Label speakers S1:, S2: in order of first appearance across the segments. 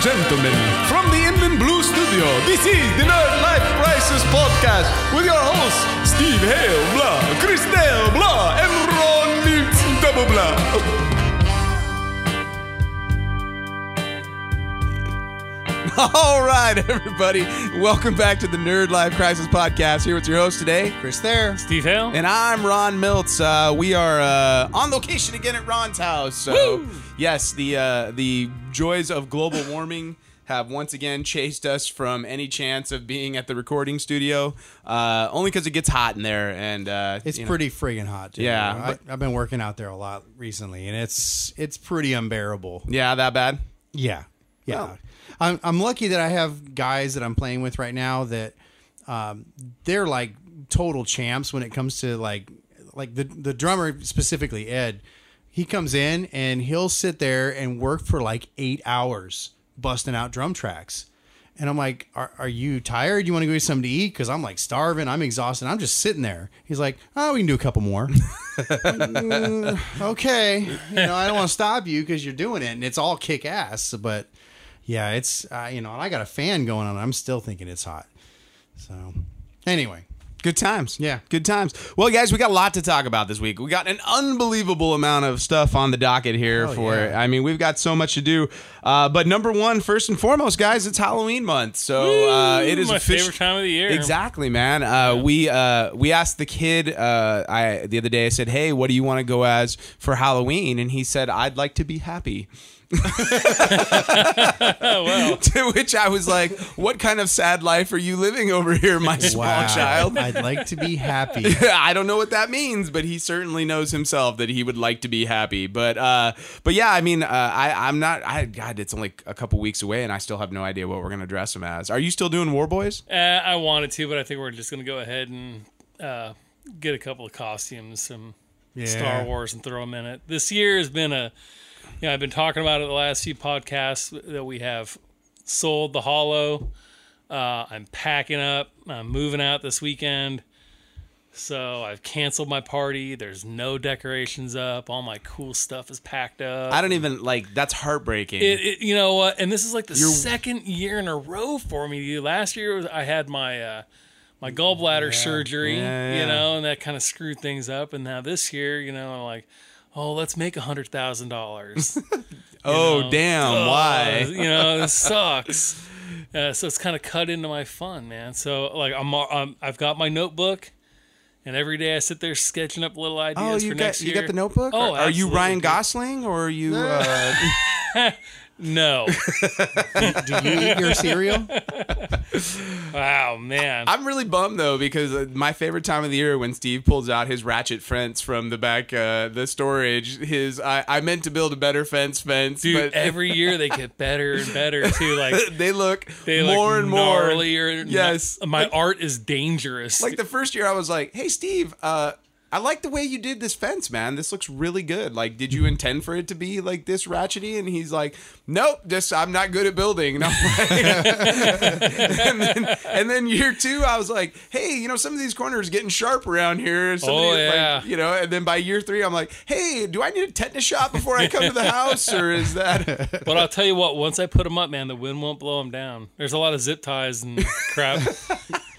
S1: gentlemen, from the Inland Blue Studio, this is the Nerd Life Crisis Podcast with your hosts, Steve Hale, blah, Christelle, blah, and Ron Newt, double blah.
S2: All right, everybody. Welcome back to the Nerd Life Crisis Podcast. Here with your host today, Chris Thayer.
S3: Steve Hale.
S2: And I'm Ron Miltz. Uh, we are uh, on location again at Ron's house. So, yes, the uh, the joys of global warming have once again chased us from any chance of being at the recording studio, uh, only because it gets hot in there. And uh,
S4: It's
S2: you know-
S4: pretty friggin' hot, dude.
S2: Yeah,
S4: I, I've been working out there a lot recently, and it's it's pretty unbearable.
S2: yeah, that bad.
S4: Yeah, yeah.
S2: Well-
S4: I'm I'm lucky that I have guys that I'm playing with right now that um, they're like total champs when it comes to like like the the drummer specifically Ed. He comes in and he'll sit there and work for like eight hours busting out drum tracks. And I'm like, are, are you tired? You want to go get something to eat? Because I'm like starving. I'm exhausted. I'm just sitting there. He's like, oh, we can do a couple more. Mm, okay. You know, I don't want to stop you because you're doing it and it's all kick ass. But yeah, it's, uh, you know, and I got a fan going on. I'm still thinking it's hot. So anyway,
S2: Good times.
S4: Yeah.
S2: Good times. Well, guys, we got a lot to talk about this week. We got an unbelievable amount of stuff on the docket here
S4: Oh,
S2: for
S4: yeah.
S2: I mean, we've got so much to do. Uh, but number one, first and foremost, guys, it's Halloween month. So uh, it is
S3: my
S2: offici-
S3: favorite time of the year. Oh,
S2: Exactly, man. Uh, We uh, we asked the kid uh, I the other day. I said, "Hey, what do you want to go as for Halloween?" And he said, "I'd like to be happy."
S3: Oh wow.
S2: to which I was like, "What kind of sad life are you living over here, my small child?"
S4: I'd like to be happy.
S2: I don't know what that means, but he certainly knows himself that he would like to be happy. But uh, but yeah, I mean, uh, I I'm not. I God, it's only a couple weeks away, and I still have no idea what we're gonna dress him as. Are you still doing War Boys?
S3: Uh, I wanted to, but I think we're just gonna go ahead and uh, get a couple of costumes, some Star Wars, and throw them in it. This year has been a, you know, I've been talking about it the last few podcasts that we have sold the Hollow. Uh, I'm packing up. I'm moving out this weekend. So I've canceled my party. There's no decorations up. All my cool stuff is packed up.
S2: I don't even like. That's heartbreaking.
S3: It, it, you know what? And this is like the second year in a row for me. dude. Last year was, I had my uh, my gallbladder surgery,
S2: Yeah, yeah.
S3: you know, and that kind of screwed things up. And now this year, you know, I'm like, oh, let's make a hundred thousand dollars.
S2: oh
S3: know.
S2: damn! why?
S3: you know, this sucks. Uh, so it's kind of cut into my fun, man. So like I'm, i I've got my notebook, and every day I sit there sketching up little
S2: Oh,
S3: ideas
S2: you
S3: for
S2: got
S3: next
S2: you
S3: year.
S2: got the Notebook?
S3: Oh,
S2: are you
S3: absolutely,
S2: Ryan
S3: dude.
S2: Gosling or are you? Uh,
S3: No,
S4: Do you eat your cereal?
S3: wow, man.
S2: I'm really bummed though because uh, my favorite time of the year when Steve pulls out his ratchet fence from the back uh, the storage. His I, I meant to build a better fence fence,
S3: Dude,
S2: but
S3: every year they get better and better too. Like
S2: they look
S3: they
S2: more
S3: look
S2: and more
S3: gnarlier.
S2: Yes.
S3: my, art is dangerous.
S2: Like the first year, I was like, "Hey, Steve, uh, I like the way you did this fence, man. This looks really good. Like, did you intend for it to be like this ratchety?" And he's like, "Nope, just I'm not good at building." And, I'm like, and, then, and then year two, I was like, "Hey, you know, some of these corners getting sharp around here." Some of
S3: Oh,
S2: these, like,
S3: yeah.
S2: you know. And then by year three, I'm like, "Hey, do I need a tetanus shot before I come to the house, or is that?"
S3: but I'll tell you what, once I put them up, man, the wind won't blow them down. There's a lot of zip ties and crap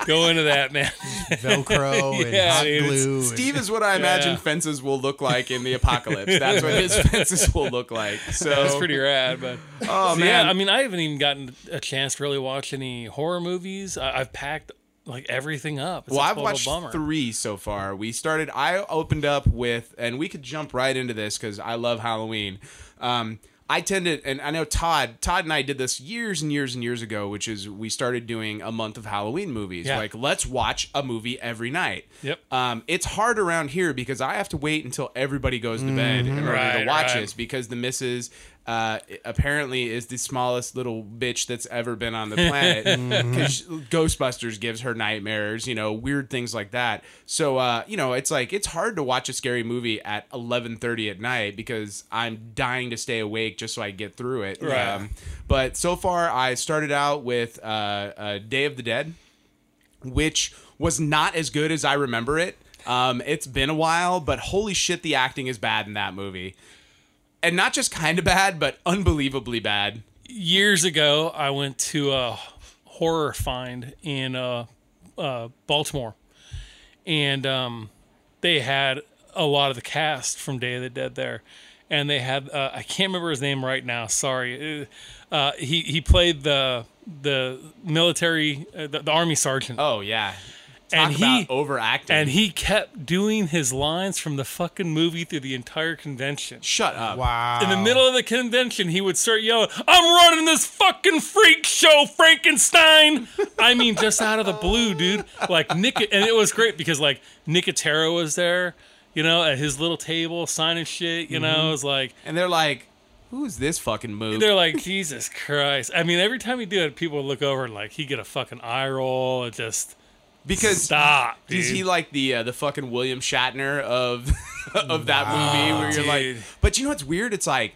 S3: go into that, man.
S4: Velcro and
S3: Yeah,
S4: hot
S3: dude, it's-
S4: glue. and-
S2: Steve is what I imagine
S3: Yeah.
S2: fences will look like in the apocalypse. That's what his fences will look like. So
S3: That's pretty rad, but
S2: Oh
S3: So,
S2: man,
S3: yeah. I mean, I haven't even gotten a chance to really watch any horror movies. I, I've packed like everything up. It's
S2: well,
S3: a
S2: I've
S3: total
S2: watched
S3: bummer.
S2: three so far. We started. I opened up with, and we could jump right into this because I love Halloween. Um, I tend to, and I know Todd. Todd and I did this years and years and years ago, which is we started doing a month of Halloween movies.
S3: Yeah.
S2: Like, let's watch a movie every night.
S3: Yep.
S2: Um, it's hard around here because I have to wait until everybody goes to bed in order to
S3: Mm-hmm. Right,
S2: watch
S3: right.
S2: this because the missus uh, apparently is the smallest little bitch that's ever been on the planet. 'Cause Ghostbusters gives her nightmares, you know, weird things like that. So, uh, you know, it's like it's hard to watch a scary movie at 11:30 at night because I'm dying to stay awake just so I get through it. Um,
S3: Right.
S2: but so far, I started out with uh, uh, Day of the Dead which was not as good as I remember it. Um, it's been a while, but holy shit, the acting is bad in that movie, and not just kind of bad, but unbelievably bad.
S3: years ago, I went to a horror find in uh, uh, Baltimore, and um, they had a lot of the cast from Day of the Dead there, and they had uh, I can't remember his name right now. Sorry, uh, he he played the the military uh, the, the army sergeant,
S2: Oh yeah. Talk
S3: and
S2: about
S3: he
S2: overacting.
S3: and he kept doing his lines from the fucking movie through the entire convention.
S2: shut up.
S4: Wow.
S3: In the middle of the convention, he would start yelling, I'm running this fucking freak show, Frankenstein. I mean, just out of the blue, dude. Like, Nick, and it was great because, like, Nicotero was there, you know, at his little table signing shit, you
S4: Mm-hmm.
S3: know, it was like,
S2: And they're like, "Who's this fucking move?"
S3: they're like, Jesus Christ. I mean, every time he do it, people would look over and, like, he'd get a fucking eye roll. It just,
S2: Because
S3: stop. Dude.
S2: Is he like the uh, the fucking William Shatner of of that movie where you're
S3: Dude.
S2: like But you know what's weird? It's like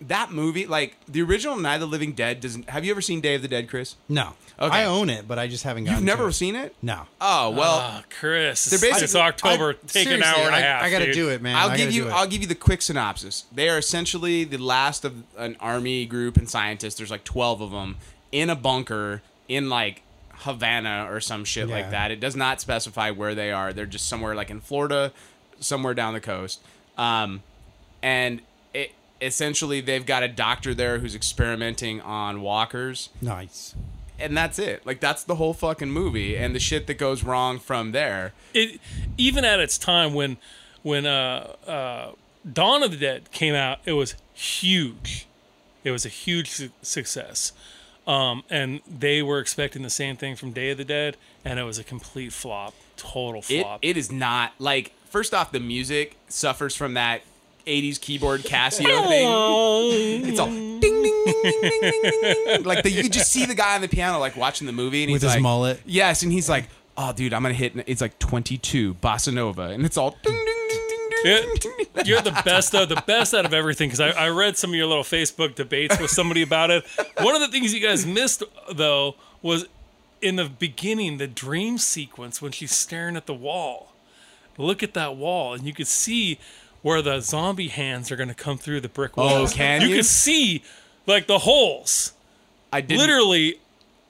S2: that movie like the original Night of the Living Dead doesn't have you ever seen Day of the Dead, Chris?
S4: no,
S2: Okay.
S4: I own it, but I just haven't. Gotten
S2: You've never
S4: to it.
S2: seen it?
S4: No.
S2: Oh well
S3: Ah, Chris,
S2: They're
S3: it's, it's
S2: basically-
S3: October.
S4: I-
S3: Take an
S4: seriously,
S3: hour and a
S4: I-
S3: half.
S4: I, gotta
S3: dude.
S4: do it, man. I
S2: I'll
S4: gotta
S2: give you.
S4: do it.
S2: I'll give you the quick synopsis. They are essentially the last of an army group and scientists. There's like twelve of them in a bunker in like Havana or some shit
S4: Yeah.
S2: like that. It does not specify where they are. They're just somewhere like in Florida, somewhere down the coast. Um, and it, essentially they've got a doctor there who's experimenting on walkers
S4: nice.
S2: and that's it like that's the whole fucking movie and the shit that goes wrong from there
S3: it even at its time when when uh, uh, Dawn of the Dead came out, it was huge. It was a huge su- success, um, and they were expecting the same thing from Day of the Dead, and it was a complete flop, total
S2: It,
S3: flop.
S2: it is not like first off the music suffers from that 80s keyboard Casio
S3: Oh.
S2: thing. It's all ding ding ding ding ding ding ding. ding. Like the, you could just see the guy on the piano like watching the movie and
S4: With
S2: he's
S4: his
S2: like,
S4: mullet.
S2: Yes, and he's like, "Oh, dude, I'm gonna hit." It's like 22 bossa nova, and it's all ding ding ding ding ding.
S3: It- you're the best though, the best out of everything. Because I, I read some of your little Facebook debates with somebody about it. One of the things you guys missed though was in the beginning the dream sequence when she's staring at the wall. Look at that wall, and you could see where the zombie hands are going to come through the brick wall.
S2: Oh, can
S3: you
S2: you?
S3: can see like the holes,
S2: I did
S3: literally.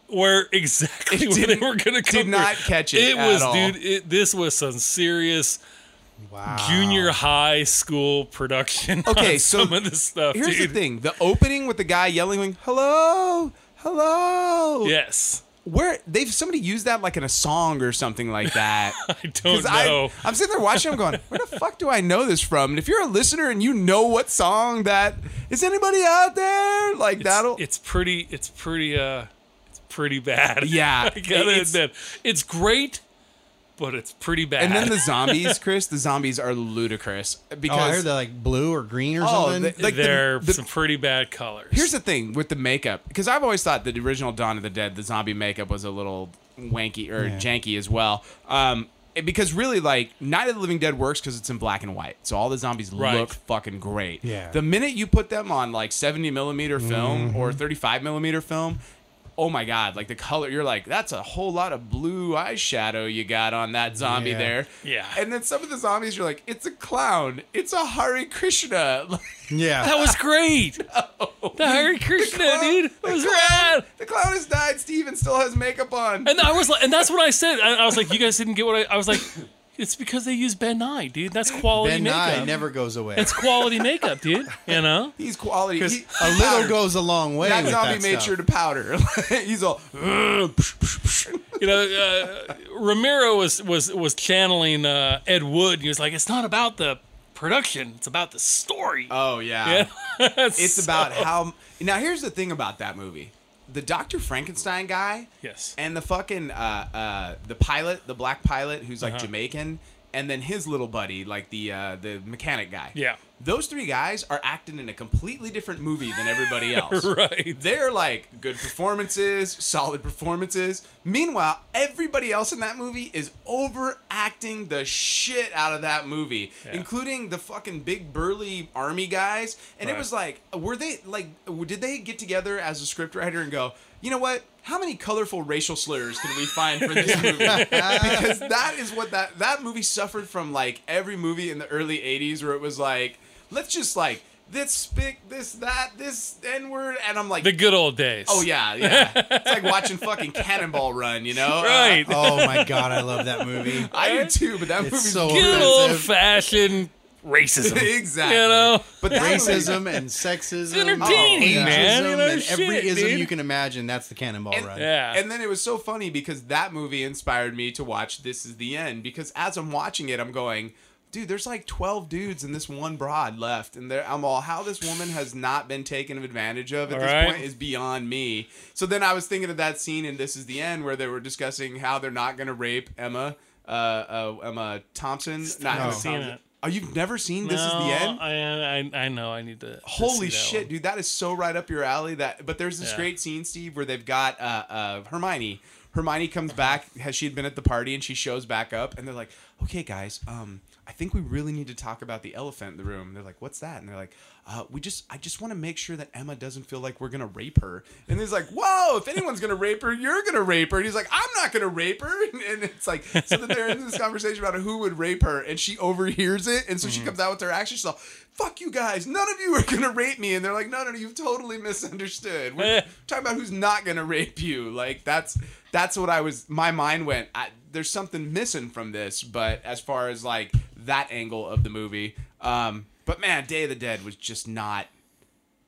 S3: Where exactly
S2: It
S3: when they
S2: didn't-
S3: were going to come? through.
S2: not catch it
S3: It
S2: at
S3: was,
S2: all.
S3: dude. It, this was some serious
S4: Wow.
S3: junior high school production.
S2: Um, Okay,
S3: on
S2: so
S3: some of this stuff.
S2: Here's
S3: dude.
S2: the thing: the opening with the guy yelling, like, "Hello, hello."
S3: Yes,
S2: Where they've somebody used that like in a song or something like that.
S3: I don't
S2: 'Cause I-
S3: know.
S2: I'm sitting there watching. I'm going, where the fuck do I know this from? And if you're a listener and you know what song that is, anybody out there like that'll?
S3: it's pretty. It's pretty. Uh, it's pretty bad.
S2: Yeah,
S3: I gotta
S2: it's-
S3: admit, it's great, but it's pretty bad.
S2: and then the zombies, Chris. The zombies are ludicrous
S4: Oh, I
S2: because
S4: heard they're like blue or green or
S2: Oh,
S4: something.
S2: they- like the-
S3: there are
S2: the-
S3: some pretty bad colors.
S2: here's the thing with the makeup because I've always thought that the original Dawn of the Dead, the zombie makeup was a little wanky or janky as well. Um, it- because really, like Night of the Living Dead works because it's in black and white, so all the zombies
S3: Right.
S2: look fucking great.
S4: Yeah. Mm-hmm.
S2: The minute you put them on like 70 millimeter film or 35 millimeter film, oh my god, like the color, you're like, that's a whole lot of blue eyeshadow you got on that zombie
S4: Yeah.
S2: there.
S3: Yeah.
S2: And then some of the zombies, you're like, it's a clown, it's a Hare Krishna.
S4: yeah.
S3: that was great. the Hare Krishna, dude, it was rad.
S2: The clown has died. Steven still has makeup on.
S3: And I was like, and that's what I said. I, I was like, you guys didn't get what I. I was like, it's because they use Ben Nye, dude. That's quality
S4: Ben
S3: makeup.
S4: Nye never goes away.
S3: It's quality makeup, dude. You know.
S2: He's quality. He,
S4: A little goes a long way.
S2: that
S4: with
S2: zombie
S4: that
S2: made
S4: stuff.
S2: sure to powder. He's all. "Ugh, psh, psh, psh."
S3: you know, uh, Romero was was was channeling uh, Ed Wood. He was like, "It's not about the production; it's about the story."
S2: Oh yeah. It's about how. Now here's the thing about that movie. The Doctor Frankenstein guy.
S3: Yes.
S2: And the fucking uh, uh, the pilot, the black pilot who's
S4: Uh-huh.
S2: like Jamaican, and then his little buddy, like the uh, the mechanic guy.
S3: Yeah.
S2: Those three guys are acting in a completely different movie than everybody else.
S3: right.
S2: They're like good performances, solid performances. Meanwhile, everybody else in that movie is overacting the shit out of that movie, including the fucking big burly army guys. And it
S3: Right.
S2: was like, were they like, did they get together as a scriptwriter and go, you know what? How many colorful racial slurs can we find for this movie? because that is what that that movie suffered from like every movie in the early 80s where it was like let's just like this spick, this that, this N word, and I'm like,
S3: The good old days.
S2: oh yeah, yeah. it's like watching fucking Cannonball Run, you know? Uh,
S3: Right.
S4: Oh my god, I love that movie.
S2: I do too, but that movie's
S4: so
S3: good
S2: oh,
S4: offensive.
S3: old fashioned racism.
S2: exactly.
S3: You know?
S2: but that
S4: Racism and sexism,
S3: entertaining,
S4: and
S3: man.
S4: ageism,
S3: You know,
S4: and every
S3: shit,
S4: ism
S3: dude.
S4: you can imagine. That's the Cannonball Run.
S3: Yeah.
S2: And then it was so funny because that movie inspired me to watch This Is the End because as I'm watching it, I'm going, dude, there's like 12 dudes and this one broad left. And there, I'm all, how this woman has not been taken advantage of at
S3: All
S2: this
S3: right.
S2: point is beyond me. So then I was thinking of that scene in This Is the End where they were discussing how they're not going to rape Emma. Uh, uh, Emma Thompson. Not Emma
S3: seen
S2: Thompson.
S3: it.
S2: Oh, you've never seen This Is
S3: No,
S2: the End?
S3: I, I, I know. I need to. to
S2: Holy
S3: see that
S2: shit, dude! That is so right up your alley. That but there's this
S3: Yeah.
S2: great scene, Steve, where they've got uh, uh, Hermione. Hermione comes back. Has she had been at the party? And she shows back up, and they're like, "Okay, guys, um, I think we really need to talk about the elephant in the room." And they're like, "What's that?" And they're like, uh, "We just, I just want to make sure that Emma doesn't feel like we're gonna rape her." And he's like, "Whoa! If anyone's gonna rape her, you're gonna rape her." And he's like, "I'm not gonna rape her." And, and it's like, so that they're in this conversation about who would rape her, and she overhears it, and so she comes out with her action. She's all, "Fuck you guys! None of you are gonna rape me." And they're like, "No, no, no you've totally misunderstood. We're talking about who's not gonna rape you. Like that's that's what I was. My mind went. I, there's something missing from this, but as far as like that angle of the movie, um, but man, Day of the Dead was just not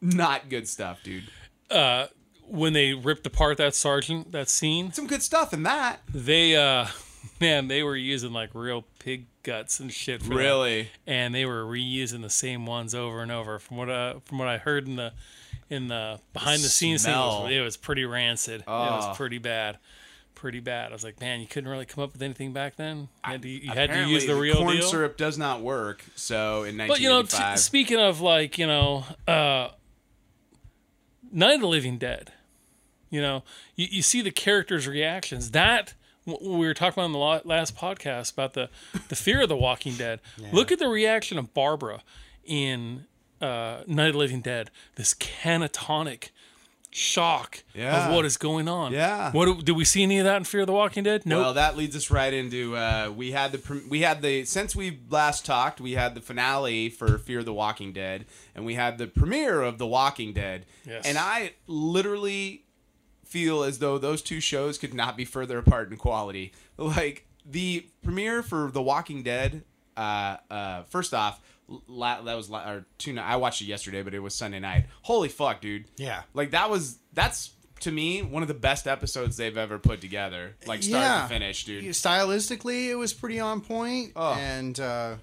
S2: not good stuff, dude.
S3: one. When they ripped apart that sergeant, that scene,
S2: Some good stuff in that.
S3: they, uh, man, they were using like real pig guts and shit. For that. and they were reusing the same ones over and over. From what uh, from what I heard in the in the behind the, scenes thing, it
S2: smell.
S3: was, it was pretty rancid. It
S2: Ah.
S3: was pretty bad, pretty bad. I was like, man, you couldn't really come up with anything back then. You had to, you had to
S2: Apparently,
S3: use the real
S2: corn
S3: deal.
S2: syrup does not work. So in
S3: but you know, t-
S2: 1985,
S3: speaking of like you know, uh, Night of the Living Dead, you know, you, you see the characters' reactions. That wh- we were talking about in the la- last podcast about the the fear of the Walking Dead. Look at the reaction of Barbara in uh, Night of the Living Dead. This canatonic shock
S2: Yeah.
S3: of what is going on.
S2: Yeah.
S3: What do- did we see any of that in Fear of the Walking Dead? No.
S2: Well, that leads us right into uh, we had the pr- we had the since we last talked, we had the finale for Fear the Walking Dead, and we had the premiere of The Walking Dead.
S3: Yes.
S2: And I literally feel as though those two shows could not be further apart in quality. Like the premiere for The Walking Dead. Uh, uh, first off, la- that was la- or two. ni- I watched it yesterday, but it was Sunday night. Holy fuck, dude!
S4: Yeah.
S2: like that was that's to me one of the best episodes they've ever put together. Like start
S4: Yeah.
S2: to finish, dude. Oh.
S4: Stylistically, it was pretty on point, and uh,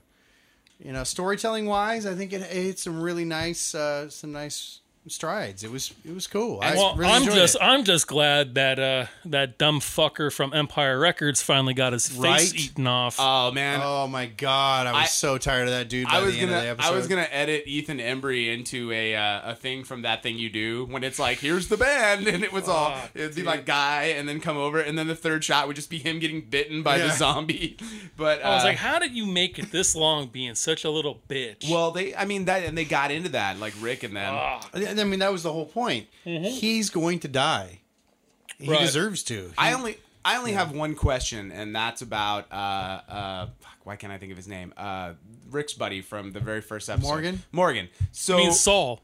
S4: you know, storytelling wise, I think it, it hit some really nice, uh, some nice strides. It was, it was cool. I
S3: Well,
S4: really
S3: I'm
S4: enjoyed
S3: just
S4: it.
S3: I'm just glad that uh, that dumb fucker from Empire Records finally got his face
S4: Right?
S3: eaten off.
S2: Oh man,
S4: Oh my god, I was
S2: I-
S4: so tired of that dude by
S2: I was
S4: the end of the
S2: gonna
S4: episode.
S2: I was gonna edit Ethan Embry into a uh, a thing from that thing you do when it's like here's the band and it was all it'd be like guy and then come over and then the third shot would just be him getting bitten by the
S4: Yeah.
S2: zombie. But uh,
S3: I was like, how did you make it this long being such a little bitch? Ah.
S2: well they I mean that and they got into that like Rick and them.
S4: I I mean, that was the whole point. He's going to die. He
S3: Mm-hmm. Right.
S4: deserves to. He-
S2: I only I only have one question, and that's about uh uh fuck, why can't I think of his name? Uh Rick's buddy from the very first episode.
S4: Morgan?
S2: Morgan. So
S3: I mean, Saul.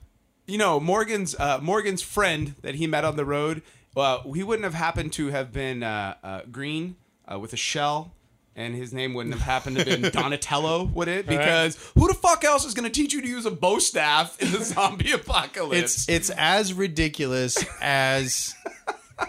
S2: you know Morgan's uh, Morgan's friend that he met on the road. Well, he wouldn't have happened to have been uh, uh, green uh, with a shell, and his name wouldn't have happened to have been Donatello, would it? Because who the fuck else is going to teach you to use a bow staff in the zombie apocalypse?
S4: it's it's as ridiculous as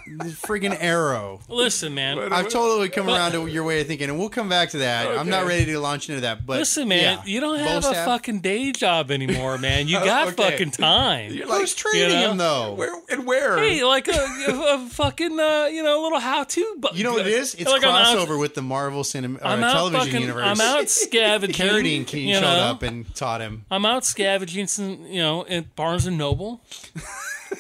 S4: the friggin' arrow.
S3: Listen, man.
S4: I've totally come around to your way of thinking, and we'll come back to that. I'm not ready to launch into that, but
S3: Listen, man.
S4: yeah.
S3: You don't have
S4: Bow
S3: a
S4: staff.
S3: fucking day job anymore, man. You got
S2: Okay.
S3: fucking time.
S2: You're like,
S4: Who's training
S3: you know?
S4: him though?
S2: where and where?
S3: Hey, like a, a, a fucking uh, you know little how to. Bu-
S4: you know what it is? It's
S3: Like, I'm out-
S4: crossover with the Marvel cinema
S3: I'm
S4: uh,
S3: out
S4: television
S3: fucking- I'm
S4: universe.
S3: out scavenging.
S4: Carradine King
S3: you
S4: showed
S3: know?
S4: up and taught him.
S3: I'm out scavenging some, you know, at Barnes and Noble.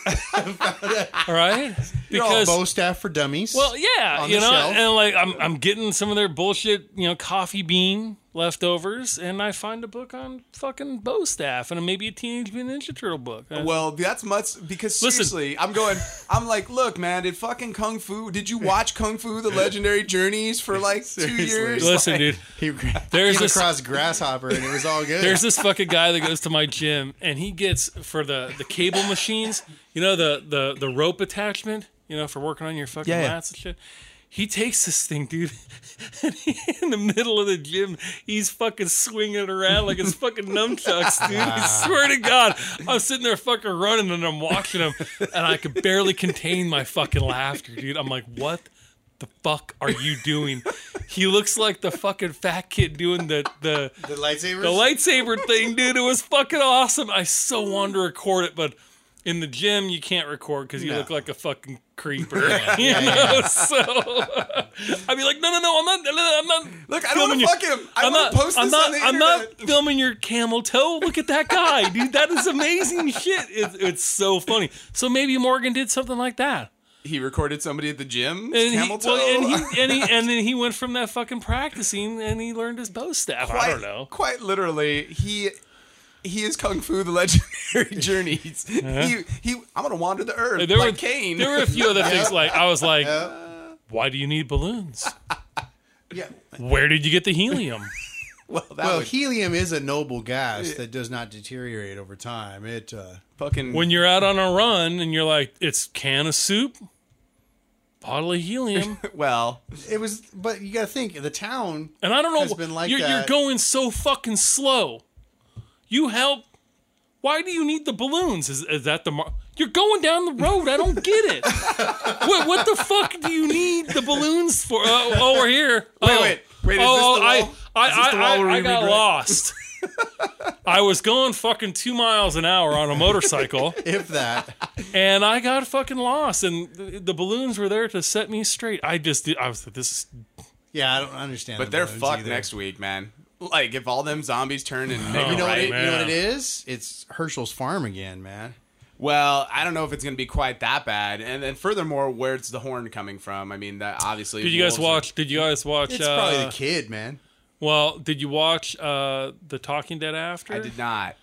S3: All right, because
S4: Bow staff for dummies.
S3: well, yeah,
S4: on
S3: you
S4: the
S3: know,
S4: shelf.
S3: and like I'm, I'm getting some of their bullshit, you know, coffee bean leftovers, and I find a book on fucking Bo Staff and maybe a Teenage Mutant Ninja Turtle book. I-
S2: Well, that's much because
S3: Listen.
S2: seriously, I'm going. I'm like, look, man, did fucking Kung Fu? Did you watch Kung Fu: The Legendary Journeys for like two
S4: Seriously.
S2: years?
S3: Listen,
S2: Like,
S3: dude,
S4: He
S3: There's
S4: came
S3: this-
S4: across grasshopper and it was all good.
S3: there's this fucking guy that goes to my gym, and he gets for the the cable machines, you know the the the rope attachment, you know, for working on your fucking
S4: Yeah, yeah.
S3: lats and shit. He takes this thing, dude, and he, in the middle of the gym, he's fucking swinging it around like it's fucking nunchucks, dude. I
S4: Ah.
S3: swear to God, I'm sitting there fucking running and I'm watching him, and I could barely contain my fucking laughter, dude. I'm like, what the fuck are you doing? He looks like the fucking fat kid doing the the
S4: the lightsabers.
S3: the lightsaber thing, dude. It was fucking awesome. I so wanted to record it, but in the gym you can't record because you look like a fucking creeper. you know, so I'd be like, no, no, no, I'm not, no, no, I'm not.
S2: Look, I don't
S3: filming
S2: want to
S3: your-
S2: fuck him. I
S3: I'm
S2: want
S3: not.
S2: to post this
S3: I'm not.
S2: on the
S3: I'm
S2: internet.
S3: not filming your camel toe. Look at that guy, dude. That is amazing shit. It's, it's so funny. So maybe Morgan did something like that.
S2: He recorded somebody at the gym.
S3: And
S2: camel
S3: he,
S2: toe.
S3: well, and he, and he, and then he went from that fucking practicing, and he learned his bow staff. I don't know.
S2: Quite literally, he he is Kung Fu: The Legendary Journeys. He he. I'm gonna wander the earth
S3: Uh-huh. There
S2: like
S3: were
S2: Cain.
S3: There were a few other things like I was like, why do you need balloons?
S4: Yeah.
S3: Where did you get the helium?
S2: well, that
S4: Well,
S2: would
S4: helium is a noble gas that does not deteriorate over time. It uh,
S2: fucking
S3: When you're out on a run and you're like, it's can of soup, bottle of helium,
S2: well.
S4: it was, but you got to think the town.
S3: and I don't know.
S4: Has been like
S3: you're, you're
S4: that.
S3: going so fucking slow. You help. Why do you need the balloons? Is, is that the mar- you're going down the road? I don't get it. what, what the fuck do you need the balloons for? Oh, oh we're here. Wait, oh.
S2: wait, wait, is
S3: oh,
S2: this
S3: oh,
S2: the
S3: I,
S2: wall?
S3: I,
S2: Is this the
S3: I,
S2: wall where
S3: I, I
S2: we
S3: got
S2: regret?
S3: lost. I was going fucking two miles an hour on a motorcycle,
S4: If that,
S3: and I got fucking lost. And the, the balloons were there to set me straight. I just, did, I was like, this is
S4: yeah, I don't understand.
S2: But
S4: the
S2: they're
S4: balloons
S2: fucked
S4: either.
S2: next week, man. Like if all them zombies turn and
S4: You know, what
S3: Oh, Right,
S4: it, you know what
S3: man.
S4: it is? It's Herschel's farm again, man.
S2: well, I don't know if it's going to be quite that bad. And then furthermore, where's the horn coming from? I mean, that obviously.
S3: Did you guys
S2: wolves are-
S3: watch? Did you guys watch?
S4: It's
S3: uh,
S4: probably the kid, man.
S3: well, did you watch uh, the Talking Dead after?
S2: I did not.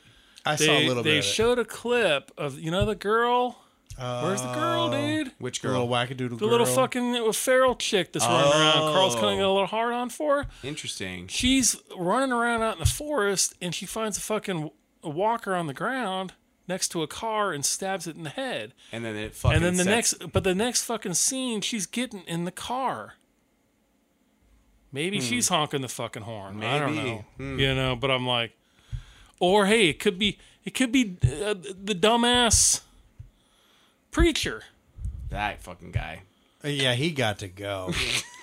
S4: I
S3: They,
S4: saw a little
S3: they
S4: bit. Of
S3: showed a clip of you know the girl. Where's the
S4: Oh,
S3: girl, dude?
S2: Which
S4: it. A little
S2: girl?
S4: wackadoodle.
S3: The little fucking feral chick that's running around.
S4: Oh.
S3: Carl's kind of got a little hard on for. her.
S2: Interesting.
S3: She's running around out in the forest and she finds a fucking walker on the ground next to a car and stabs it in the head.
S2: And then it fucking.
S3: And then the
S2: sets-
S3: next, but the next fucking scene, she's getting in the car. Maybe she's honking the fucking horn. I don't
S2: Hmm. Maybe. Hmm.
S3: know. You know, but I'm like, or hey, it could be, it could be uh, the dumbass preacher.
S2: that fucking guy.
S4: Yeah, he got to go.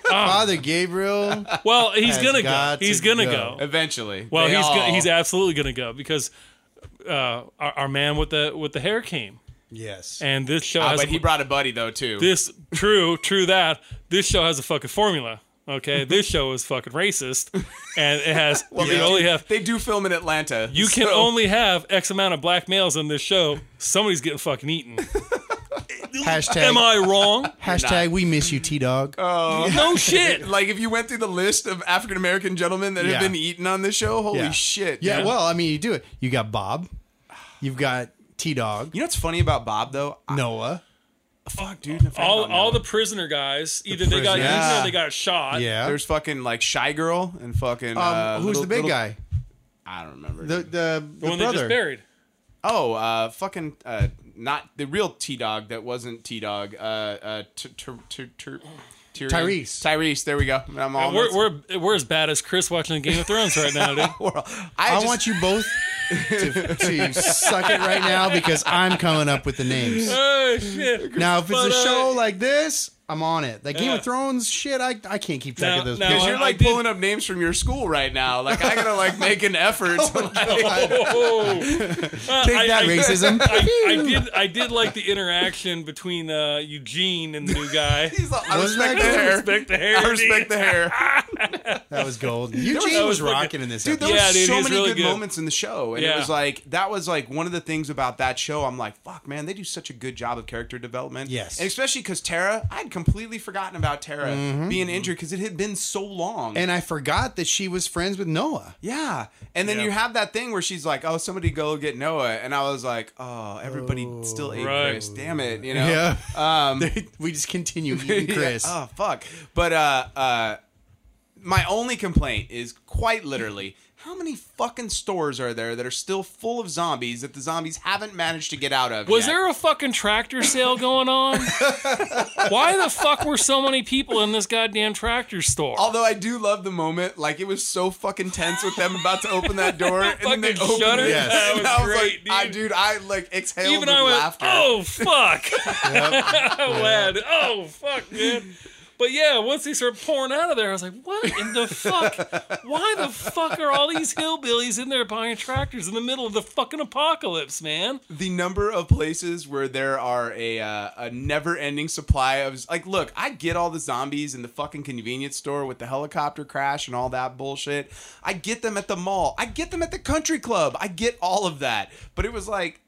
S4: Father Gabriel.
S3: Well, he's
S4: Has
S3: gonna go.
S4: got to
S3: He's gonna
S4: go.
S3: go.
S2: Eventually.
S3: Well,
S2: they
S3: he's
S2: all,
S3: go- he's absolutely gonna go because uh, our, our man with the with the hair came,
S4: Yes.
S3: and this show
S2: Uh,
S3: has
S2: but he brought a buddy though too.
S3: this true true that this show has a fucking formula okay this show is fucking racist and it has you
S2: they
S3: can only
S2: do,
S3: have
S2: They do film in Atlanta.
S3: you can
S2: so-
S3: only have x amount of black males on this show somebody's getting fucking eaten
S4: hashtag.
S3: am i wrong
S4: hashtag. We miss you, T Dog.
S3: no shit
S2: Like if you went through the list of African American gentlemen that
S4: Yeah.
S2: have been eaten on this show, holy
S4: Yeah.
S2: shit!
S4: Yeah,
S2: dude.
S4: well, I mean, you do it. You got Bob. You've got T Dog.
S2: You know what's funny about Bob though?
S4: Noah.
S2: Fuck, dude. if I
S3: all
S2: don't know.
S3: all the prisoner guys either they got
S4: prisoners.
S3: eaten
S4: Yeah.
S3: or they got shot
S4: Yeah.
S2: There's fucking like shy girl and fucking.
S4: um,
S2: uh,
S4: who's
S2: little-
S4: the big
S2: little-
S4: guy?
S2: I don't remember.
S4: The the, the,
S3: the one they
S4: brother.
S3: just buried
S2: oh, uh, fucking uh, not the real T Dog that wasn't T Dog. Uh, uh, t- t- t- t- Tyrion.
S4: Tyrese.
S2: Tyrese. There we go. I'm all.
S3: Uh, we're, we're, we're as bad as Chris watching Game of Thrones right now, dude.
S2: we're all- I,
S4: I
S2: just,
S4: want you both to, to suck it right now because I'm coming up with the names.
S3: oh shit!
S4: Now, if it's a
S3: But, uh,
S4: show like this, I'm on it. That Game
S3: Yeah.
S4: of Thrones shit, I, I can't keep track
S3: Now-
S4: of those.
S3: now-
S4: people.
S2: Because you're
S3: I
S2: like
S3: did-
S2: pulling up names from your school right now. Like I gotta like make an effort. to, like,
S3: Oh,
S4: Take
S3: I-
S4: that
S3: I-
S4: racism.
S3: I, I did. I did like the interaction between uh, Eugene and the new guy.
S2: he's like, I
S4: Wasn't
S2: respect the
S4: that
S2: hair.
S3: respect the hair.
S2: I respect the hair.
S4: That was gold. Eugene
S3: that
S4: was,
S3: was like-
S4: rocking in this
S2: Dude, there
S4: episode.
S3: Yeah,
S2: was
S3: dude,
S2: so
S3: he's
S2: many
S3: really
S2: good,
S3: good.
S2: moments in the show, and it
S3: Yeah.
S2: was like that was like one of the things about that show. I'm like, fuck, man, they do such a good job of character development.
S4: Yes.
S2: and especially because Tara, I'd completely forgotten about Tara
S3: Mm-hmm.
S2: being injured because it had been so long.
S4: And I forgot that she was friends with Noah.
S2: yeah, and then
S3: Yeah.
S2: you have that thing where she's like, "Oh, somebody go get Noah," and I was like, "Oh, everybody still ate
S3: right.
S2: Chris. Damn it, you know."
S4: Um, we just continue eating
S2: Yeah,
S4: Chris.
S2: Oh fuck. But uh uh my only complaint is quite literally how many fucking stores are there that are still full of zombies that the zombies haven't managed to get out of?
S3: Was
S2: yet?
S3: there a fucking tractor sale going on? Why the fuck were so many people in this goddamn tractor store?
S2: Although I do love the moment, like it was so fucking tense with them about to open that door and then they
S3: Fucking
S2: opened
S3: shudder.
S2: it.
S4: Yes.
S3: That
S2: And
S3: was
S2: I was
S3: great,
S2: like, I,
S3: dude.
S2: dude, I like exhaled
S3: Even
S2: with
S3: I went,
S2: laughter.
S3: oh fuck, lad, oh fuck, man. But yeah, once they started pouring out of there, I was like, what in the fuck? Why the fuck are all these hillbillies in there buying tractors in the middle of the fucking apocalypse, man?
S2: the number of places where there are a uh, a never ending supply of like look i get all the zombies in the fucking convenience store with the helicopter crash and all that bullshit i get them at the mall i get them at the country club i get all of that but it was like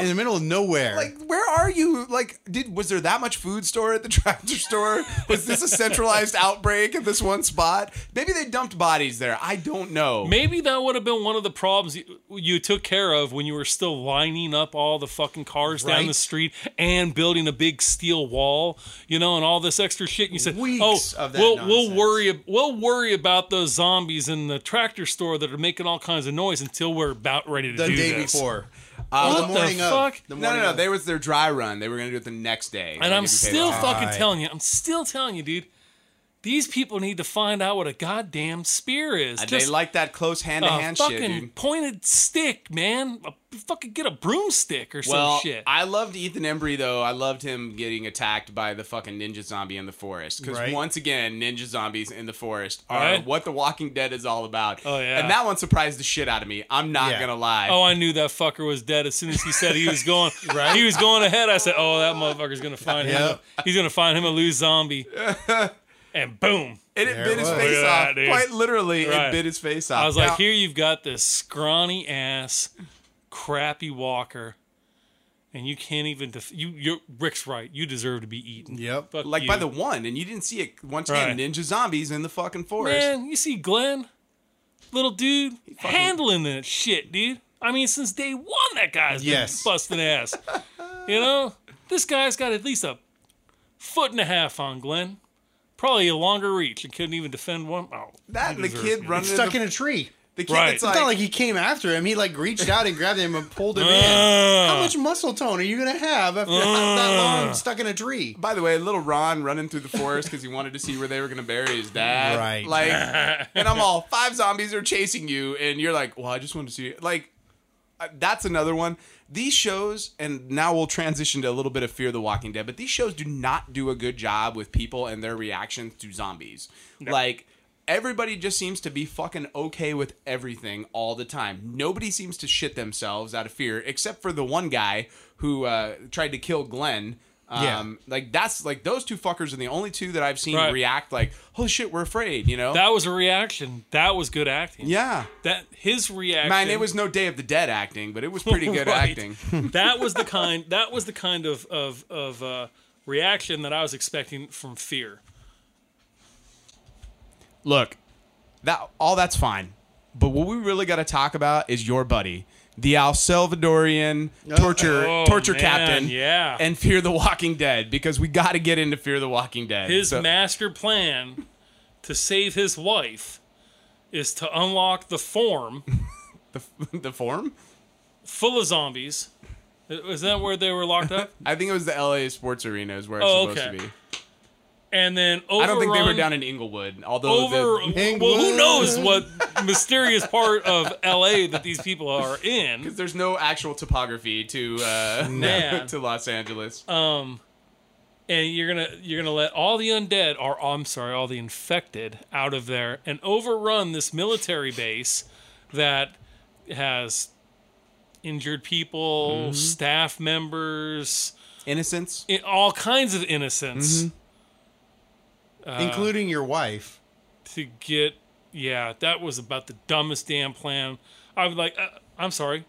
S4: In the middle of nowhere.
S2: like where are you like did was there that much food store at the tractor store was this a centralized outbreak at this one spot maybe they dumped bodies there i don't know
S3: Maybe that would have been one of the problems you, you took care of when you were still lining up all the fucking cars down
S4: Right.
S3: the street and building a big steel wall, you know, and all this extra shit. And you said,
S2: Weeks
S3: "Oh,
S2: of that
S3: we'll we'll
S2: nonsense.
S3: worry we'll worry about those zombies in the tractor store that are making all kinds of noise until we're about ready to
S4: the
S3: do
S4: day
S3: this."
S4: before. Uh,
S3: What the fuck?
S4: The
S2: no,
S4: morning
S2: no, no.
S4: of.
S2: They was their dry run. They were gonna do it the next day.
S3: And
S2: I
S3: I'm
S2: didn't pay
S3: still
S2: attention.
S3: fucking
S4: Right.
S3: telling you, I'm still telling you, dude. These people need to find out what a goddamn spear is.
S2: Uh, they like that close hand to hand shit,
S3: fucking
S2: dude.
S3: pointed stick, man. A- fucking get a broomstick or some
S2: Well,
S3: shit.
S2: I loved Ethan Embry though. I loved him getting attacked by the fucking ninja zombie in the forest because
S4: Right.
S2: once again, ninja zombies in the forest are
S3: Right.
S2: what The Walking Dead is all about.
S3: Oh, yeah.
S2: and that one surprised the shit out of me. I'm not
S4: Yeah.
S2: gonna lie.
S3: oh, I knew that fucker was dead as soon as he said he was going. He was going ahead. I said, "Oh, that motherfucker's gonna find him. He's gonna find him a loose zombie." and boom,
S2: it had
S4: There
S2: bit
S4: it
S2: his
S4: was.
S2: face
S3: Look at
S2: off.
S3: that, dude.
S2: Quite literally,
S3: Right.
S2: it bit his face off.
S3: I was like,
S2: Now-
S3: "Here you've got this scrawny ass, crappy walker." And you can't even def- you. You're, Rick's right. You deserve to be eaten.
S4: Yep.
S3: Fuck
S2: like
S3: you.
S2: by the one, and you didn't see it once again.
S3: Right.
S2: Ninja zombies in the fucking forest.
S3: Man, you see Glenn, little dude, handling that shit, dude. I mean, since day one, that guy's been
S4: Yes.
S3: busting ass. you know, this guy's got at least a foot and a half on Glenn. Probably a longer reach and couldn't even defend one. Oh,
S2: That and the kid running
S4: stuck
S2: in
S4: in a tree.
S2: the, the kid
S3: Right.
S2: that's
S4: It's
S2: like,
S4: not like he came after him. He like reached out and grabbed him and pulled him in.
S3: Uh,
S4: How much muscle tone are you gonna have after that long stuck in a tree?
S2: By the way, little Ron running through the forest because he wanted to see where they were going to bury his dad.
S4: Right.
S2: Like, and I'm all five zombies are chasing you, and you're like, "Well, I just wanted to see." Like, uh, that's another one. These shows, and now we'll transition to a little bit of Fear the Walking Dead, but these shows do not do a good job with people and their reactions to zombies. Like. Everybody just seems to be fucking okay with everything all the time. Nobody seems to shit themselves out of fear, except for the one guy who uh, tried to kill Glenn. Um,
S4: Yeah.
S2: like that's like those two fuckers are the only two that I've seen
S3: Right.
S2: react like, "Holy shit, we're afraid," you know?
S3: that was a reaction. That was good acting.
S2: yeah.
S3: That his reaction.
S2: Man, it was no Day of the Dead acting, but it was pretty good
S3: Right.
S2: acting.
S3: that was the kind that was the kind of of of uh, reaction that I was expecting from fear.
S2: Look, that all that's fine, but what we really got to talk about is your buddy, the El Salvadorian torture
S3: Oh,
S2: torture
S3: man,
S2: captain,
S3: yeah.
S2: and Fear the Walking Dead because we got to get into Fear the Walking Dead.
S3: His
S2: So-
S3: master plan to save his wife is to unlock the form
S2: the form.
S3: full of zombies. Is that where they were locked up?
S2: I think it was the LA Sports Arena is where it's
S3: Oh,
S2: supposed
S3: okay.
S2: to be.
S3: And then overrun,
S2: I don't think they were down in Inglewood, although
S3: over.
S2: the,
S3: well, who knows what mysterious part of L.A. that these people are in?
S2: there's no actual topography to uh,
S3: Man.
S2: to Los Angeles.
S3: and you're gonna you're gonna let all the undead or oh, I'm sorry, all the infected out of there and overrun this military base that has injured people,
S2: Mm-hmm.
S3: staff members,
S2: Innocence.
S4: Mm-hmm.
S3: i all kinds of innocents.
S4: including your wife.
S3: to get yeah that was about the dumbest damn plan i was like uh, i'm sorry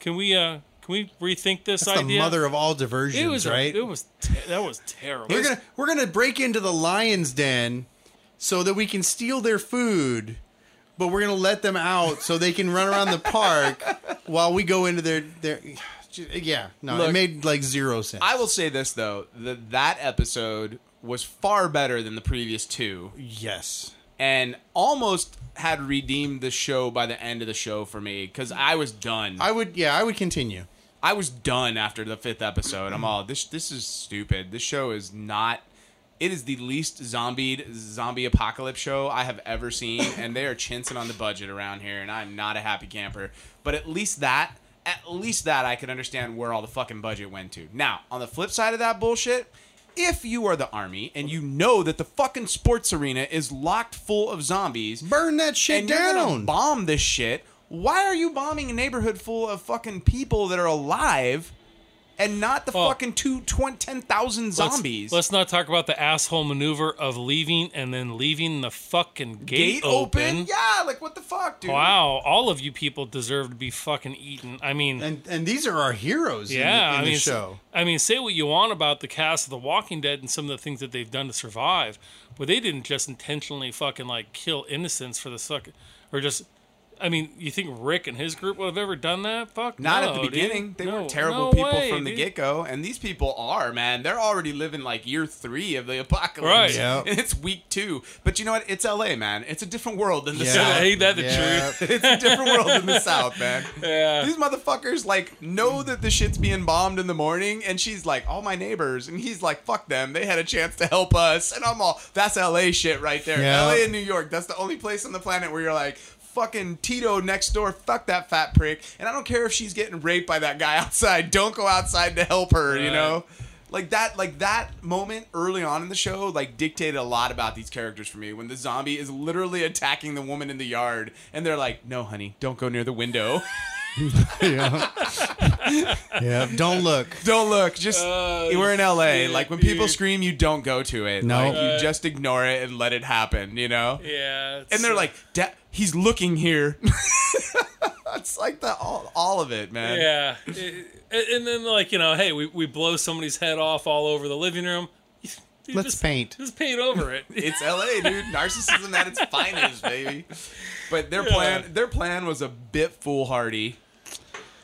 S3: can we uh can we rethink this
S4: That's
S3: idea
S4: the mother of all diversions,
S3: it was a-
S4: right?
S3: it was te- that was terrible
S4: we're gonna we're gonna break into the lion's den so that we can steal their food, but we're gonna let them out so they can run around the park while we go into their their. Yeah, no, it
S2: Look,
S4: made like zero sense.
S2: I will say this though, that that episode was far better than the previous two,
S4: yes,
S2: and almost had redeemed the show by the end of the show for me because I was done. I,
S4: I would. Yeah, I would continue.
S2: was done after the fifth episode. I'm all this. This is stupid. This show is not. It is the least zombied zombie apocalypse show I have ever seen, and they are chintzing on the budget around here, and I'm not a happy camper. But at least that, at least that, I can understand where all the fucking budget went to. Now, on the flip side of that bullshit, if you are the army and you know that the fucking sports arena is locked full of zombies,
S4: Burn that shit
S2: and you're gonna
S4: down.
S2: bomb this shit. Why are you bombing a neighborhood full of fucking people that are alive and not the
S3: Well-
S2: fucking two, twen- 10,000
S3: Let's-
S2: zombies?
S3: Let's, not talk about the asshole maneuver of leaving and then leaving the fucking gate, open.
S2: Yeah, like what the fuck, dude?
S3: Wow, all of you people deserve to be fucking eaten. I mean,
S4: and and these are our heroes.
S3: yeah,
S4: in, the- in
S3: I
S4: the
S3: mean,
S4: show.
S3: I mean, say what you want about the cast of The Walking Dead and some of the things that they've done to survive, but they didn't just intentionally fucking like kill innocents for the suck, or just. I mean, you think Rick and his group would have ever done that? Fuck,
S2: Not at
S3: no,
S2: the
S3: dude.
S2: beginning. They
S3: No-
S2: were terrible
S3: no
S2: people
S3: way,
S2: from the
S3: dude.
S2: get go, and these people are, man. They're already living like year three of the apocalypse.
S3: Right.
S4: Yep.
S2: And it's week two. But you know what? It's LA, man. It's a different world than the
S4: Yeah.
S2: South.
S3: Ain't that the
S4: Yeah.
S3: truth?
S2: It's a different world in the South, man. Yeah. These motherfuckers like know that the shit's being bombed in the morning, and she's like, "All my neighbors," and he's like, "Fuck them. They had a chance to help us." And I'm all, "That's L.A. shit right there.
S4: Yeah.
S2: L.A. and New York. That's the only place on the planet where you're like." Fucking Tito next door, fuck that fat prick. And I don't care if she's getting raped by that guy outside. Don't go outside to help her, you
S3: Right.
S2: know? like that like that moment early on in the show like dictated a lot about these characters for me when the zombie is literally attacking the woman in the yard and they're like no honey don't go near the window
S4: Yeah, don't look.
S2: don't look just
S3: Oh,
S2: we're in la
S3: shit,
S2: like when people
S3: dude.
S2: scream you don't go to it
S4: No.
S2: like, you just ignore it and let it happen you know
S3: Yeah,
S2: and they're
S3: it's-
S2: like da- he's looking here it's like the all, all of it man
S3: Yeah. It- it- and then, like, you know, hey, we, we blow somebody's head off all over the living room. Dude,
S4: Let's
S3: just,
S4: paint.
S3: Just paint over it.
S2: It's LA, dude. Narcissism at its finest, baby. But their plan their plan was a bit foolhardy.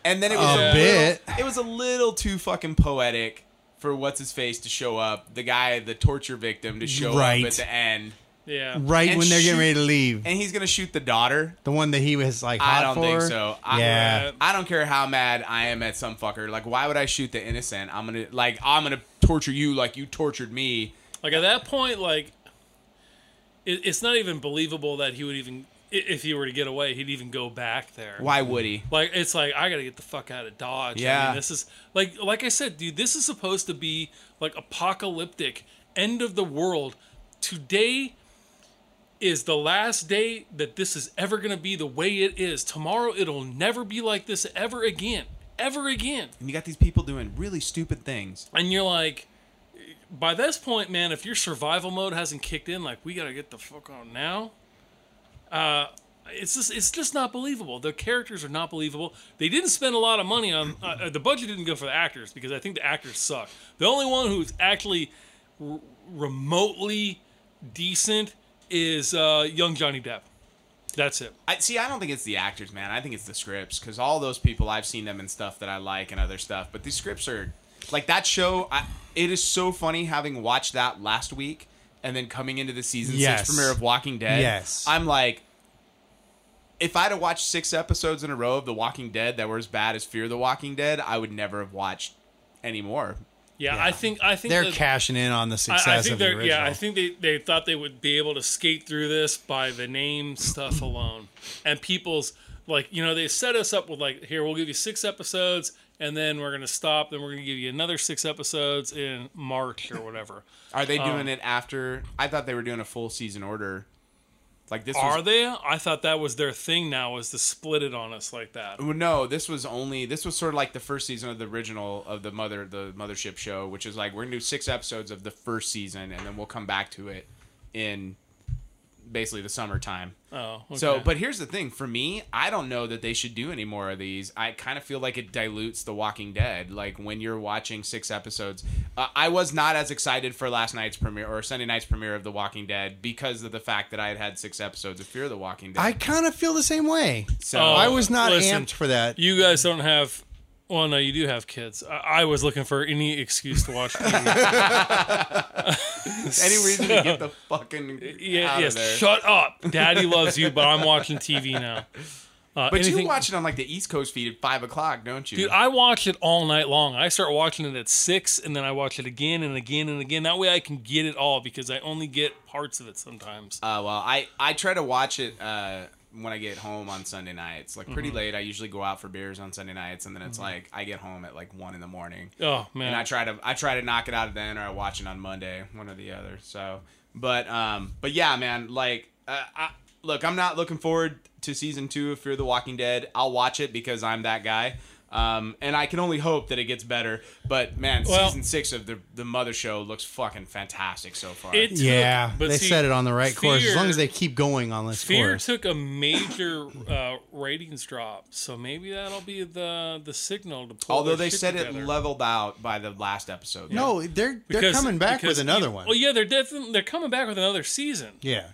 S2: And then it was
S4: A
S2: a,
S4: bit.
S2: Little, it was a little too fucking poetic for what's his face to show up, the guy, the torture victim to show
S4: Right.
S2: up at the end.
S3: yeah.
S4: Right
S2: And
S4: when they're
S2: shoot-
S4: getting ready to leave,
S2: And he's gonna shoot the daughter.
S4: the one that he was like,
S2: I
S4: hot
S2: don't think
S4: for?
S2: so. I- uh,
S4: yeah,
S2: I don't care how mad I am at some fucker. Like, why would I shoot the innocent? I'm gonna like I'm gonna torture you like you tortured me.
S3: Like, at that point, like, it, it's not even believable that he would even, i- if he were to get away, he'd even go back there.
S2: Why would he?
S3: Like, it's like, I got to get the fuck out of Dodge. I
S2: Yeah.
S3: mean, this is, like, like I said, dude, this is supposed to be, like, apocalyptic, end of the world. Today, is the last day that this is ever going to be the way it is. Tomorrow it'll never be like this ever again. Ever again.
S2: And you got these people doing really stupid things.
S3: And you're like by this point, man, if your survival mode hasn't kicked in, like we got to get the fuck on now. Uh it's just it's just not believable. The characters are not believable. They didn't spend a lot of money on uh, uh, the budget didn't go for the actors because I think the actors suck. The only one who's actually r- remotely decent is uh, young Johnny Depp. That's it.
S2: I see. I don't think it's the actors, man. I think it's the scripts because all those people I've seen them in stuff that I like and other stuff. But these scripts are like that show. I, it is so funny having watched that last week and then coming into the season
S4: Yes.
S2: six premiere of Walking Dead.
S4: Yes.
S2: I'm like, if I'd have watched six episodes in a row of The Walking Dead that were as bad as Fear the Walking Dead, I would never have watched any more.
S3: Yeah, I think I think
S4: they're
S3: that-
S4: cashing in on the success
S3: I, I think
S4: of the
S3: they're
S4: original.
S3: yeah, I think they, they thought they would be able to skate through this by the name stuff alone. And people's like, you know, they set us up with like, here, we'll give you six episodes and then we're gonna stop, then we're gonna give you another six episodes in March or whatever.
S2: Are
S4: Oh.
S2: they doing it after? I thought they were doing a full season order. Like this was
S3: Are they? I thought that was their thing now was to split it on us like
S4: Mm.
S3: that.
S2: Well, no, this was only this was sort of like the first season of the original of the mother the mothership show, which is like we're gonna do six episodes of the first season and then we'll come back to it in basically the summertime.
S3: Oh, okay.
S2: So, but here's the thing for me, I don't know that they should do any more of these. I kind of feel like it dilutes The Walking Dead. Like when you're watching six episodes, uh, I was not as excited for last night's premiere or Sunday night's premiere of The Walking Dead because of the fact that I had had six episodes of Fear the Walking Dead.
S4: I kind of feel the same way.
S2: so,
S3: Oh.
S4: I was not
S3: Listen.
S4: amped for that.
S3: you guys don't have. Well, no, you do have kids. I, I was looking for any excuse to watch TV.
S2: any reason to get the fucking
S3: yeah,
S2: out
S3: yes.
S2: of there.
S3: Shut up, Daddy loves you, but I'm watching TV now. Uh,
S2: but
S3: anything-
S2: you watch it on like the East Coast feed at five o'clock, don't you?
S3: Dude, I watch it all night long. I start watching it at six, and then I watch it again and again and again. That way, I can get it all because I only get parts of it sometimes.
S2: Uh, well, I, I try to watch it uh, when I get home on Sunday nights. Like pretty late. I usually go out for beers on Sunday nights, and then it's like I get home at like one in the morning,
S3: oh
S2: and I
S3: man,
S2: try to I try to knock it out then, or I watch it on Monday, one or the other. So, but um, but yeah, man. Like, uh, I, look, I'm not looking forward to season two of Fear the Walking Dead. I'll watch it because I'm that guy. Um, and I can only hope that it gets better. But man,
S3: Well-
S2: season six of the the Mother Show looks fucking fantastic so far.
S3: It took-
S4: Yeah,
S3: but
S4: they
S3: see,
S4: set it on the right course. As long
S3: Fear-
S4: as they keep going on this
S3: Fear
S4: course,
S3: took a major uh, ratings drop, so maybe that'll be the the signal to pull.
S2: Although
S3: their
S2: they
S3: shit
S2: said
S3: together.
S2: it leveled out by the last episode.
S4: no, they're they're
S3: Because-
S4: coming back
S3: because
S4: with another
S3: you-
S4: one.
S3: Well, yeah, they're definitely they're coming back with another season.
S4: yeah,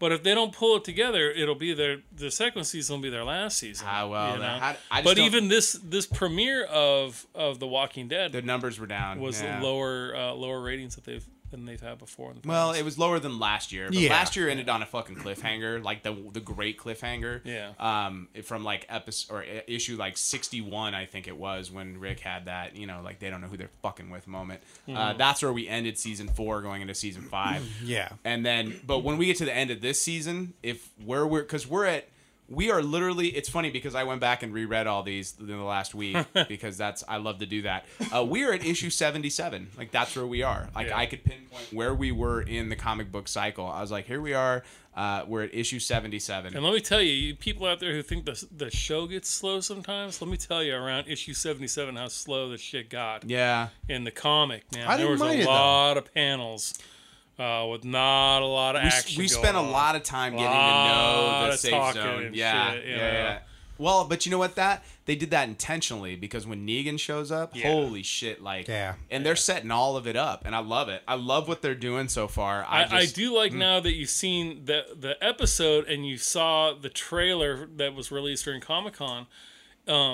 S3: But if they don't pull it together, it'll be their the second season will be their last season.
S2: Ah, well, then
S3: you know?
S2: how- I just
S3: but
S2: don't-
S3: even this this premiere of of The Walking Dead
S2: the numbers were down.
S3: was
S2: yeah.
S3: lower uh, lower ratings that they've than they've had before. In the
S2: Well,
S3: past.
S2: it was lower than last year. But
S4: Yeah.
S2: Last year ended on a fucking cliffhanger, like the the great cliffhanger.
S3: Yeah.
S2: Um, from like episode or i- issue like sixty one, I think it was when Rick had that, you know, like they don't know who they're fucking with moment. Uh, that's where we ended season four, going into season five.
S4: yeah.
S2: And then, but when we get to the end of this season, if we're we're because we're at we are literally it's funny because I went back and reread all these in the last week because that's I love to do that. Uh, we are at issue seventy seven, like that's where we are. Like
S3: Yeah.
S2: I could pinpoint where we were in the comic book cycle. I was like, here we are. Uh, we're at issue seventy seven.
S3: and let me tell you, you people out there who think the the show gets slow sometimes, let me tell you around issue seventy seven how slow the shit got
S2: Yeah,
S3: in the comic. Man,
S4: I
S3: there
S4: didn't
S3: was
S4: mind it,
S3: a
S4: though.
S3: lot of panels uh, with not a lot of
S2: we,
S3: action.
S2: we
S3: going
S2: spent a
S3: on.
S2: lot of time getting
S3: Lot
S2: to know the
S3: of
S2: safe
S3: talking
S2: zone.
S3: and
S2: Yeah,
S3: shit, you
S2: yeah,
S3: know.
S2: yeah. Well, but you know what? That they did that intentionally because when Negan shows up,
S3: Yeah.
S2: holy shit! Like,
S4: Yeah.
S2: and they're setting all of it up, and I love it. I love what they're doing so far. I,
S3: I, I
S2: just- mm.
S3: do like now that you've seen the the episode and you saw the trailer that was released during Comic Con. Um,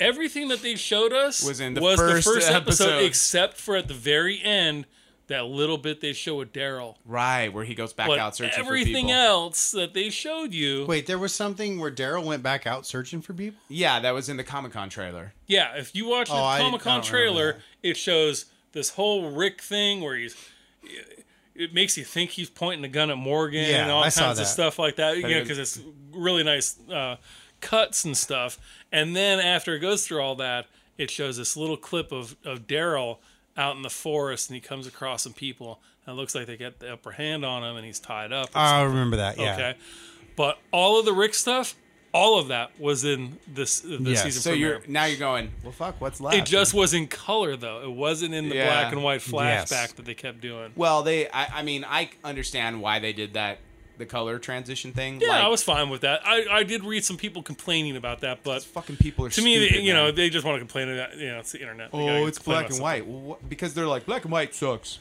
S3: everything that they showed us
S2: Was in the first episode.
S3: except for at the very end that little bit they show with Daryl.
S2: right where he goes back
S3: But
S2: out searching for
S3: everything
S2: people.
S3: else that they showed you,
S4: Wait, there was something where Daryl went back out searching for people.
S2: Yeah, that was in the Comic Con trailer.
S3: yeah. If you watch the
S4: Oh, I-
S3: Comic
S4: I
S3: Con
S4: don't remember
S3: trailer,
S4: that.
S3: it shows this whole Rick thing where he's. It makes you think he's pointing a gun at Morgan
S4: Yeah,
S3: and all
S4: I
S3: kinds
S4: saw
S3: of
S4: that.
S3: stuff like that. You know,
S2: it-
S3: because it's really nice uh, cuts and stuff. And then after it goes through all that, it shows this little clip of of Daryl out in the forest, and he comes across some people. And it looks like they get the upper hand on him, and he's tied up. or
S4: I remember that. Oh, Yeah.
S3: Okay. But all of the Rick stuff, all of that was in this the
S4: Yeah,
S3: season.
S2: So
S3: premiere.
S2: you're now you're going. Well, fuck. What's left?
S3: it just was in color though. It wasn't in the
S2: Yeah.
S3: black and white flashback
S4: Yes.
S3: that they kept doing.
S2: well, they. I, I mean, I understand why they did that. The color transition thing.
S3: Yeah,
S2: like,
S3: I was fine with that. I, I did read some people complaining about that, but
S2: Fucking people are
S3: to me,
S2: stupid,
S3: they, you know,
S2: man.
S3: they just want to complain about you know it's the internet. They gotta
S2: Oh, it's
S3: complain
S2: black
S3: about
S2: and
S3: something.
S2: white. Well, wh- because they're like, black and white sucks.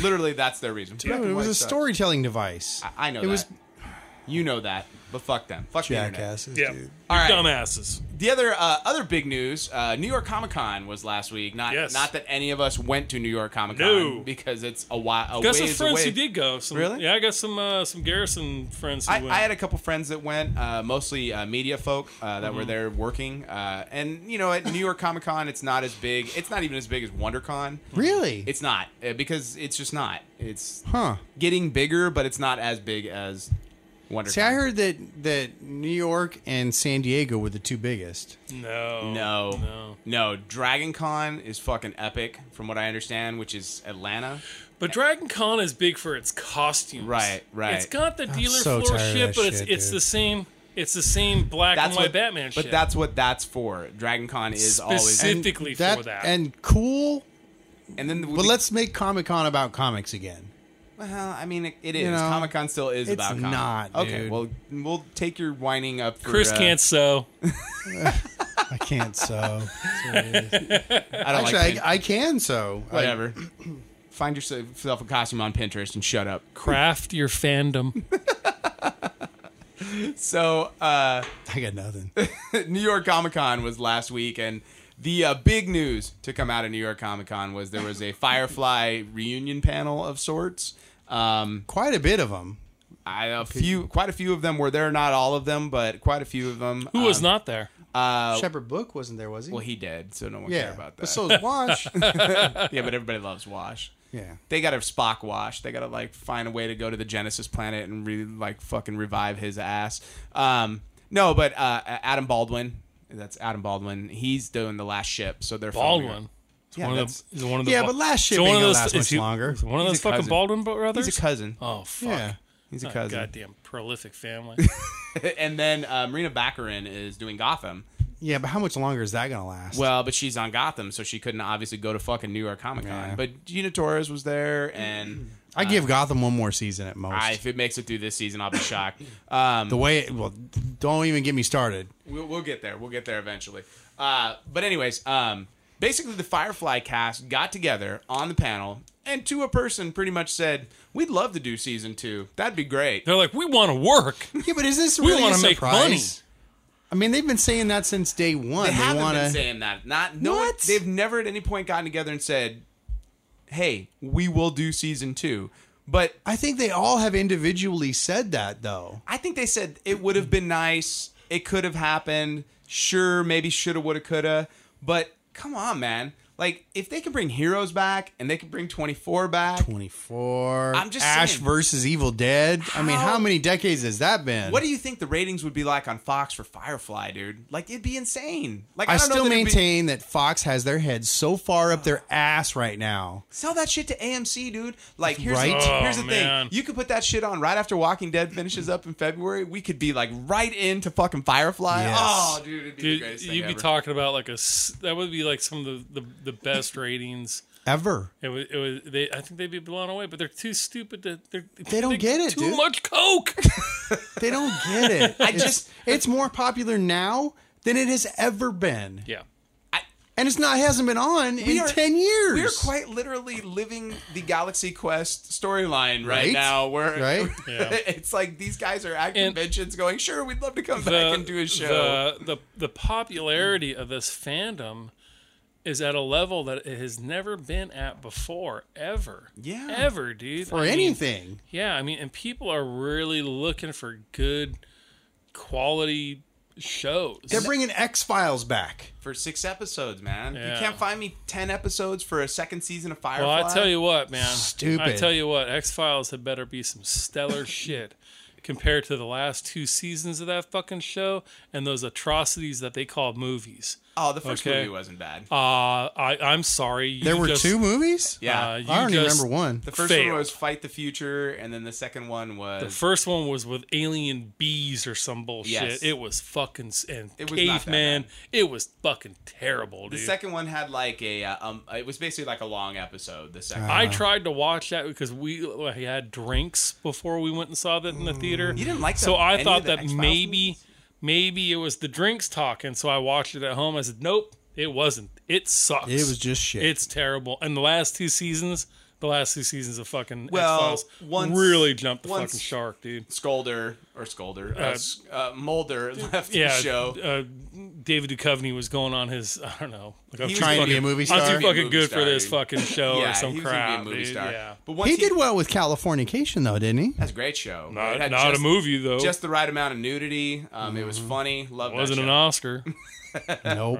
S2: Literally, that's their reason. Black
S4: No,
S2: and
S4: it was
S2: white
S4: a
S2: sucks.
S4: storytelling device.
S3: Ah,
S2: I know
S4: It
S2: that.
S4: was
S2: you know that, but fuck them. Fuck the internet.
S4: jackasses,
S3: Yeah,
S4: dude.
S2: All right.
S3: dumbasses.
S2: The other uh, other big news: uh, New York Comic Con was last week. Not
S3: Yes.
S2: not that any of us went to New York Comic Con
S3: No.
S2: because it's a while. A
S3: Got some
S2: ways
S3: friends
S2: away.
S3: who did go. Some,
S2: Really?
S3: Yeah, I got some uh, some Garrison friends who
S2: I,
S3: went.
S2: I had a couple friends that went, uh, mostly uh, media folk uh, that
S3: Mm-hmm.
S2: were there working. Uh, and you know, at New York Comic Con, it's not as big. It's not even as big as WonderCon.
S4: Really?
S2: It's not uh, because it's just not. It's
S4: huh.
S2: getting bigger, but it's not as big as WonderCon.
S4: See, I heard that that New York and San Diego were the two biggest.
S3: no,
S2: No,
S3: no.
S2: no. Dragon Con is fucking epic, from what I understand, which is Atlanta.
S3: But Dragon Con is big for its costumes.
S2: Right, right.
S3: It's got the dealer
S4: so
S3: floor
S4: tired of
S3: shit,
S4: that
S3: but it's
S4: shit,
S3: it's
S4: dude.
S3: the same it's the same black and
S2: That's
S3: white
S2: what
S3: Batman
S2: But
S3: shit.
S2: that's what that's for. Dragon Con is always.
S3: Specific-
S2: And,
S3: Specifically
S4: And
S3: for that.
S4: and cool.
S2: and then,
S4: But let's make Comic Con about comics again.
S2: Well, I mean, it, it
S4: You
S2: is.
S4: know,
S2: Comic Con still is
S4: it's
S2: about comic.
S4: not,
S2: Okay,
S4: dude.
S2: well, we'll take your whining up. For,
S3: Chris
S2: uh,
S3: can't sew.
S4: I can't sew.
S2: I don't
S4: Actually,
S2: like.
S4: I, I can sew. I-
S2: whatever. Find yourself a costume on Pinterest and shut up.
S3: Craft your fandom.
S2: So, uh,
S4: I got nothing.
S2: New York Comic Con was last week, and the uh, big news to come out of New York Comic Con was there was a Firefly reunion panel of sorts. Um,
S4: Quite a bit of them.
S2: I, a few, quite a few of them were there. Not all of them, but quite a few of them. Um,
S3: Who was not there?
S4: Shepherd Book wasn't there, was Uh, he?
S2: Well, he did, so no one
S4: yeah,
S2: cared about that.
S4: but so's Wash.
S2: yeah, but everybody loves Wash.
S4: yeah.
S2: They gotta Spock wash. They gotta like find a way to go to the Genesis planet and really like fucking revive his ass. Um, no, but uh, Adam Baldwin. That's Adam Baldwin. He's doing the last ship, so they're filming
S3: Baldwin.
S2: it.
S3: It's
S2: Yeah,
S3: one of
S2: that's-
S3: the, he's one of the
S4: Yeah,
S3: Ba-
S4: but last
S3: he's
S4: ship
S3: one
S4: ain't
S3: of
S4: gonna
S3: those-
S4: last
S3: is
S4: much
S3: he-
S4: longer.
S3: is one of
S2: He's
S3: those
S2: a
S3: fucking
S2: cousin.
S3: Baldwin brothers.
S2: He's a cousin.
S3: oh fuck!
S4: Yeah.
S2: He's a
S3: That
S2: cousin.
S3: Goddamn prolific family.
S2: And then uh, Marina Baccarin is doing Gotham.
S4: Yeah, but how much longer is that going to last?
S2: Well, but she's on Gotham, so she couldn't obviously go to fucking New York Comic Con.
S4: Yeah.
S2: But Gina Torres was there, and
S4: I give Gotham one more season at most.
S2: I, if it makes it through this season, I'll be shocked. Um,
S4: the way, it, well, don't even get me started.
S2: We'll, we'll get there. We'll get there eventually. Uh, but anyways, um, basically the Firefly cast got together on the panel and to a person pretty much said, "We'd love to do season two. That'd be great."
S3: They're like, we want to work.
S4: Yeah, but is this
S3: We
S4: really
S3: want
S4: a
S3: to make
S4: surprise?
S3: money.
S4: I mean, they've been saying that since day one.
S2: They haven't
S4: want
S2: been
S4: to.
S2: saying that. Not no.
S4: What?
S2: One, they've never at any point gotten together and said, "Hey, we will do season two. But
S4: I think they all have individually said that though.
S2: I think they said it would have been nice. It could have happened. Sure, maybe shoulda, woulda, coulda. But come on, man. Like if they can bring heroes back and they can bring 24 back,
S4: Twenty four.
S2: I'm just
S4: Ash
S2: saying.
S4: versus Evil Dead. I mean,
S2: How-
S4: how many decades has that been?
S2: What do you think the ratings would be like on Fox for Firefly, dude? Like it'd be insane. Like I,
S4: I
S2: don't know
S4: still
S2: that it'd be-
S4: maintain that Fox has their head so far up their ass right now.
S2: sell that shit to AMC, dude. Like here's
S4: Right?
S2: the, here's the
S3: Oh, man.
S2: thing: you could put that shit on right after Walking Dead finishes up in February. We could be like right into fucking Firefly.
S4: Yes.
S2: Oh, dude, it'd be the
S3: Dude,
S2: greatest thing
S3: you'd be
S2: ever.
S3: talking about like a s- that would be like some of the the, the best ratings.
S4: Ever.
S3: It was, it was they. I think they'd be blown away, but they're too stupid to. They're,
S4: They don't get it,
S3: Too
S4: dude.
S3: much coke.
S4: They don't get it. I
S2: just-
S4: it's more popular now than it has ever been.
S3: yeah,
S4: And it's not hasn't been on in
S2: are-
S4: ten years.
S2: We're quite literally living the Galaxy Quest storyline right,
S4: Right?
S2: now. Where
S4: Right?
S3: Yeah.
S2: it's like these guys are at
S3: And-
S2: conventions going, sure, we'd love to come
S3: the,
S2: back and do a show.
S3: The, the the popularity of this fandom is at a level that it has never been at before, ever.
S2: Yeah.
S3: ever, dude.
S4: or
S3: I mean,
S4: anything.
S3: yeah, I mean, and people are really looking for good quality shows.
S4: They're bringing X Files back.
S2: for six episodes, man.
S3: Yeah.
S2: You can't find me ten episodes for a second season of Firefly.
S3: Well, I tell you what, man. I
S4: Stupid.
S3: tell you what, X Files had better be some stellar shit compared to the last two seasons of that fucking show and those atrocities that they call movies.
S2: oh, the first
S3: Okay.
S2: movie wasn't bad.
S3: Uh, I, I'm sorry. You
S4: There were
S3: just-
S4: two movies.
S2: yeah,
S3: Uh, you
S4: I don't even
S3: just-
S4: remember one.
S2: the first
S3: failed.
S2: one was Fight the Future, and then the second one was
S3: The first one was with alien bees or some bullshit.
S2: Yes.
S3: It was fucking s- and
S2: It was not that
S3: caveman.
S2: bad.
S3: It was fucking terrible,
S2: the
S3: dude.
S2: second one had like a uh, um. It was basically like a long episode. The second.
S3: I
S4: Uh-huh.
S3: tried to watch that because we like, had drinks before we went and saw that in the theater.
S2: You didn't like
S3: So
S2: the-
S3: I
S2: any
S3: thought
S2: of the
S3: that
S2: X-Files
S3: maybe,
S2: movies?
S3: maybe it was the drinks talking. So I watched it at home. I said, nope, it wasn't. It sucks.
S4: It was just shit.
S3: It's terrible. And the last two seasons, the last two seasons of fucking
S2: Well,
S3: X-Files
S2: once-
S3: really jumped the
S2: once-
S3: fucking shark, dude.
S2: Scolder or Scolder, uh, S- uh, Mulder left
S3: Yeah,
S2: the show.
S3: Uh, David Duchovny was going on his I don't know. Like, I'm
S2: He was
S3: too
S4: trying to
S3: fucking-
S4: be a movie
S3: I'm
S4: star.
S3: too fucking
S2: Movie
S3: good
S2: star,
S3: for this
S2: dude.
S3: fucking show
S2: yeah,
S3: or some
S2: he was
S3: crap,
S2: gonna be a movie
S3: dude.
S2: star.
S3: Yeah.
S2: But once
S4: He did well with Californication though, didn't he?
S2: That's a great show. It
S3: Not,
S2: had
S3: not
S2: just-
S3: a movie though. Mm-hmm.
S2: Just the right amount of nudity. Um, It was funny. Loved
S3: wasn't
S2: that
S3: an
S2: show.
S3: Oscar.
S4: Nope.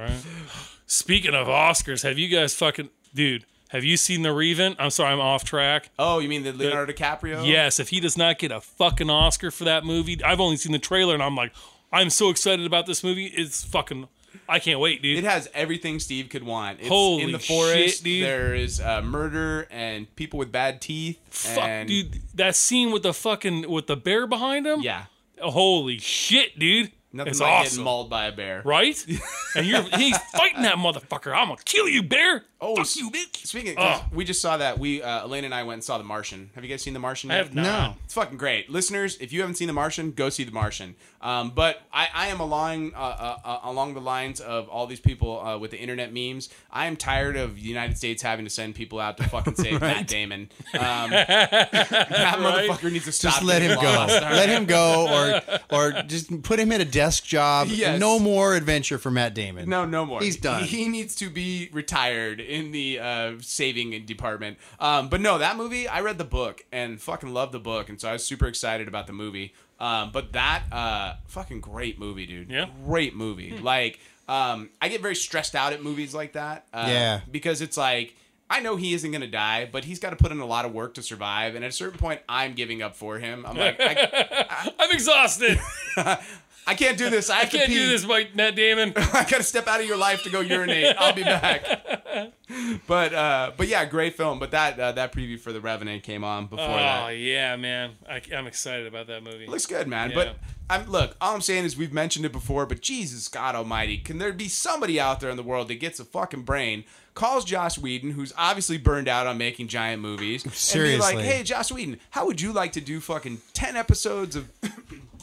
S3: Speaking of Oscars, have you guys fucking dude? Have you seen the Reven? I'm sorry, I'm off track.
S2: Oh, you mean the Leonardo DiCaprio?
S3: Yes, if he does not get a fucking Oscar for that movie, I've only seen the trailer and I'm like, I'm so excited about this movie. It's fucking, I can't wait, dude.
S2: It has everything Steve could want. It's
S3: Holy
S2: in the forest.
S3: shit, dude.
S2: There is uh, murder and people with bad teeth.
S3: Fuck,
S2: and-
S3: dude, that scene with the fucking with the bear behind him.
S2: Yeah,
S3: Holy shit, dude.
S2: nothing
S3: it's
S2: like
S3: awesome.
S2: getting mauled by a bear.
S3: Right? and you're he's fighting that motherfucker. I'm gonna kill you, bear.
S2: Oh,
S3: Fuck
S2: s-
S3: you, bitch.
S2: Speaking, of,
S3: Oh.
S2: we just saw that. We uh, Elaine and I went and saw The Martian. Have you guys seen The Martian?
S3: I
S2: yet?
S3: have not.
S4: No.
S2: It's fucking great, listeners. If you haven't seen The Martian, go see The Martian. Um, but I, I am along uh, uh, uh, along the lines of all these people uh, with the internet memes. I am tired of the United States having to send people out to fucking save Matt Damon. Um, that motherfucker needs to stop.
S4: Just let him
S2: getting
S4: go.
S2: lost.
S4: let him go, or or just put him in a desk job.
S2: Yes.
S4: No more adventure for Matt Damon.
S2: No, no more.
S4: He's done.
S2: He needs to be retired in the uh, saving department. Um, but no, that movie, I read the book and fucking loved the book, and so I was super excited about the movie. Um, but that uh, fucking great movie, dude.
S3: Yeah. Hmm.
S2: Great movie. Like, um, I get very stressed out at movies like that. Uh,
S4: Yeah.
S2: Because it's like. I know he isn't going to die, but he's got to put in a lot of work to survive. And at a certain point, I'm giving up for him. I'm like, I,
S3: I'm exhausted.
S2: I can't do this. I, have to
S3: Can't
S2: pee.
S3: do this, Mike Matt Damon.
S2: I gotta step out of your life to go urinate. I'll be back. But uh, but yeah, great film. But that uh, that preview for the Revenant came on before
S3: Oh
S2: that.
S3: yeah, man. I, am excited about that movie.
S2: Looks good, man.
S3: Yeah.
S2: But I'm, look, all I'm saying is we've mentioned it before. But Jesus God Almighty, can there be somebody out there in the world that gets a fucking brain, calls Josh Whedon, who's obviously burned out on making giant movies, and be
S4: Seriously.
S2: like, "Hey, Josh Whedon, how would you like to do fucking ten episodes of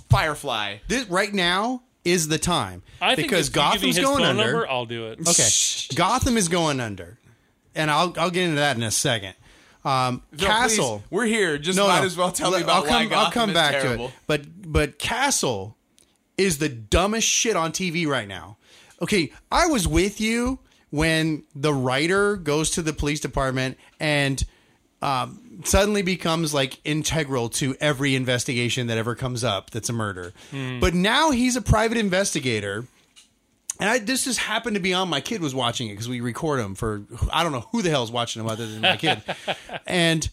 S2: Firefly?"
S4: This right now is the time
S3: I think
S4: because
S3: if you give me
S4: Gotham's
S3: his
S4: going
S3: phone
S4: under.
S3: number, I'll do it.
S4: Okay, Gotham is going under, and I'll I'll get into that in a second. Um,
S2: No,
S4: Castle.
S2: please, we're here. Just might as well tell me
S4: Let-
S2: about
S4: I'll come,
S2: why
S4: I'll
S2: Gotham
S4: come
S2: is
S4: back
S2: terrible.
S4: to it. But but Castle is the dumbest shit on TV right now. Okay, I was with you when the writer goes to the police department and um, suddenly becomes like integral to every investigation that ever comes up that's a murder.
S2: Hmm.
S4: But now he's a private investigator. And I, this just happened to be on. My kid was watching it because we record him for I don't know who the hell's watching him other than my kid. and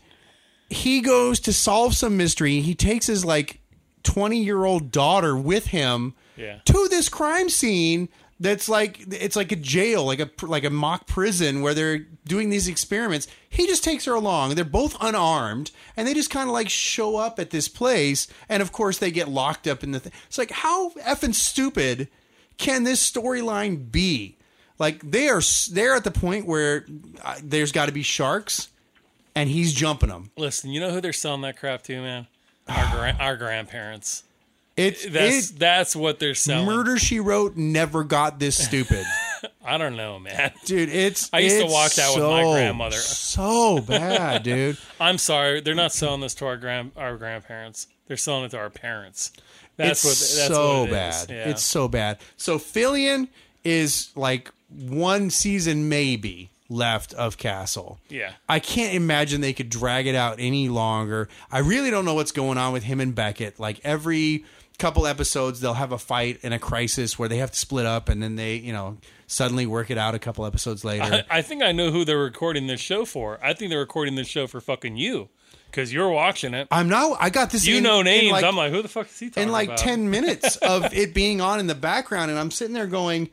S4: he goes to solve some mystery. He takes his like 20 year old daughter with him
S3: Yeah.
S4: to this crime scene that's like it's like a jail like a like a mock prison where they're doing these experiments he just takes her along they're both unarmed and they just kind of like show up at this place and of course they get locked up in the thing it's like how effing stupid can this storyline be like they are s- they're at the point where uh, there's got to be sharks and he's jumping them
S3: Listen, you know who they're selling that crap to, man? Our gra- our grandparents.
S4: it's
S3: That's
S4: it,
S3: that's what they're selling.
S4: murder she wrote never got this stupid
S3: I don't know, man.
S4: dude. It's
S3: I used to
S4: it's
S3: watch that with my
S4: so,
S3: grandmother.
S4: So bad, dude.
S3: I'm sorry, they're not selling this to our grand our grandparents. They're selling it to our parents. That's
S4: it's
S3: what. That's
S4: so
S3: what it
S4: bad.
S3: is. Yeah.
S4: It's so bad. So Fillion is like one season maybe left of Castle.
S3: Yeah.
S4: I can't imagine they could drag it out any longer. I really don't know what's going on with him and Beckett. Like every couple episodes, they'll have a fight and a crisis where they have to split up, and then they, you know, suddenly work it out a couple episodes later.
S3: I, I think I know who they're recording this show for. I think they're recording this show for fucking you, because you're watching it.
S4: I'm now. I got this.
S3: you
S4: in-
S3: know
S4: in,
S3: names.
S4: like,
S3: I'm like, who the fuck is he talking
S4: in like
S3: about?
S4: 10 minutes of it being on in the background and i'm sitting there going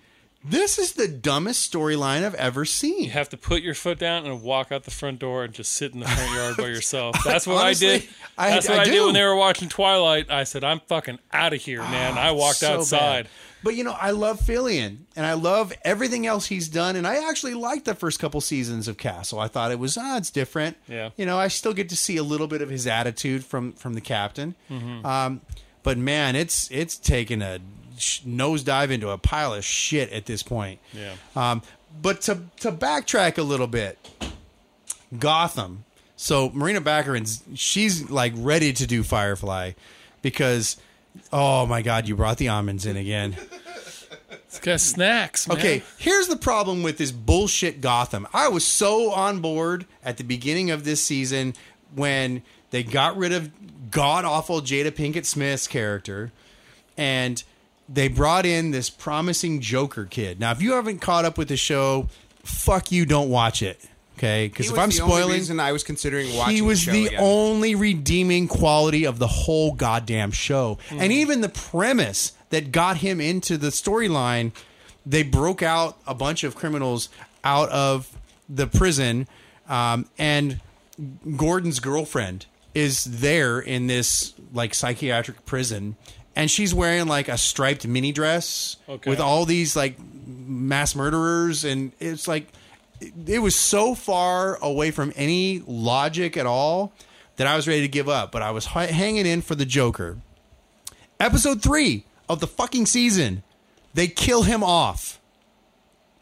S4: this is the dumbest storyline i've ever seen
S3: You have to put your foot down and walk out the front door and just sit in the front yard by yourself. That's what I did.
S4: honestly, I-
S3: That's what
S4: I
S3: I, did
S4: do.
S3: when they were watching Twilight. I said, "I'm fucking out of here, man." I walked
S4: Ah, So
S3: outside.
S4: bad. but you know i love fillion and i love everything else he's done and i actually liked the first couple seasons of castle i thought it was ah, it's different
S3: Yeah.
S4: you know i still get to see a little bit of his attitude from from the captain
S3: Mm-hmm.
S4: um, but man it's it's taken a sh- nosedive into a pile of shit at this point
S3: Yeah.
S4: Um, but to to backtrack a little bit, Gotham. So Marina Baccarin's she's like ready to do Firefly because oh my god, you brought the almonds in again.
S3: It's got snacks. Man.
S4: Okay, here's the problem with this bullshit Gotham. I was so on board at the beginning of this season when they got rid of god awful Jada Pinkett Smith's character and they brought in this promising Joker kid. Now, if you haven't caught up with the show, fuck you, don't watch it. Okay, because
S2: He
S4: if
S2: was
S4: I'm
S2: the only
S4: spoiling,
S2: reason I was considering watching.
S4: he was
S2: the, show
S4: the
S2: again.
S4: only redeeming quality of the whole goddamn show.
S2: Mm-hmm.
S4: And even the premise that got him into the storyline, they broke out a bunch of criminals out of the prison, um, and Gordon's girlfriend is there in this like psychiatric prison, and she's wearing like a striped mini dress
S3: Okay.
S4: with all these like mass murderers, and it's like it was so far away from any logic at all that I was ready to give up, but I was h- hanging in for the Joker. Episode three of the fucking season, they kill him off.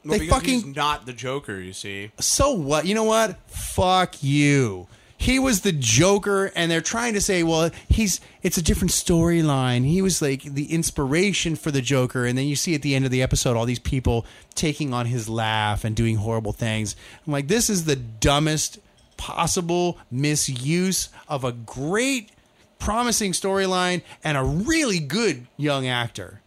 S2: Well,
S4: they
S2: because he's
S4: fucking
S2: not the Joker, you see.
S4: so what? You know what? Fuck you. He was the Joker, and they're trying to say, well, he's it's a different storyline. He was like the inspiration for the Joker, and then you see at the end of the episode all these people taking on his laugh and doing horrible things. I'm like, this is the dumbest possible misuse of a great, promising storyline and a really good young actor.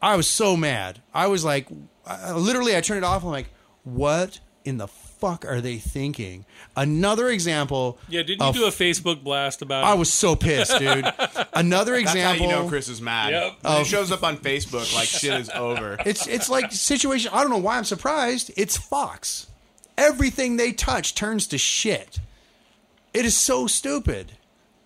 S4: I was so mad. I was like, I, literally, I turned it off. I'm like, what in the fuck are they thinking? Another example.
S3: Yeah, didn't you
S4: of-
S3: do a Facebook blast about
S4: I
S3: it?
S4: was so pissed, dude. Another
S2: That's how
S4: example. Oh.
S2: you know Chris is mad.
S3: Yep.
S2: When he shows up on Facebook like shit is over.
S4: It's it's like situation. I don't know why I'm surprised. It's Fox. Everything they touch turns to shit. It is so stupid.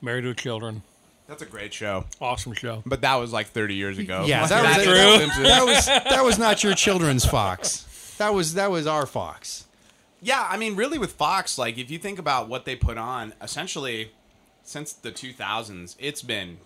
S3: Married with Children?
S2: That's a great show.
S3: Awesome show.
S2: But that was like 30 years ago.
S4: Yeah, that
S2: Oh, That's
S4: was-
S2: Homer
S3: True.
S2: Simpson.
S4: That was that was not your children's Fox. That was that was our Fox.
S2: Yeah, I mean, really, with Fox, like if you think about what they put on, essentially, since the 2000s, it's been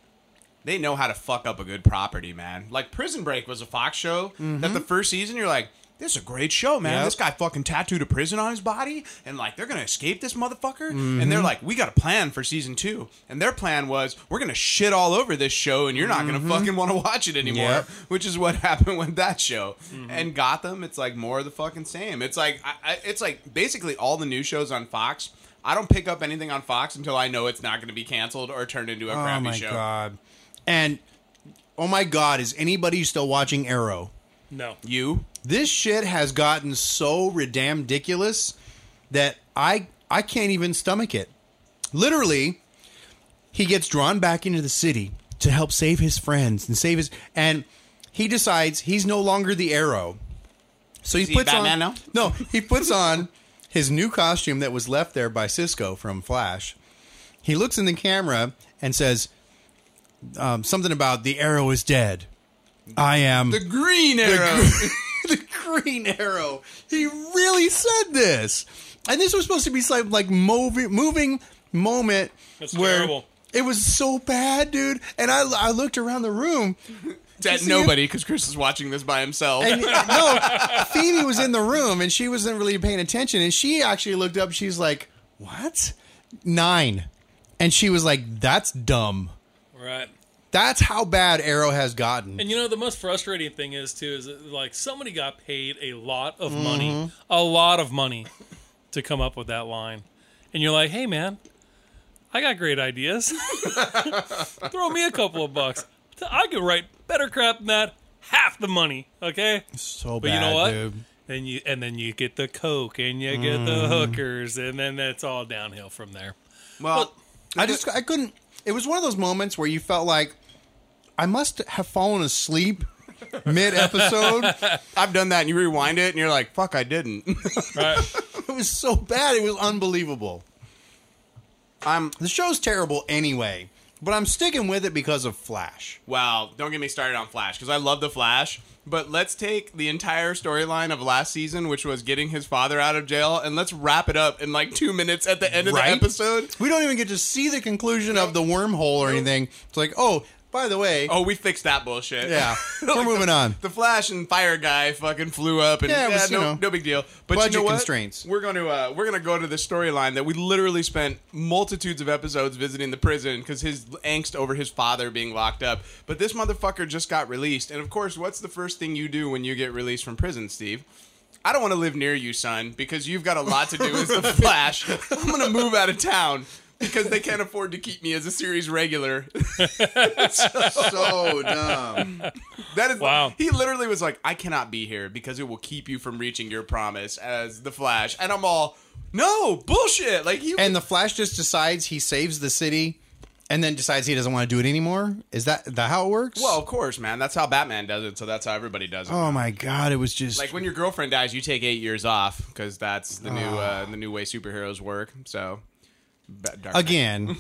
S2: they know how to fuck up a good property, man. Like Prison Break was a Fox show that the first season you're like, this is a great show, man.
S4: Mm-hmm. Yep.
S2: This guy fucking tattooed a prison on his body, and like they're gonna escape this motherfucker. And
S4: Mm-hmm.
S2: they're like, we got a plan for season two, and their plan was we're gonna shit all over this show, and you're not gonna fucking want to watch it anymore.
S4: Mm-hmm. Yep. Mm-hmm.
S2: Which is what happened with that show. And Gotham, it's like more of the fucking same. It's like I, I, it's like basically all the new shows on Fox. I don't pick up anything on Fox until I know it's not going to be canceled or turned into a
S4: Oh
S2: crappy
S4: my
S2: show.
S4: god! And oh my god, is anybody still watching Arrow?
S3: No.
S2: You?
S4: This shit has gotten so ridiculous that I I can't even stomach it. Literally, he gets drawn back into the city to help save his friends and save his and he decides he's no longer the Arrow. So he
S2: he
S4: puts
S2: Batman now?
S4: on no, he puts on his new costume that was left there by Cisco from Flash. He looks in the camera and says um, something about the Arrow is dead. I am
S2: The Green Arrow.
S4: the Green Arrow. He really said this, and this was supposed to be some like moving, moving moment
S3: That's
S4: where
S3: terrible.
S4: it was so bad, dude. And I, I looked around the room.
S2: that
S4: see
S2: nobody, because Chris is watching this by himself.
S4: And, no, Phoebe was in the room, and she wasn't really paying attention. And she actually looked up. She's like, "What? Nine? And she was like, "That's dumb."
S3: Right.
S4: That's how bad Arrow has gotten.
S3: And you know the most frustrating thing is too is that, like somebody got paid a lot of money, a lot of money, to come up with that line, and you're like, hey man, I got great ideas. Throw me a couple of bucks, I could write better crap than that. Half the money, okay?
S4: so
S3: But
S4: bad,
S3: you know what?
S4: dude.
S3: And you and then you get the coke and you get the hookers, and then that's all downhill from there.
S2: well,
S4: I just I couldn't. It was one of those moments where you felt like I must have fallen asleep mid episode.
S2: I've done that, and you rewind it, and you're like, fuck, I didn't.
S3: Right?
S4: it was so bad. It was unbelievable.
S2: I'm,
S4: The show's terrible anyway, but I'm sticking with it because of Flash.
S2: well, don't get me started on Flash, because I love The Flash. But let's take the entire storyline of last season, which was getting his father out of jail, and let's wrap it up in like two minutes at the end of
S4: Right?
S2: the episode.
S4: We don't even get to see the conclusion of the wormhole or anything. It's like, oh, by the way,
S2: Oh, we fixed that bullshit.
S4: yeah,
S2: Like,
S4: we're moving on.
S2: The Flash and Fire guy fucking flew up, and
S4: Yeah, it was,
S2: yeah,
S4: you
S2: no,
S4: know,
S2: no big deal. But
S4: budget
S2: you know what?
S4: constraints.
S2: We're gonna uh, we're gonna go to the storyline that we literally spent multitudes of episodes visiting the prison because his angst over his father being locked up. But this motherfucker just got released, and of course, what's the first thing you do when you get released from prison, Steve? I don't want to live near you, son, because you've got a lot to do as the Flash. I'm gonna move out of town. Because they can't afford to keep me as a series regular.
S4: So dumb.
S2: That is
S3: Wow.
S2: He literally was like, "I cannot be here because it will keep you from reaching your promise as the Flash." And I'm all, "No bullshit!" Like he
S4: And the Flash just decides he saves the city, and then decides he doesn't want to do it anymore. Is that that how it works?
S2: well, of course, man. That's how Batman does it. So that's how everybody does it.
S4: Oh my god, it was just
S2: Like when your girlfriend dies, you take eight years off because that's the
S4: Ah.
S2: new uh, the new way superheroes work. So Ba- Dark Knight.
S4: again,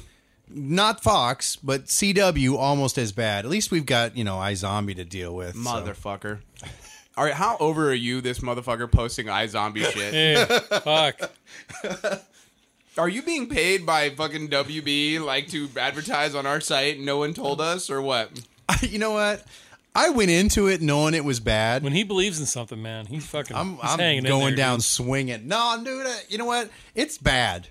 S4: not Fox, but CW almost as bad. At least we've got, you know, iZombie to deal with. so.
S2: motherfucker. All right, how over are you? This motherfucker posting iZombie shit.
S3: Hey, fuck.
S2: Are you being paid by fucking WB like to advertise on our site? and No one told us or what?
S4: you know what? I went into it knowing it was bad.
S3: When he believes in something, man, he's fucking.
S4: I'm,
S3: he's
S4: I'm
S3: hanging in
S4: going
S3: there,
S4: down
S3: dude.
S4: swinging. No, dude, I- you know what? It's bad.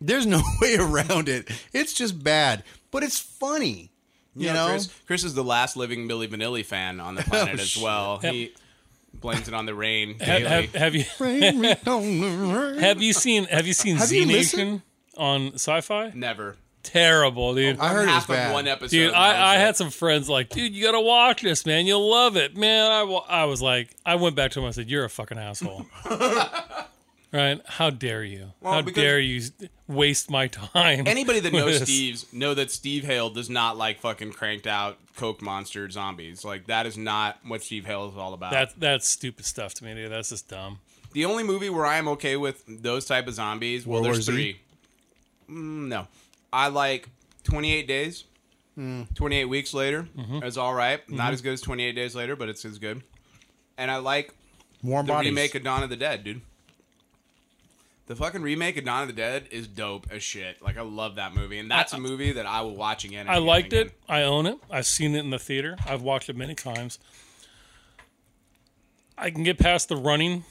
S4: There's no way around it. It's just bad, but it's funny. You
S2: Yeah,
S4: know,
S2: Chris, Chris is the last living Millie Vanilli fan on the planet as
S4: shit.
S2: well.
S3: Yep.
S2: He blames it on the rain.
S3: Have,
S2: daily.
S3: have, have you
S4: Rain, rain, don't rain.
S3: have you seen have you seen
S4: Have
S3: Z
S4: you
S3: Nation
S4: listened?
S3: on Sci-Fi?
S2: Never.
S3: Terrible, dude.
S4: I heard it was
S2: Half
S4: bad.
S2: of one episode.
S3: Dude, I, I
S2: was
S3: had some friends like, dude, you gotta watch this, man. You'll love it, man. I, wa- I was like, I went back to him. I said, you're a fucking asshole, right? How dare you? How
S2: because-
S3: dare you s- waste my time?
S2: Anybody that
S3: with
S2: knows
S3: this?
S2: Steve's know that Steve Hale does not like fucking cranked out coke monster zombies. Like that is not what Steve Hale is all about.
S3: That's that's stupid stuff to me, dude. That's just dumb.
S2: the only movie where I am okay with those type of zombies. Well,
S4: World War
S2: there's
S4: Z?
S2: three. Mm, no, I like Twenty Eight Days.
S4: Hmm.
S2: Twenty Eight Weeks Later
S4: Mm-hmm.
S2: is all right. Not as good as Twenty Eight Days Later, but it's as good. And I like
S4: warm
S2: the
S4: bodies.
S2: remake of Dawn of the Dead, dude. The fucking remake of Dawn of the Dead is dope as shit. Like I love that movie, and that's a movie that I will watch again. And
S3: I
S2: again and
S3: liked it.
S2: again.
S3: I own it. I've seen it in the theater. I've watched it many times. I can get past the running.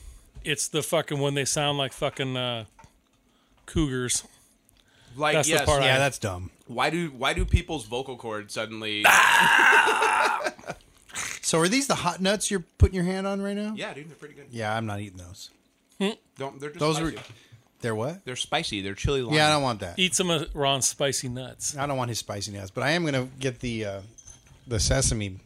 S3: It's the fucking when they sound like fucking uh, cougars.
S2: Like
S3: That's the
S2: yes,
S3: part I-
S4: yeah, that's dumb.
S2: why do why do people's vocal cords suddenly?
S4: Ah! So are these the hot nuts you're putting your hand on right now?
S2: yeah, dude, they're pretty good.
S4: Yeah, I'm not eating those.
S2: Don't, they're just
S4: Those
S2: spicy.
S4: were they're what?
S2: they're spicy. They're chili. Lime.
S4: Yeah, I don't want that.
S3: Eat some of Ron's spicy nuts.
S4: I don't want his spicy nuts, but I am gonna get the uh, the sesame.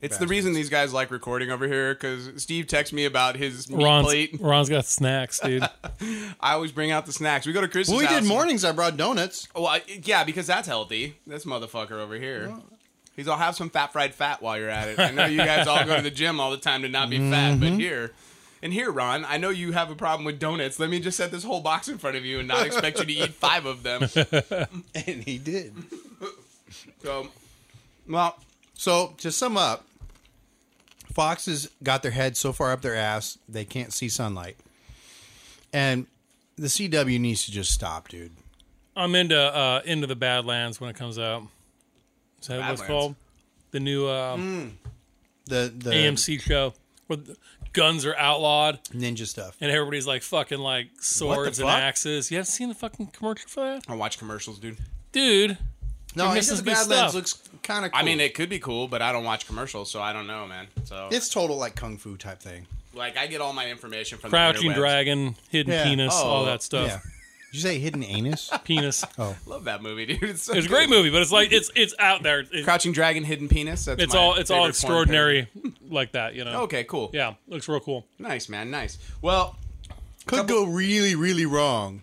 S2: It's the reason these guys like recording over here because Steve texts me about his meat
S3: Ron's,
S2: plate.
S3: Ron's got snacks, dude.
S2: I always bring out the snacks. We go to Chris's.
S4: Well, we
S2: house
S4: did
S2: and-
S4: mornings. I brought donuts.
S2: Well, I- yeah, because that's healthy. This motherfucker over here. He's all have some fat fried fat while you're at it. I know you guys all go to the gym all the time to not be fat,
S4: Mm-hmm.
S2: but here. And here, Ron, I know you have a problem with donuts. Let me just set this whole box in front of you and not expect you to eat five of them.
S4: And he did.
S2: So, well,
S4: So to sum up, Fox has got their head so far up their ass they can't see sunlight, and the CW needs to just stop, dude.
S3: I'm into uh, into the Badlands when it comes out. Is that what
S2: Badlands.
S3: it's called? The new uh,
S4: The
S2: Mm.
S4: the
S3: AMC show where the guns are outlawed.
S4: ninja stuff.
S3: and everybody's like fucking like swords and
S4: fuck?
S3: axes. You haven't seen the fucking commercial for that,
S2: I watch commercials, dude.
S3: dude?
S4: No,
S3: You're
S4: it's
S3: missing
S4: just
S3: good
S4: Badlands
S3: stuff.
S4: looks kind of. Cool.
S2: I mean, it could be cool, but I don't watch commercials, so I don't know, man. So,
S4: it's total like kung fu type thing.
S2: like, I get all my information from
S3: Crouching
S2: the interwebs.
S3: Dragon, Hidden
S4: Yeah.
S3: Penis, all
S2: Oh,
S3: that stuff.
S4: Yeah. Did you say hidden anus?
S3: Penis.
S4: Oh,
S2: Love that movie, dude. It's, so
S3: It's
S2: good.
S3: a great movie, but it's like it's it's out there. It-
S2: Crouching Dragon, Hidden Penis. That's
S3: it's
S2: my
S3: all it's all
S2: favorite porn Oh. parody.
S3: extraordinary like that, you know.
S2: Okay, cool.
S3: Yeah, looks real cool.
S2: Nice, man. Nice. Well,
S4: could go really, really wrong.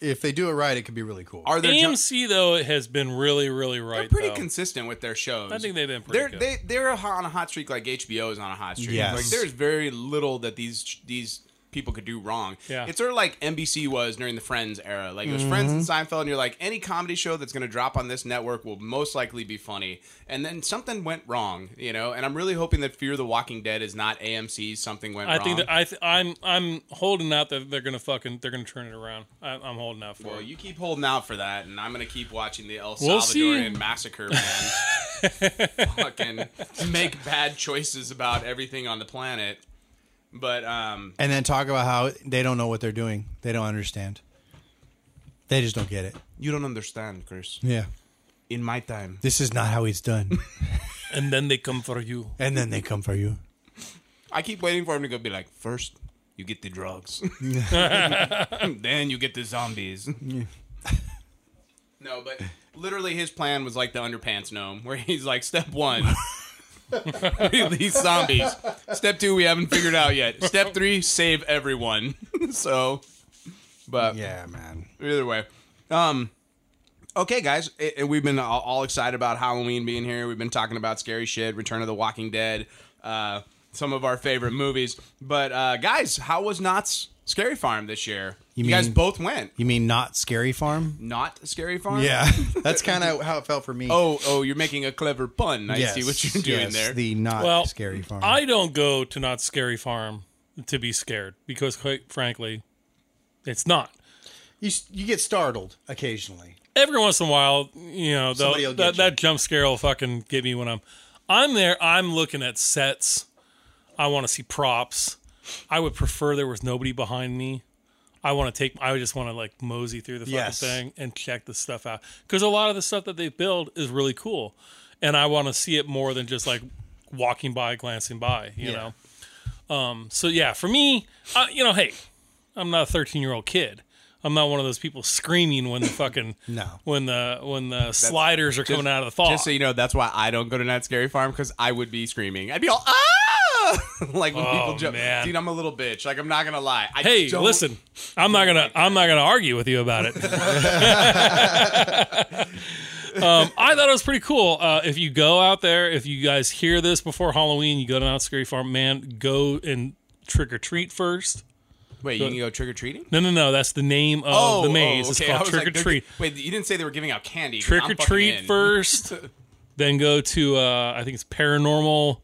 S4: If they do it right, it could be really cool.
S2: are there? ju-
S3: AMC though has been really really right.
S2: they're pretty
S3: though.
S2: consistent with their shows.
S3: I think they've been pretty
S2: They're
S3: good.
S2: they, they're a hot- on a hot streak like HBO is on a hot streak.
S4: Yes.
S2: Like there's very little that these these people could do wrong.
S3: Yeah.
S2: It's sort of like NBC was during the Friends era. Like it was Friends and Seinfeld, and you're like any comedy show that's going to drop on this network will most likely be funny. And then something went wrong, you know. And I'm really hoping that Fear the Walking Dead is not AMC's something went
S3: I
S2: wrong.
S3: think that I th- I'm I'm holding out that they're gonna fucking they're gonna turn it around. I, I'm holding out for
S2: Well,
S3: it.
S2: you keep holding out for that, and I'm gonna keep watching the El
S3: We'll see.
S2: Salvadorian massacre, man. Fucking make bad choices about everything on the planet. But um,
S4: and then talk about how they don't know what they're doing. They don't understand. They just don't get it.
S2: you don't understand, Chris.
S4: Yeah.
S2: In my time,
S4: This is not how it's done.
S3: And then they come for you.
S4: and then they come for you.
S2: I keep waiting for him to go be like, first you get the drugs, then you get the zombies. no, but literally his plan was like the underpants gnome, where he's like, step one. Release zombies. Step two, we haven't figured out yet. Step three, save everyone. so, but
S4: Yeah, man.
S2: either way um okay guys i- i- we've been all, all excited about halloween being here we've been talking about scary shit return of the walking dead uh some of our favorite movies but uh guys how was knots Scary Farm this year. You,
S5: You
S2: guys
S5: mean-
S2: both went.
S5: You mean not Scary Farm?
S2: Not Scary Farm.
S5: Yeah, that's kind of how it felt for me.
S2: Oh, oh, you're making a clever pun. I see what you're doing
S5: yes,
S2: there.
S5: The not
S3: Well,
S5: Scary Farm.
S3: I don't go to not scary farm to be scared because, quite frankly, it's not.
S4: You s- you get startled occasionally.
S3: Every once in a while, you know, though,
S4: Somebody will get
S3: that,
S4: you.
S3: that jump scare will fucking get me when I'm, I'm there. I'm looking at sets. I want to see props. I would prefer there was nobody behind me. I want to take. I just want to like mosey through the fucking
S4: Yes.
S3: thing and check the stuff out because a lot of the stuff that they build is really cool, and I want to see it more than just like walking by, glancing by. You
S4: Yeah.
S3: know. Um. So yeah, for me, I, you know, hey, I'm not a 13 year old kid. I'm not one of those people screaming when the fucking
S4: No.
S3: when the when the sliders are coming out of the fog.
S2: Just so you know, that's why I don't go to Not Scary Farm because I would be screaming. I'd be all ah, like when people
S3: Oh,
S2: jump.
S3: man.
S2: Dude, I'm a little bitch. Like I'm not gonna lie. I
S3: hey,
S2: don't-
S3: listen, I'm not gonna I'm not gonna argue with you about it. um, I thought it was pretty cool. Uh, if you go out there, if you guys hear this before Halloween, you go to Not Scary Farm, man, go and trick or treat first.
S2: Wait, you can go trick or treating?
S3: No, no, no, that's the name of the maze.
S2: Oh, okay. I
S3: It's called
S2: was like,
S3: trick or
S2: they're-
S3: treat.
S2: Wait, you didn't say they were giving out candy. but
S3: Trick
S2: I'm
S3: or
S2: fucking
S3: treat
S2: in.
S3: first, then go to uh, I think it's paranormal.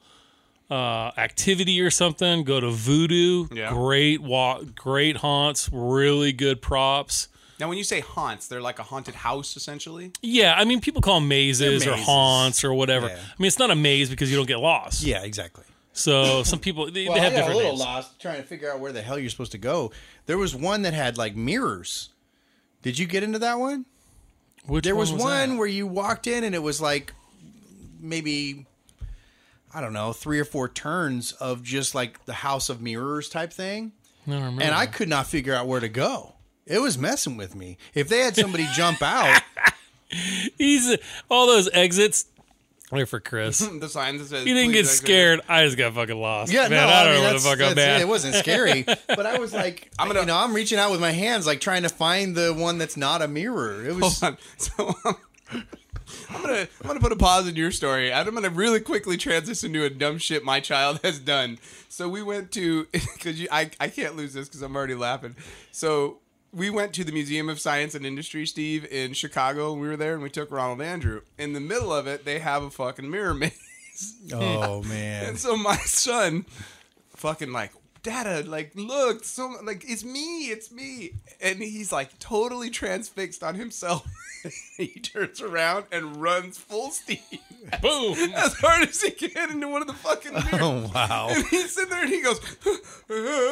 S3: Uh, activity or something. Go to Voodoo.
S2: Yeah.
S3: Great wa- great haunts. Really good props.
S2: Now, when you say haunts, they're like a haunted house essentially.
S3: Yeah, I mean, people call them mazes, or
S4: mazes.
S3: haunts or whatever.
S4: Yeah.
S3: I mean, it's not a maze because you don't get lost.
S4: Yeah, exactly.
S3: So some people they,
S4: Well,
S3: they have
S4: I got a
S3: different
S4: little
S3: names.
S4: lost trying to figure out where the hell you're supposed to go. There was one that had like mirrors. Did you get into that one?
S3: Which
S4: There was,
S3: was
S4: one
S3: that?
S4: where you walked in and it was like maybe I don't know, three or four turns of just like the house of mirrors type thing.
S3: I don't remember.
S4: And I could not figure out where to go. It was messing with me. If they had somebody jump out,
S3: He's all those exits. Wait for Chris.
S2: The sign that says
S3: He didn't
S2: please
S3: get
S2: exit.
S3: scared. I just got fucking lost.
S4: yeah,
S3: man,
S4: no,
S3: I don't
S4: mean,
S3: know where the
S4: that's-
S3: fuck I'm
S4: that's
S3: at.
S4: it. It wasn't scary, but I was like, I'm
S2: gonna-
S4: you know, I'm reaching out with my hands, like trying to find the one that's not a mirror. It was
S2: Hold on. So um, I'm gonna I'm gonna put a pause in your story. and I'm gonna really quickly transition to a dumb shit my child has done. So we went to because I I can't lose this because I'm already laughing. So we went to the Museum of Science and Industry, Steve, in Chicago. and We were there and we took Ronald Andrew. In the middle of it, they have a fucking mirror maze.
S4: oh man,
S2: And so my son, fucking like, Dada, like, look, so like, it's me, it's me, and he's like totally transfixed on himself. he turns around and runs full steam
S3: Boom.
S2: as hard as he can into one of the fucking mirrors.
S4: oh wow.
S2: And he's sitting there and he goes,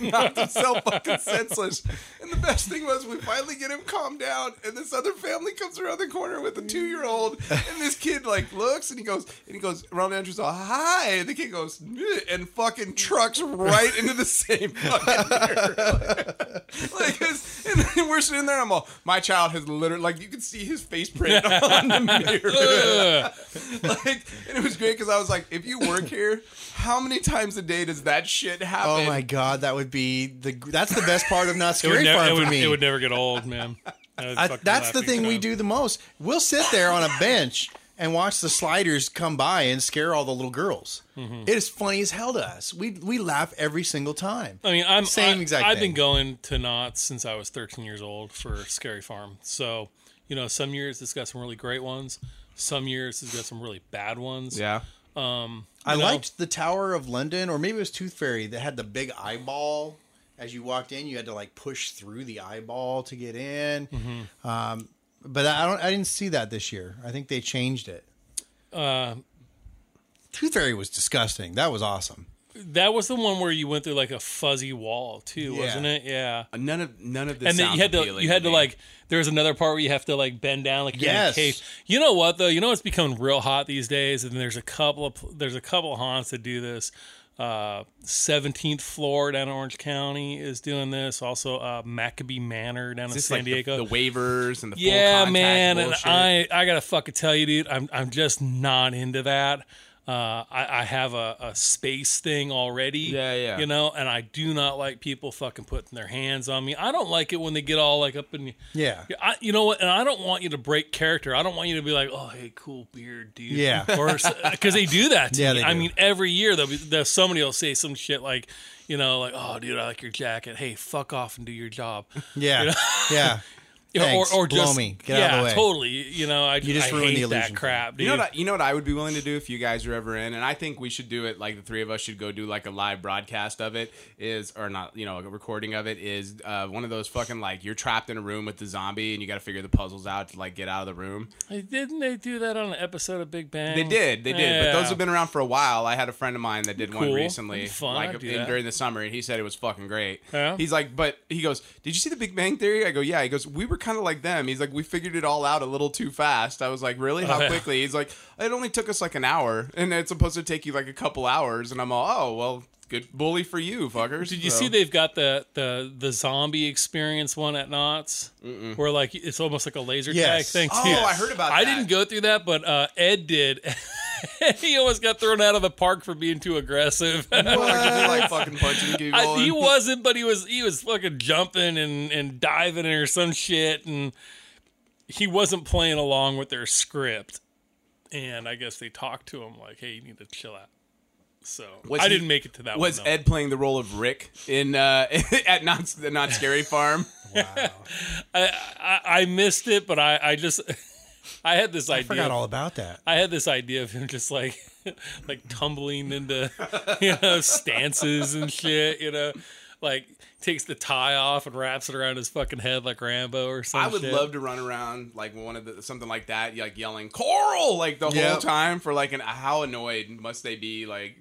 S2: knocked himself fucking senseless. And the best thing was, we finally get him calmed down, and this other family comes around the corner with a two year old, and this kid like looks and he goes, and he goes, Ronald Andrews all hi, and the kid goes, "Meh," and fucking trucks right into the same fucking mirror. like, it's- and then we're sitting there, I'm all, my child has literally like you can see his face print on the mirror
S3: Ugh.
S2: like, and it was great because I was like, if you work here, how many times a day does that shit happen?
S4: Oh my god, that would be the that's the best part of not
S3: it, would
S4: scary
S3: never,
S4: farm
S3: it,
S4: for
S3: would,
S4: me.
S3: it would never get old, man. I would
S4: I,
S3: fucking
S4: that's
S3: laugh
S4: the
S3: each
S4: thing we
S3: time.
S4: do the most. We'll sit there on a bench and watch the sliders come by and scare all the little girls. It is funny as hell to us. We we laugh every single time.
S3: I mean, I'm
S4: Same
S3: I,
S4: exact
S3: I've
S4: thing.
S3: been going to knots since I was 13 years old for Scary Farm. So you know, some years it's got some really great ones. Some years it's got some really bad ones.
S2: Yeah.
S4: I
S3: know.
S4: liked the Tower of London, or maybe it was Tooth Fairy that had the big eyeball. As you walked in, you had to like push through the eyeball to get in. Um, but I don't. I didn't see that this year. I think they changed it. Tooth Fairy was disgusting. That was awesome.
S3: That was the one where you went through like a fuzzy wall too,
S4: Yeah.
S3: wasn't it? Yeah.
S2: Uh, None of none of this.
S3: And then you
S2: sounds
S3: had to
S2: appealing
S3: you had to
S2: me.
S3: like there was another part where you have to like bend down like you're in a
S4: Yes.
S3: cave. You know what though? You know it's becoming real hot these days, and there's a couple of pl- there's a couple of haunts that do this. Uh, Seventeenth floor down in Orange County is doing this. Also, uh, Maccabee Manor down in
S2: Just,
S3: San
S2: like, the- the,
S3: Diego.
S2: waivers and the full
S3: yeah,
S2: contact
S3: man,
S2: bullshit.
S3: and I I gotta fucking tell you, dude, I'm I'm just not into that. Uh, I, I have a, a space thing already.
S2: Yeah, yeah.
S3: You know, and I do not like people fucking putting their hands on me. I don't like it when they get all like up in.
S6: Yeah.
S3: I, you know what? And I don't want you to break character. I don't want you to be like, oh, hey, cool beard, dude.
S6: Yeah.
S3: Because they do that to
S6: Yeah,
S3: me.
S6: they
S3: I
S6: do.
S3: mean, every year, there'll be, there'll, somebody will say some shit like, you know, like, oh, dude, I like your jacket. Hey, fuck off and do your job.
S6: Yeah. Yeah.
S3: You know,
S6: Thanks. Blow me. Get
S3: yeah,
S6: out of the way.
S3: totally. You know, I, you
S6: just
S3: I
S6: ruined the
S3: hate that
S6: illusion.
S3: crap, dude.
S2: You know what? I, you know what I would be willing to do if you guys are ever in, and I think we should do it. Like the three of us should go do like a live broadcast of it. Is or not? You know, a recording of it is uh, one of those fucking like you're trapped in a room with the zombie and you got to figure the puzzles out to like get out of the room.
S3: Hey, Didn't they do that on an episode of Big Bang?
S2: They did, they did, but
S3: Mm. Yeah.
S2: those have been around for a while. I had a friend of mine that did one
S3: Cool.
S2: recently,
S3: That'd be fun.
S2: like
S3: I'd do
S2: in-
S3: that.
S2: during the summer, and he said it was fucking great.
S3: Yeah?
S2: He's like, but he goes, "Did you see the Big Bang Theory?" I go, "Yeah." He goes, "We were kind of like them." He's like, "We figured it all out a little too fast." I was like, "Really? How
S3: yeah.
S2: quickly?" He's like, "It only took us like an hour, and it's supposed to take you like a couple hours." And I'm all, "Oh, well, good bully for you, fuckers."
S3: Did you see they've got the the the zombie experience one at Knott's, where like it's almost like a laser
S6: Yes.
S3: tag thing.
S2: Oh,
S3: too.
S2: I heard about
S3: I
S2: that.
S3: didn't go through that, but uh, Ed did. he almost got thrown out of the park for being too aggressive.
S2: like fucking punching people.
S3: I, he
S2: and-
S3: wasn't, but he was. He was fucking jumping and and diving or some shit, and he wasn't playing along with their script. And I guess they talked to him like, "Hey, you need to chill out." So
S2: Was
S3: I
S2: he-
S3: didn't make it to that.
S2: Was
S3: one, though.
S2: Ed playing the role of Rick in uh, at not the not scary farm?
S3: I, I missed it, but I, I just I had this
S6: I forgot
S3: idea.
S6: all about that.
S3: I had this idea of him just like like tumbling into you know stances and shit. You know, like takes the tie off and wraps it around his fucking head like Rambo or something.
S2: I would love to run around like one of the something like that, like yelling "Coral" like the whole
S6: Yep.
S2: time for like an. How annoyed must they be? Like,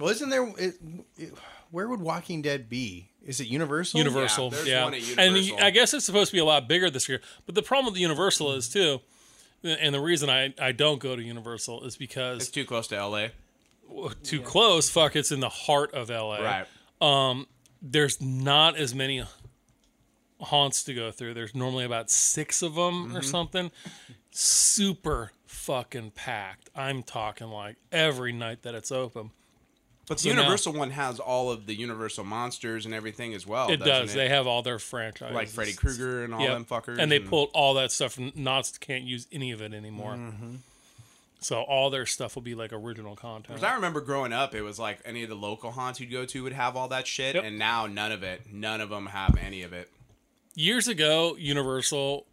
S6: Wasn't there? It, it, where would Walking Dead be? Is it Universal?
S3: Universal,
S2: Oh, Yeah, there's
S3: yeah.
S2: one at
S3: And
S2: Universal.
S3: I guess it's supposed to be a lot bigger this year. But the problem with Universal is too, and the reason I, I don't go to Universal is because
S2: it's too close to L.A.
S3: too close. Fuck, it's in the heart of LA.
S2: Right.
S3: there's not as many haunts to go through. There's normally about six of them
S2: Mm-hmm.
S3: or something. Super fucking packed. I'm talking like every night that it's open.
S2: But the
S3: now-
S2: Universal one has all of the Universal monsters and everything as well.
S3: It
S2: doesn't
S3: does.
S2: It?
S3: They have all their franchises,
S2: like Freddy Krueger and all
S3: Yep.
S2: them fuckers.
S3: and they pulled all that stuff. from Knott's can't use any of it anymore.
S2: Mm-hmm.
S3: So all their stuff will be like original content.
S2: 'Cause I remember growing up, it was like any of the local haunts you'd go to would have all that shit,
S3: Yep.
S2: and now none of it. None of them have any of it.
S3: years ago, Universal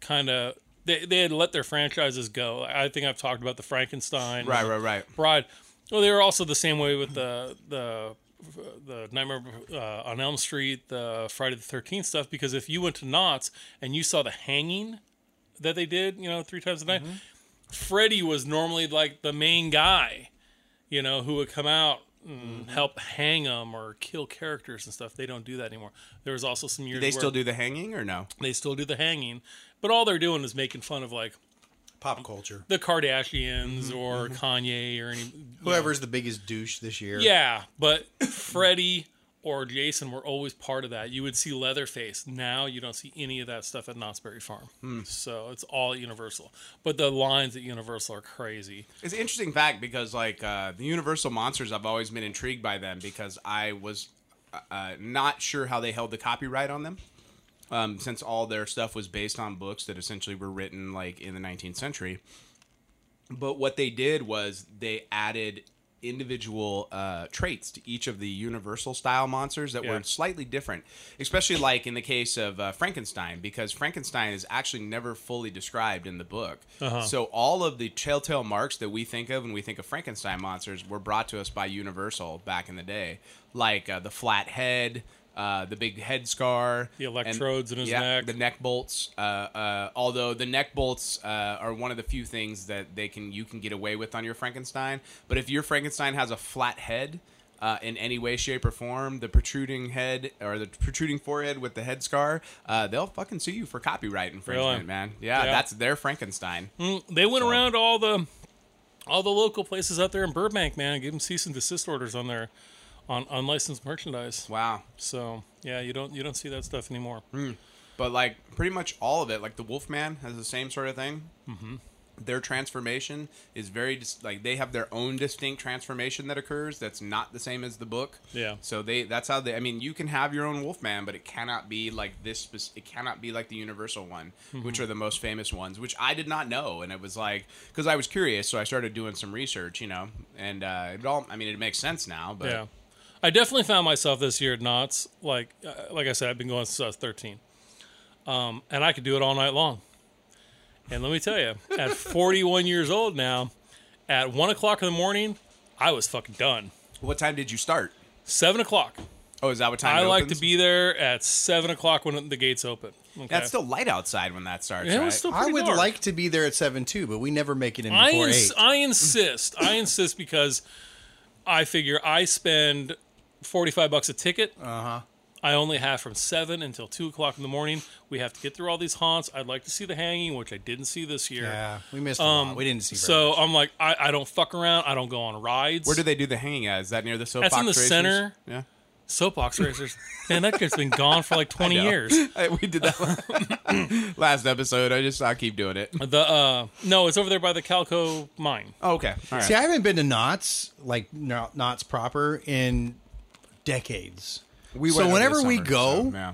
S3: kind of they, they had let their franchises go. I think I've talked about the Frankenstein,
S2: Right, right, right.
S3: Bride. Well, they were also the same way with the the the Nightmare uh, on Elm Street, the Friday the Thirteenth stuff. Because if you went to Knott's and you saw the hanging that they did, you know, three times a night,
S2: Mm-hmm.
S3: Freddy was normally like the main guy, you know, who would come out.
S2: Mm-hmm.
S3: And help hang them or kill characters and stuff. They don't do that anymore. There was also some years
S2: They
S3: where-
S2: still do the hanging or no?
S3: they still do the hanging, but all they're doing is making fun of like
S6: Pop culture.
S3: the
S2: Mm-hmm.
S3: Kardashians or Kanye or any.
S6: Whoever's the biggest douche this year.
S3: Yeah, but Freddie or Jason were always part of that. You would see Leatherface. Now you don't see any of that stuff at Knott's Berry Farm. So it's all at Universal. But the lines at Universal are crazy.
S2: It's an interesting fact because like uh, the Universal monsters, I've always been intrigued by them because I was uh, not sure how they held the copyright on them, um, since all their stuff was based on books that essentially were written like in the 19th century. But what they did was they added individual uh, traits to each of the universal style monsters that
S3: Yeah.
S2: were slightly different especially like in the case of uh, frankenstein because frankenstein is actually never fully described in the book
S3: Uh-huh.
S2: so all of the telltale marks that we think of when we think of frankenstein monsters were brought to us by universal back in the day like uh, the flat head uh, the big head scar
S3: The electrodes in his neck.
S2: the neck bolts. Uh, uh, although the neck bolts uh, are one of the few things that they can you can get away with on your Frankenstein. But if your Frankenstein has a flat head. Uh, in any way, shape, or form, the protruding head or the protruding forehead with the head scar, uh, they'll fucking sue you for copyright infringement,
S3: Really?
S2: man. Yeah,
S3: Yeah. Hmm.
S2: that's their Frankenstein.
S3: Mm, They went around all the all the local places out there in Burbank, man, and gave them cease and desist orders on their on unlicensed merchandise.
S2: Wow.
S3: So yeah, you don't you don't see that stuff anymore.
S2: But like pretty much all of it, like the Wolfman has the same sort of thing. Mm-hmm. their transformation is very dis- like they have their own distinct transformation that occurs that's not the same as the book.
S3: Yeah.
S2: So they that's how they I mean you can have your own Wolfman but it cannot be like this spec- it cannot be like the universal one
S3: Mm-hmm.
S2: which are the most famous ones which I did not know and it was like cuz I was curious so I started doing some research, you know. And uh it all I mean it makes sense now but
S3: Yeah, I definitely found myself this year at Knott's. Like, uh, like I said, I've been going since I was thirteen, um, and I could do it all night long. And let me tell you, at forty-one years old now, at one o'clock in the morning, I was fucking done.
S2: what time did you start?
S3: Seven o'clock.
S2: Oh, is that what time
S3: I
S2: it
S3: like
S2: opens?
S3: to be there at seven o'clock when the gates open. Okay?
S2: That's still light outside when that starts,
S3: Yeah, it
S2: right?
S3: was still
S4: I
S3: pretty
S4: would
S3: dark.
S4: like to be there at seven too, but we never make it in
S3: I
S4: before
S3: ins-
S4: eight.
S3: I insist. I insist because I figure I spend forty five bucks a ticket. Uh
S4: Uh-huh.
S3: huh. I only have from seven until two o'clock in the morning. We have to get through all these haunts. I'd like to see the hanging, which I didn't see this year.
S4: Yeah, we missed a lot. We didn't see. Very
S3: Um, So
S4: much.
S3: I'm like, I, I don't fuck around. I don't go on rides.
S2: Where do they do the hanging at? Is that near the soapbox?
S3: in the
S2: racers?
S3: center.
S2: Yeah.
S3: soapbox racers? Man, that guy's been gone for like twenty
S2: No.
S3: years.
S2: we did that last episode. I just I keep doing it.
S3: The uh, no, it's over there by the Calco mine.
S2: Oh, okay, all right.
S4: see, I haven't been to Knots like Kno- Knots proper in decades.
S2: we
S4: so
S2: went over
S4: whenever
S2: the
S4: we
S2: summer,
S4: go,
S2: so, yeah.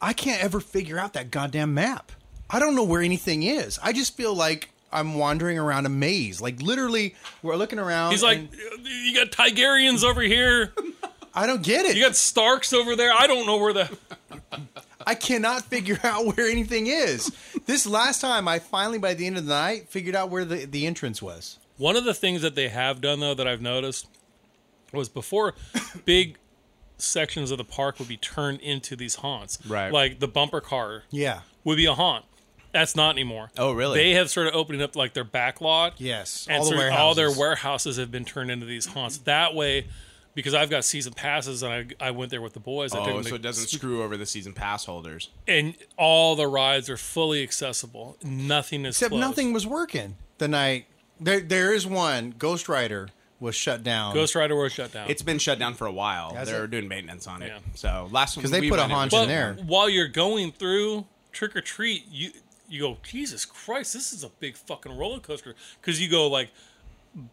S4: I can't ever figure out that goddamn map. I don't know where anything is. I just feel like I'm wandering around a maze. Like literally, we're looking around.
S3: He's like,
S4: and
S3: you got Tigerians over here.
S4: I don't get it.
S3: You got Starks over there. I don't know where the
S4: I cannot figure out where anything is. this last time, I finally, by the end of the night, figured out where the, the entrance was.
S3: One of the things that they have done though that I've noticed was before big sections of the park would be turned into these haunts.
S2: Right.
S3: Like the bumper car
S4: Yeah.
S3: would be a haunt. That's not anymore.
S2: Oh, really?
S3: They have started opening up like their back lot.
S4: Yes.
S3: And
S4: all
S3: all,
S4: the
S3: all their
S4: warehouses.
S3: warehouses have been turned into these haunts. That way, because I've got season passes and I, I went there with the boys. I took
S2: Oh,
S3: them to-
S2: so it doesn't screw over the season pass holders.
S3: And all the rides are fully accessible. Nothing is
S4: Except
S3: closed.
S4: nothing was working the night. There, there is one. Ghost Rider was shut down.
S3: Ghost Rider was shut down.
S2: It's been shut down for a while.
S4: Has
S2: They're
S4: it?
S2: doing maintenance on it.
S3: Yeah.
S2: So last because
S4: they put a honcho
S3: But
S4: in there.
S3: while you're going through trick or treat, you you go, Jesus Christ, this is a big fucking roller coaster because you go like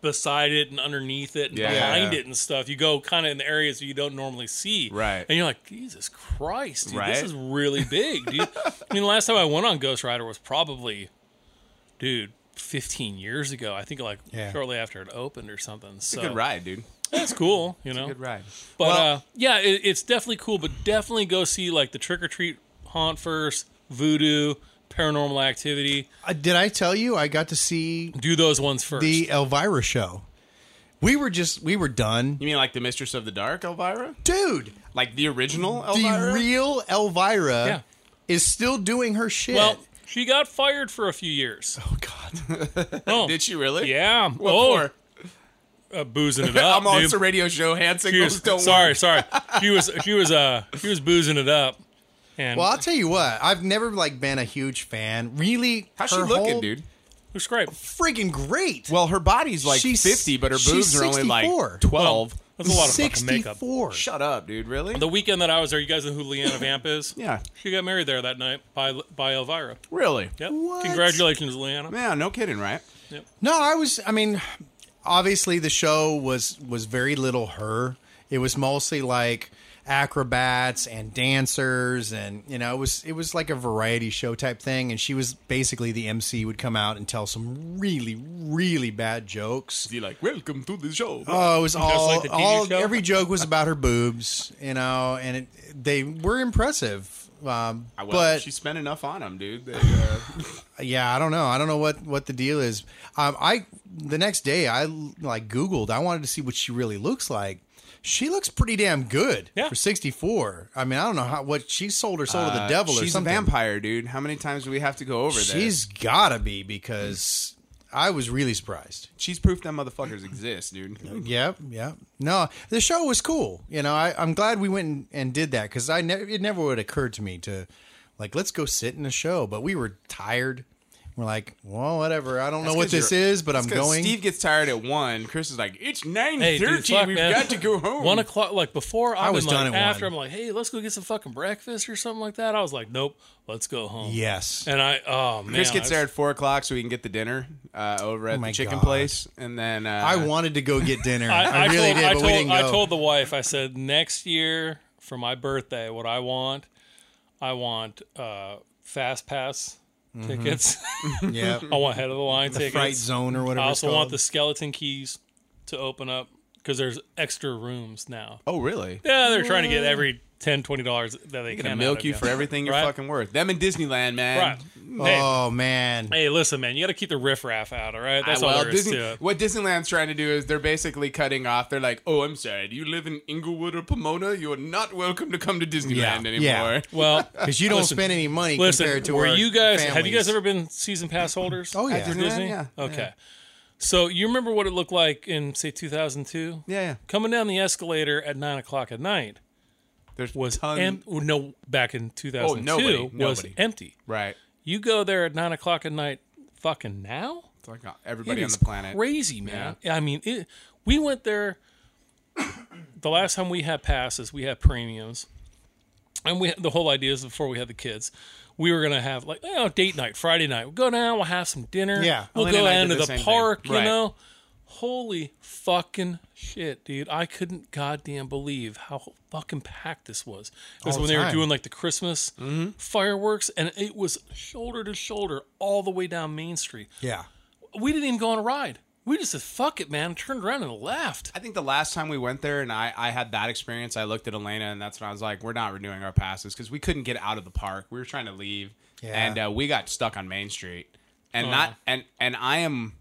S3: beside it and underneath it and
S2: Yeah.
S3: behind
S2: Yeah.
S3: it and stuff. You go kind of in the areas you don't normally see,
S2: Right.
S3: And you're like, Jesus Christ, dude, this
S2: Right.
S3: is really big, dude. I mean, last time I went on Ghost Rider was probably, dude. 15 years ago, I think like
S4: Yeah.
S3: shortly after it opened or something. So
S2: Good ride, dude.
S3: That's cool, you know.
S2: Good ride.
S3: But uh, yeah, it, it's definitely cool. But definitely go see like the trick or treat haunt first, voodoo, paranormal activity.
S4: Uh, did I tell you I got to see
S3: Do those ones first.
S4: the Elvira show? We were just we were done,
S2: You mean like the Mistress of the Dark, Elvira?
S4: dude.
S2: Like the original
S4: The
S2: Elvira?
S4: real
S2: uh,
S4: Elvira
S3: Yeah.
S4: is still doing her shit.
S3: well, she got fired for a few years.
S4: oh god,
S3: Oh,
S2: Did she really?
S3: Yeah.
S2: What
S3: oh,
S2: for?
S3: uh, boozing it up.
S2: I'm on
S3: dude.
S2: the radio show. Hand
S3: She
S2: signals
S3: was,
S2: don't
S3: sorry,
S2: work.
S3: sorry. She was she was uh she was boozing it up. And
S4: Well, I'll tell you what. I've never like been a huge fan. Really,
S2: How's she
S4: her
S2: looking,
S4: whole-
S2: dude?
S3: it was great.
S4: Freaking great.
S2: Well, her body's like
S4: She's-
S2: 50, but her
S4: she's
S2: boobs are only like
S4: 64.
S2: 12.
S3: That's a lot of fucking makeup.
S4: sixty-four.
S2: Shut up, dude. Really?
S3: The weekend that I was there, you guys know who Leanna Vamp is?
S2: yeah.
S3: She got married there that night by by Elvira.
S2: Really?
S3: Yep.
S4: What?
S3: Congratulations, Leanna.
S2: Yeah, no kidding, right?
S4: No, I was. I mean, obviously the show was was very little her. It was mostly like acrobats and dancers, and you know, it was it was like a variety show type thing. And she was basically the MC would come out and tell some really really bad jokes.
S2: Be like, welcome to the show.
S4: Oh, it was all,
S3: like the TV
S4: all
S3: show?
S4: every joke was about her boobs, you know, and it, they were impressive. Um,
S2: I- Ah, well,
S4: but
S2: she spent enough on him, dude. that, uh,
S4: yeah, I don't know. I don't know what what the deal is. Um, I the next day I like Googled. I wanted to see what she really looks like. She looks pretty damn good
S3: Yeah.
S4: for sixty four. I mean, I don't know how what she sold her soul to the
S2: uh,
S4: devil or
S2: she's a
S4: something.
S2: vampire, dude. How many times do we have to go over this?
S4: She's gotta be because I was really surprised.
S2: she's proof that motherfuckers exist, dude.
S4: Yep, yep. No, the show was cool. You know, I, I'm glad we went and, and did that because I never it never would have occurred to me to like let's go sit in a show, but we were tired. We're like, well, whatever. I don't know
S2: That's
S4: what
S2: 'cause
S4: this
S2: you're-
S4: is, but
S2: that's
S4: I'm
S2: 'cause
S4: going.
S2: Steve gets tired at one. Chris is like, it's nine
S3: Hey, dude, fuck,
S2: We've
S3: man.
S2: got to go home.
S3: One o'clock, like before, I've
S4: was
S3: been,
S4: done
S3: like,
S4: at
S3: after.
S4: one.
S3: I'm like, hey, let's go get some fucking breakfast or something like that. I was like, nope, let's go home.
S4: yes.
S3: And I, oh man,
S2: Chris gets
S3: I-
S2: there at four o'clock so we can get the dinner uh, over at
S4: Oh my
S2: the chicken
S4: God.
S2: place, and then uh,
S4: I wanted to go get dinner. I,
S3: I, I
S4: really
S3: told,
S4: did,
S3: I
S4: but
S3: told,
S4: we didn't go.
S3: I told the wife, I said, next year for my birthday, what I want, I want uh, fast pass tickets.
S4: yeah.
S3: I want head of the line tickets.
S4: Mm-hmm. Fright zone or whatever.
S3: I
S4: it's
S3: also want
S4: called.
S3: the skeleton keys to open up because there's extra rooms now.
S2: oh really?
S3: Yeah, they're trying to get every 10 dollars that
S2: Gonna
S3: they can. out
S2: milk
S3: of
S2: you for everything you're
S3: Right.
S2: fucking worth. Them in Disneyland, man.
S3: Right. Hey,
S2: uh,
S4: Oh man.
S3: hey, listen, man, you got to keep the riffraff out. All right, that's
S2: I-
S3: all
S2: well,
S3: there is
S2: Disney-
S3: to it.
S2: What Disneyland's trying to do is they're basically cutting off. They're like, "Oh, I'm sorry. Do you live in Inglewood or Pomona? You are not welcome to come to
S4: Yeah,
S2: Disneyland
S4: yeah.
S2: anymore."
S3: Well,
S4: Because you don't
S3: Listen,
S4: spend any money
S3: listen,
S4: compared to
S3: were
S4: our
S3: you guys? Have you
S4: families.
S3: guys ever been season pass holders?
S4: Oh
S2: At
S4: yeah.
S2: Disney-
S3: Disney?
S2: Yeah, yeah.
S3: Okay. So you remember what it looked like in say 2002?
S2: Yeah, yeah.
S3: Coming down the escalator at nine o'clock at night
S2: There's
S3: was
S2: tons.
S3: em- no back in 2002
S2: Oh, nobody,
S3: was
S2: nobody.
S3: empty.
S2: right.
S3: You go there at nine o'clock at night, fucking now.
S2: It's like uh,
S3: It
S2: everybody on
S3: is
S2: the planet.
S3: crazy, man. I mean, it, we went there. the last time we had passes, we had premiums, and we the whole idea is before we had the kids, we were gonna have like oh date night Friday night. We'll go down, we'll have some dinner.
S4: Yeah,
S3: we'll
S2: Elena
S3: go
S2: and I
S3: down to
S2: did the
S3: the,
S2: same thing.
S3: park. You
S2: Right.
S3: know, holy fucking shit, dude! I couldn't goddamn believe how fucking packed this was. It was
S4: All
S3: when
S4: the
S3: they were
S4: time.
S3: doing like the Christmas
S2: Mm-hmm.
S3: fireworks, and it was shoulder to shoulder all the way down Main Street
S4: Yeah.
S3: we didn't even go on a ride. We just said, fuck it, man, and turned around and left.
S2: I think the last time we went there and I, I had that experience, I looked at Elena and that's when I was like, we're not renewing our passes because we couldn't get out of the park. We were trying to leave
S4: Yeah.
S2: and uh, we got stuck on Main Street. And not and and I am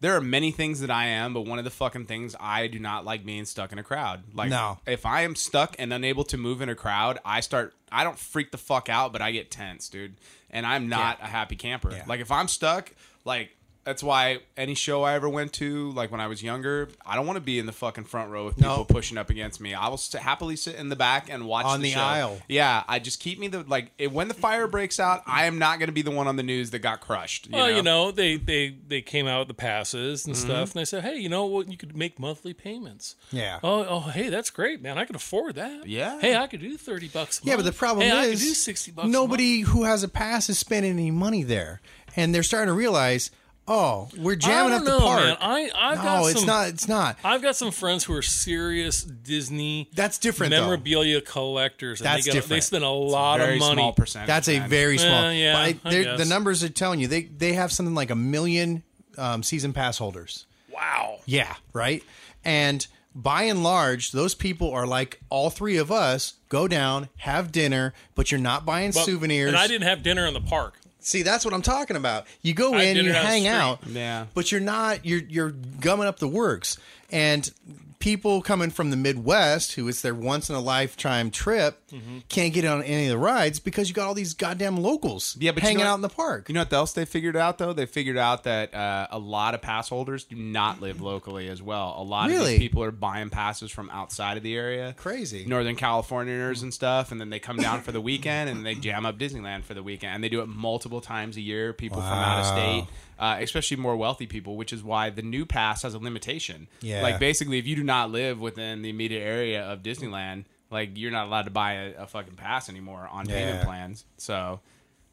S2: there are many things that I am, but one of the fucking things I do not like being stuck in a crowd. Like
S4: No.
S2: if I am stuck and unable to move in a crowd, I start I don't freak the fuck out, but I get tense, dude. And I'm not a happy camper.
S4: Yeah.
S2: Like if I'm stuck, like that's why any show I ever went to, like when I was younger, I don't want to be in the fucking front row with people
S4: No.
S2: pushing up against me. I will sit, happily sit in the back and watch
S4: On the
S2: show.
S4: aisle.
S2: Yeah, I just keep me the like it, when the fire breaks out, I am not going to be the one on the news that got crushed. You
S3: well,
S2: know?
S3: you know, they, they, they came out with the passes
S4: Mm-hmm.
S3: and stuff, and they said, hey, you know what? You could make monthly payments.
S4: Yeah.
S3: Oh, oh, hey, that's great, man. I could afford that.
S2: Yeah.
S3: Hey, I could do 30 bucks a
S4: Yeah, but
S3: month.
S4: the problem
S3: hey,
S4: is
S3: I could do 60 bucks a month.
S4: nobody who has a pass is spending any money there, and they're starting to realize, oh, we're jamming
S3: I
S4: up
S3: don't
S4: the
S3: know,
S4: park.
S3: Man. I, I've
S4: no,
S3: got some,
S4: it's not. It's not.
S3: I've got some friends who are serious Disney
S4: That's different. though.
S3: memorabilia collectors. And
S4: That's
S3: they They
S4: different.
S3: spend a lot
S2: very
S3: of money.
S2: small percentage.
S4: That's a
S2: man.
S4: very small.
S3: yeah,
S4: but
S3: I
S4: they're- the
S3: guess.
S4: numbers are telling you they they have something like a million um, season pass holders.
S3: Wow.
S4: Yeah, right. And by and large, those people are like all three of us. Go down, have dinner, but you're not buying
S3: But-
S4: souvenirs.
S3: And I didn't have dinner in the park.
S4: See, that's what I'm talking about. You go in,
S3: did
S4: you
S3: it on the
S4: hang
S3: street.
S4: out,
S2: Yeah.
S4: but you're not. You're you're gumming up the works. And people coming from the Midwest, who it's their once in a lifetime trip,
S3: Mm-hmm.
S4: can't get on any of the rides because you got all these goddamn locals.
S2: Yeah, but you
S4: hanging
S2: know-
S4: out in the park.
S2: You know what else they figured out though? They figured out that uh, a lot of pass holders do not live locally as well. A lot of
S4: Really?
S2: these people are buying passes from outside of the area.
S4: Crazy.
S2: Northern Californianers and stuff, and then they come down for the weekend and they jam up Disneyland for the weekend. And they do it multiple times a year. People from out of state. Uh, especially more wealthy people, which is why the new pass has a limitation.
S4: Yeah.
S2: Like basically, if you do not live within the immediate area of Disneyland, like you're not allowed to buy a, a fucking pass anymore on payment
S4: Yeah.
S2: plans. So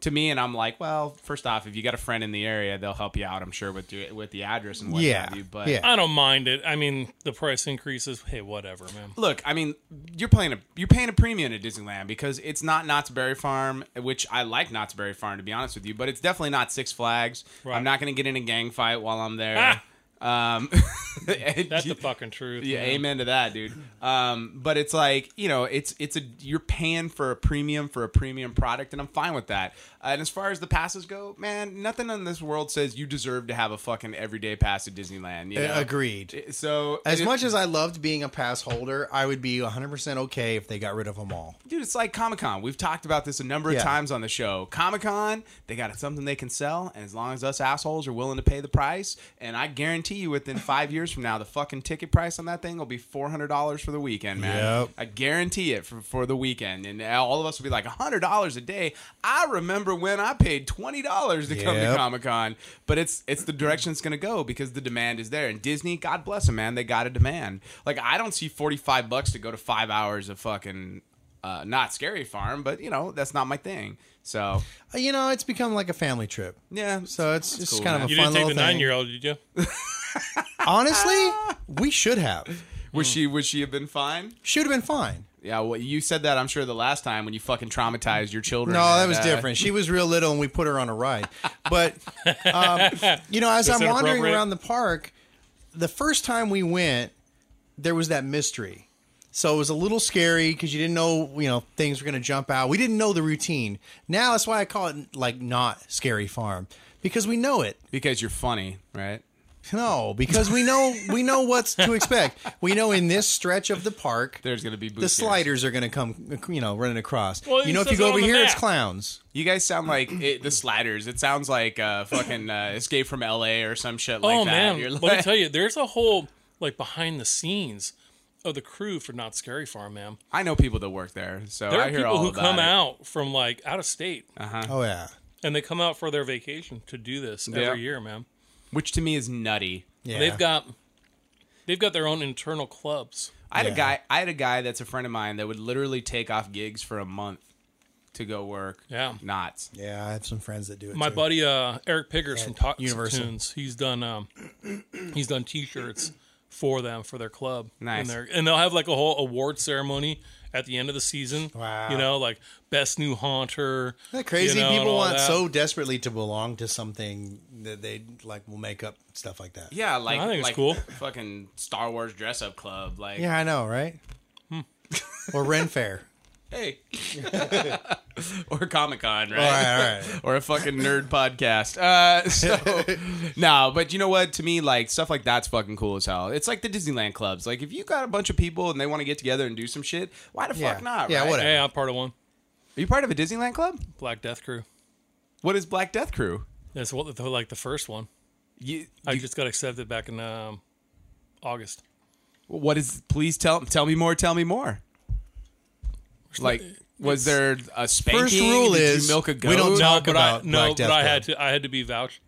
S2: to me, and I'm like, well, first off, if you got a friend in the area, they'll help you out. I'm sure with your, with the address and what
S4: Yeah,
S2: have you. But
S4: yeah.
S3: I don't mind it. I mean, the price increases. Hey, whatever, man.
S2: look, I mean, you're playing a you're paying a premium at Disneyland because it's not Knott's Berry Farm, which I like Knott's Berry Farm to be honest with you, but it's definitely not Six Flags.
S3: Right.
S2: I'm not going to get in a gang fight while I'm there. Um,
S3: That's the fucking truth.
S2: Yeah,
S3: man.
S2: amen to that, dude. Um, but it's like you know, it's it's a you're paying for a premium for a premium product, and I'm fine with that. Uh, and as far as the passes go, man, nothing in this world says you deserve to have a fucking everyday pass at Disneyland. You know?
S4: Agreed.
S2: So
S4: As
S2: it-
S4: much as I loved being a pass holder, I would be 100% okay if they got rid of them all.
S2: dude, it's like Comic Con. We've talked about this a number of
S4: Yeah.
S2: times on the show. Comic Con, they got something they can sell, and as long as us assholes are willing to pay the price, and I guarantee guarantee you, within five years from now, the fucking ticket price on that thing will be four hundred dollars for the weekend, man.
S7: Yep.
S2: I guarantee it for, for the weekend, and all of us will be like hundred dollars a day. I remember when I paid twenty dollars to come to
S7: Yep.
S2: Comic Con, but it's it's the direction it's going to go because the demand is there. And Disney, God bless them, man, they got a demand. Like I don't see forty five bucks to go to five hours of fucking. Uh, not scary farm, but you know that's not my thing. So
S4: Uh, You know, it's become like a family trip.
S2: yeah,
S4: So it's it's
S2: cool,
S4: kind
S2: man.
S4: of a
S3: You
S4: fun
S3: didn't take
S4: little
S3: the
S4: thing.
S3: nine year old, did you?
S4: Honestly, we should have.
S2: would
S4: mm.
S2: she would she have been fine?
S4: Should have been fine.
S2: Yeah, well, you said that I'm sure the last time when you fucking traumatized your children.
S4: No, that
S2: and,
S4: was
S2: uh,
S4: different. She was real little, and we put her on a ride. But um, you know, as
S3: That's
S4: I'm wandering
S3: inappropriate.
S4: around the park, the first time we went, there was that mystery. So it was a little scary because you didn't know, you know, things were going to jump out. We didn't know the routine. Now that's why I call it like not scary farm because we know it.
S2: because you're funny, right?
S4: No, because we know we know what's to expect. We know in this stretch of the park,
S2: There's gonna be
S4: the
S2: boot here.
S4: sliders are going to come, you know, running across.
S3: Well,
S4: you
S3: it
S4: know, if
S3: says
S4: you
S3: it
S4: go
S3: on
S4: over
S3: the
S4: here, it's
S3: map.
S4: clowns.
S2: You guys sound like it, the sliders. It sounds like uh, fucking uh, Escape from L.A. or some shit like
S3: oh
S2: that.
S3: man,
S2: You're
S3: let me
S2: like-
S3: tell you, there's a whole like behind the scenes of the crew for Not Scary Farm, man.
S2: I know people that work there, so
S3: There
S2: I
S3: are
S2: hear
S3: people
S2: all
S3: who
S2: about
S3: come
S2: it. Uh.
S3: out from like out of state
S4: Oh yeah.
S3: and they come out for their vacation to do this
S2: Yeah.
S3: every year, man.
S2: which to me is nutty.
S4: Yeah.
S3: They've got they've got their own internal clubs.
S2: I had a
S4: Yeah.
S2: guy. I had a guy that's a friend of mine that would literally take off gigs for a month to go work.
S3: Yeah.
S2: knots.
S4: Yeah, I have some friends that do it.
S3: My
S4: too.
S3: buddy uh, Eric Piggers from Talk
S4: Universal.
S3: Tunes, he's done um, he's done T-shirts for them for their club.
S2: Nice.
S3: and, they're- and they'll have like a whole award ceremony at the end of the season.
S4: Wow.
S3: you know, like best new haunter.
S4: Isn't that crazy?
S3: you know, and
S4: People
S3: all
S4: want
S3: that.
S4: so desperately to belong to something that they like will make up stuff like that.
S2: Yeah, like
S3: I think it's
S2: like
S3: cool.
S2: Fucking Star Wars dress up club. Like
S4: Yeah, I know, right?
S3: Hmm.
S4: or Ren Fair.
S2: hey. or Comic Con, right?
S4: All right, all right.
S2: or a fucking nerd podcast. Uh, so no, but you know what? To me, like stuff like that's fucking cool as hell. It's like the Disneyland clubs. Like if you got a bunch of people and they want to get together and do some shit, why the
S4: Yeah.
S2: fuck not?
S4: Yeah,
S2: right?
S4: whatever.
S3: Hey, I'm part of one
S2: Are you part of a Disneyland club?
S3: Black Death Crew.
S2: What is Black Death Crew?
S3: That's what the, like the first one.
S2: You,
S3: I just got accepted back in um, August.
S2: what is? Please tell tell me more. Tell me more. Like, was there a spanking?
S4: First rule
S2: Did you
S4: is
S2: milk a
S4: we
S2: goat?
S4: don't talk
S3: but
S4: about
S3: I, no,
S4: Black Death
S3: but I
S4: Club.
S3: had to I had to be vouched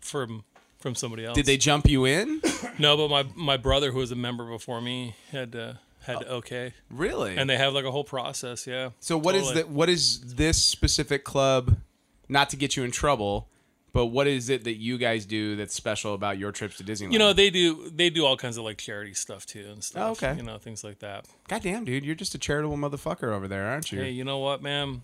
S3: from from somebody else.
S2: Did they jump you in?
S3: No, but my my brother who was a member before me had to had to okay,
S2: Really?
S3: and they have like a whole process. Yeah.
S2: Oh. So what is
S3: Totally.
S2: that? What is this specific club? Not to get you in trouble, but what is it that you guys do that's special about your trips to Disneyland?
S3: You know they do they do all kinds of like charity stuff too and stuff.
S2: Oh, okay.
S3: You know things like that.
S2: goddamn dude, you're just a charitable motherfucker over there, aren't you?
S3: Hey, you know what, man?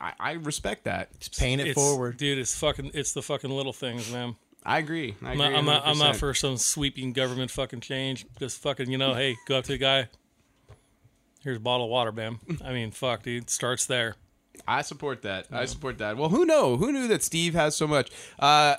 S2: I, I respect that.
S4: Just paint it
S3: It's,
S4: forward.
S3: dude. It's fucking it's the fucking little things, man.
S2: I agree. I
S3: I'm
S2: agree
S3: not, I'm not I'm
S2: 100%.
S3: not for some sweeping government fucking change. Just fucking you know, hey, go up to the guy. Here's a bottle of water, man. I mean, fuck, dude. Starts there.
S2: I support that. I support that. Well, who know? Who knew that Steve has so much? Uh,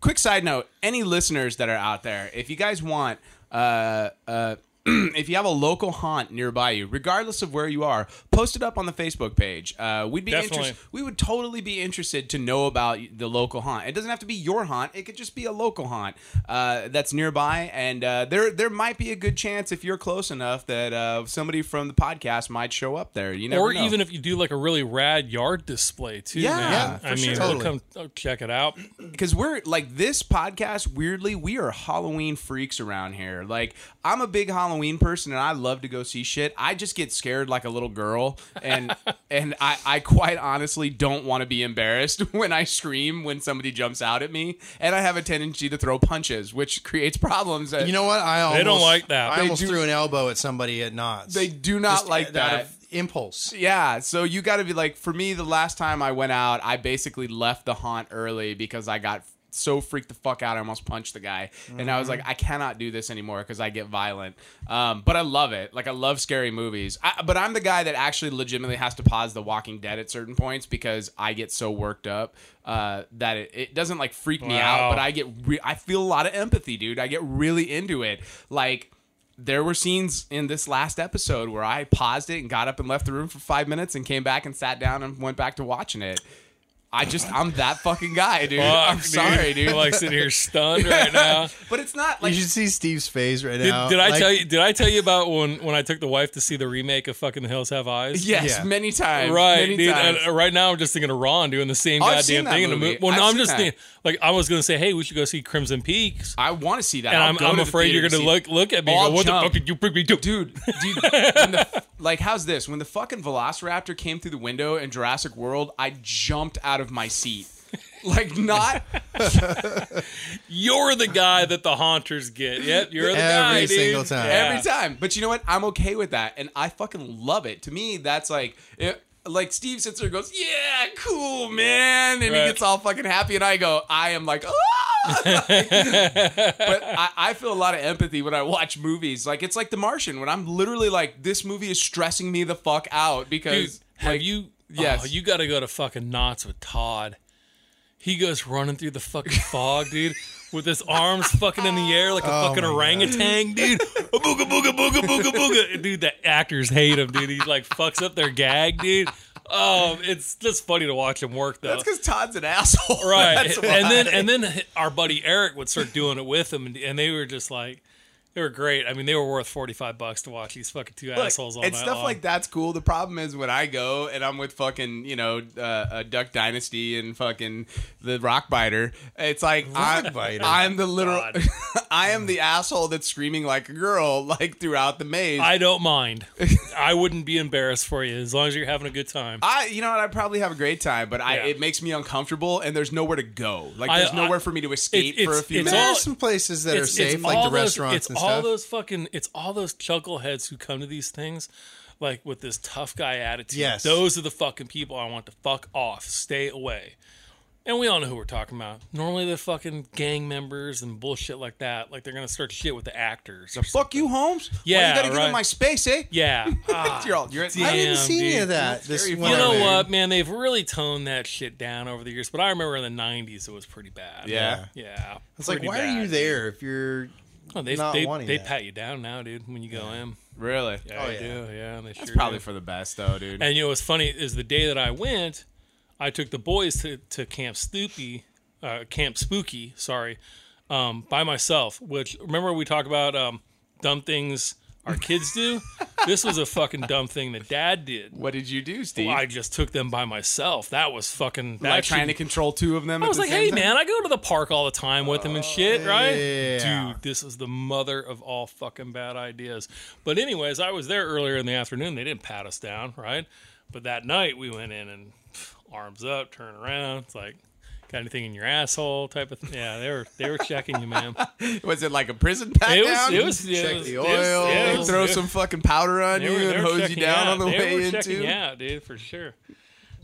S2: quick side note: any listeners that are out there, if you guys want, uh, uh, if you have a local haunt nearby you, regardless of where you are, post it up on the Facebook page. Uh, we'd be
S3: Definitely.
S2: interested. We would totally be interested to know about the local haunt. It doesn't have to be your haunt; it could just be a local haunt uh, that's nearby, and uh, there there might be a good chance if you're close enough that uh, somebody from the podcast might show up there. You never
S3: or
S2: know.
S3: even if you do like a really rad yard display too.
S2: Yeah,
S3: man.
S2: yeah,
S3: I
S2: for
S3: mean,
S2: sure.
S3: they'll come they'll check it out.
S2: because we're like this podcast weirdly we are halloween freaks around here like i'm a big halloween person and i love to go see shit i just get scared like a little girl and and i i quite honestly don't want to be embarrassed when i scream when somebody jumps out at me and i have a tendency to throw punches which creates problems that
S4: You know what? I almost,
S3: don't like that.
S4: I
S3: They
S4: almost
S2: do-
S4: threw an elbow at somebody at Knott's.
S2: they do not
S4: Just
S2: like
S4: out
S2: that
S4: of impulse.
S2: yeah so you got to be like for me the last time i went out i basically left the haunt early because i got so freaked the fuck out i almost punched the guy and i was like i cannot do this anymore because i get violent um, but i love it like i love scary movies I, but i'm the guy that actually legitimately has to pause the walking dead at certain points because i get so worked up uh, that it, it doesn't like freak me out
S3: Wow.
S2: but i get re- i feel a lot of empathy dude i get really into it like there were scenes in this last episode where I paused it and got up and left the room for five minutes and came back and sat down and went back to watching it. I just I'm that fucking guy, dude.
S3: Fuck,
S2: I'm sorry, dude.
S3: I'm like sitting here stunned right now.
S2: but it's not
S4: You
S2: like
S4: should see Steve's face right
S3: Did,
S4: now.
S3: did I
S4: Like,
S3: tell you? Did I tell you about when when I took the wife to see the remake of fucking The Hills Have Eyes?
S2: yes,
S4: Yeah.
S2: many times,
S3: Right,
S2: many
S3: dude.
S2: times. Oh,
S3: and, uh, right now, I'm just thinking of Ron doing the same
S2: I've seen
S3: goddamn
S2: that
S3: thing in the
S2: movie.
S3: movie. Well, no,
S2: I've
S3: I'm
S2: seen
S3: just
S2: that.
S3: thinking. Like, I was gonna say, hey, we should go see Crimson Peaks,
S2: I want to see that,
S3: and
S2: I'll
S3: I'm,
S2: go
S3: I'm
S2: to the
S3: afraid
S2: theater
S3: you're
S2: to
S3: gonna
S2: see-
S3: look look at me.
S2: I'll
S3: and go, what
S2: jump.
S3: the fuck did you bring me to?
S2: dude. Do you, when the, like, how's this? When the fucking Velociraptor came through the window in Jurassic World, I jumped out of my seat. Like, not
S3: You're the guy that the haunters get. Yep, you're the guy,
S4: Every
S3: dude.
S4: single time.
S3: Yeah.
S2: every time. But you know what? I'm okay with that, and I fucking love it. To me, that's like it, like Steve sits there and goes, "Yeah, cool, man," and he
S3: Right.
S2: gets all fucking happy, and I go, "I am like." "Ah!" but I, I feel a lot of empathy when I watch movies. Like it's like The Martian, when I'm literally like, "This movie is stressing me the fuck out
S3: Dude,
S2: because
S3: have
S2: like,
S3: you?
S2: yes.
S3: oh, you got to go to fucking knots with Todd. He goes running through the fucking fog, dude, with his arms fucking in the air like a
S2: Oh
S3: fucking orangutan, dude. Booga booga booga booga booga, dude. The actors hate him, dude. He like fucks up their gag, dude. Um, it's just funny to watch him work though.
S2: That's because Todd's an asshole,
S3: right?
S2: That's why.
S3: and then and then our buddy Eric would start doing it with him, and, and they were just like, they were great. I mean, they were worth forty five bucks to watch these fucking two
S2: Look,
S3: assholes all
S2: and
S3: night
S2: stuff
S3: long.
S2: like that's cool. The problem is when I go and I'm with fucking you know uh, uh, Duck Dynasty and fucking the Rock Biter. It's like I,
S4: Rockbiter.
S2: I'm the literal, I am the asshole that's screaming like a girl like throughout the maze. I,
S3: I don't mind. I wouldn't be embarrassed for you as long as you're having a good time.
S2: you know what? I probably have a great time, but I
S3: Yeah.
S2: it makes me uncomfortable, and there's nowhere to go. Like
S3: I-
S2: there's nowhere
S3: I-
S2: for me to escape
S3: it's-
S2: for a few
S3: it's
S2: minutes.
S4: There
S3: all-
S4: are some places that are safe, like
S3: all
S4: the
S3: those-
S4: restaurants
S3: It's
S4: and
S3: all
S4: stuff.
S3: those fucking. It's all those chuckleheads who come to these things, like with this tough guy attitude.
S4: Yes.
S3: those are the fucking people I want to fuck off, stay away. And we all know who we're talking about. Normally, the fucking gang members and bullshit like that. Like they're gonna start shit with the actors. or
S2: Fuck you, Holmes. Why
S3: Yeah,
S2: you gotta give
S3: right.
S2: him my space, eh?
S3: Yeah. Ah.
S2: You're all, you're at
S4: I didn't
S3: Damn,
S4: see any
S3: dude.
S4: of that. This
S2: very
S4: when
S3: you
S4: I
S3: know
S4: went.
S3: what, man? They've really toned that shit down over the years. But I remember in the '90s, it was pretty bad.
S2: yeah.
S3: Yeah.
S4: It's like,
S3: pretty
S4: why are you
S3: bad.
S4: there if you're?
S3: Oh, they
S4: not
S3: they,
S4: wanting
S3: they
S4: that.
S3: pat you down now, dude. When you go in,
S2: really.
S3: yeah,
S4: Oh,
S3: they
S4: yeah.
S3: do. Yeah, they
S2: It's
S3: sure
S2: probably
S3: do.
S2: for the best though, dude.
S3: And you know what's funny is the day that I went, I took the boys to, to Camp Spoopy, uh, Camp Spooky, sorry, um, by myself. Which remember we talk about um, dumb things our kids do. this was a fucking dumb thing that Dad did.
S2: what did you do, Steve?
S3: Well, Oh, I just took them by myself. That was fucking. That
S2: like
S3: should-
S2: trying to control two of them.
S3: I was like, hey man, I go to the park all the time with him and shit, right?
S4: Oh, yeah.
S3: Dude, this is the mother of all fucking bad ideas. But anyways, I was there earlier in the afternoon. They didn't pat us down, right? But that night we went in and pff, arms up, turn around. It's like, got anything in your asshole type of thing. Yeah, they were they were checking you, man.
S2: was it like a prison pat
S3: It was
S2: down?
S3: it was it
S4: Check
S3: was-
S4: the
S3: it was- yeah, it
S4: oil,
S3: was-
S2: throw
S3: it-
S2: some fucking powder on
S3: they
S2: you
S3: were- they
S2: and
S3: were
S2: hose you
S3: checking
S2: down
S3: out.
S2: on the
S3: They were
S2: way
S3: checking
S2: into.
S3: you out, dude, for sure.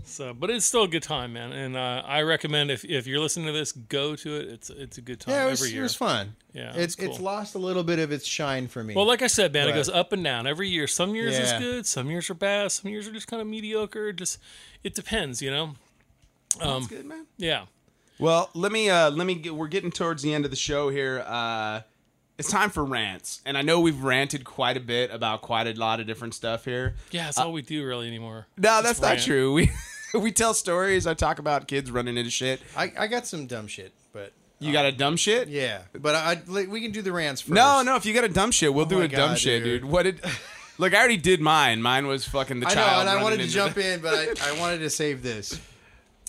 S3: So, but it's still a good time, man, and uh, I recommend if, if you're listening to this, go to it. It's it's a good time
S4: Yeah, it
S3: um, every
S4: was,
S3: year.
S4: it was fun.
S3: Yeah,
S4: it's
S3: it's cool.
S4: it's lost a little bit of its shine for me.
S3: Well, like I said, man,
S4: But-
S3: it goes up and down every year. Some years it's
S4: Yeah.
S3: good, some years are bad, some years are just kind of mediocre. Just it depends, you know.
S2: That's good, man.
S3: Yeah,
S2: Well, let me uh let me get, we're getting towards the end of the show here. Uh it's time for rants. And I know we've ranted quite a bit about quite a lot of different stuff here.
S3: yeah,
S4: Uh,
S3: it's all we do really anymore.
S2: No, that's not
S3: rant.
S2: true. We we tell stories, I talk about kids running into shit.
S4: I, I got some dumb shit, but
S2: You got a dumb shit?
S4: yeah, but I, I like, we can do the rants first. Oh
S2: No, no, if you got a dumb shit, we'll do
S4: my
S2: a dumb
S4: God,
S2: shit,
S4: dude.
S2: dude. What did Look, I already did mine. Mine was fucking the
S4: I know,
S2: child.
S4: and I
S2: running
S4: wanted to
S2: into
S4: jump
S2: the-
S4: in, but I, I wanted to save this.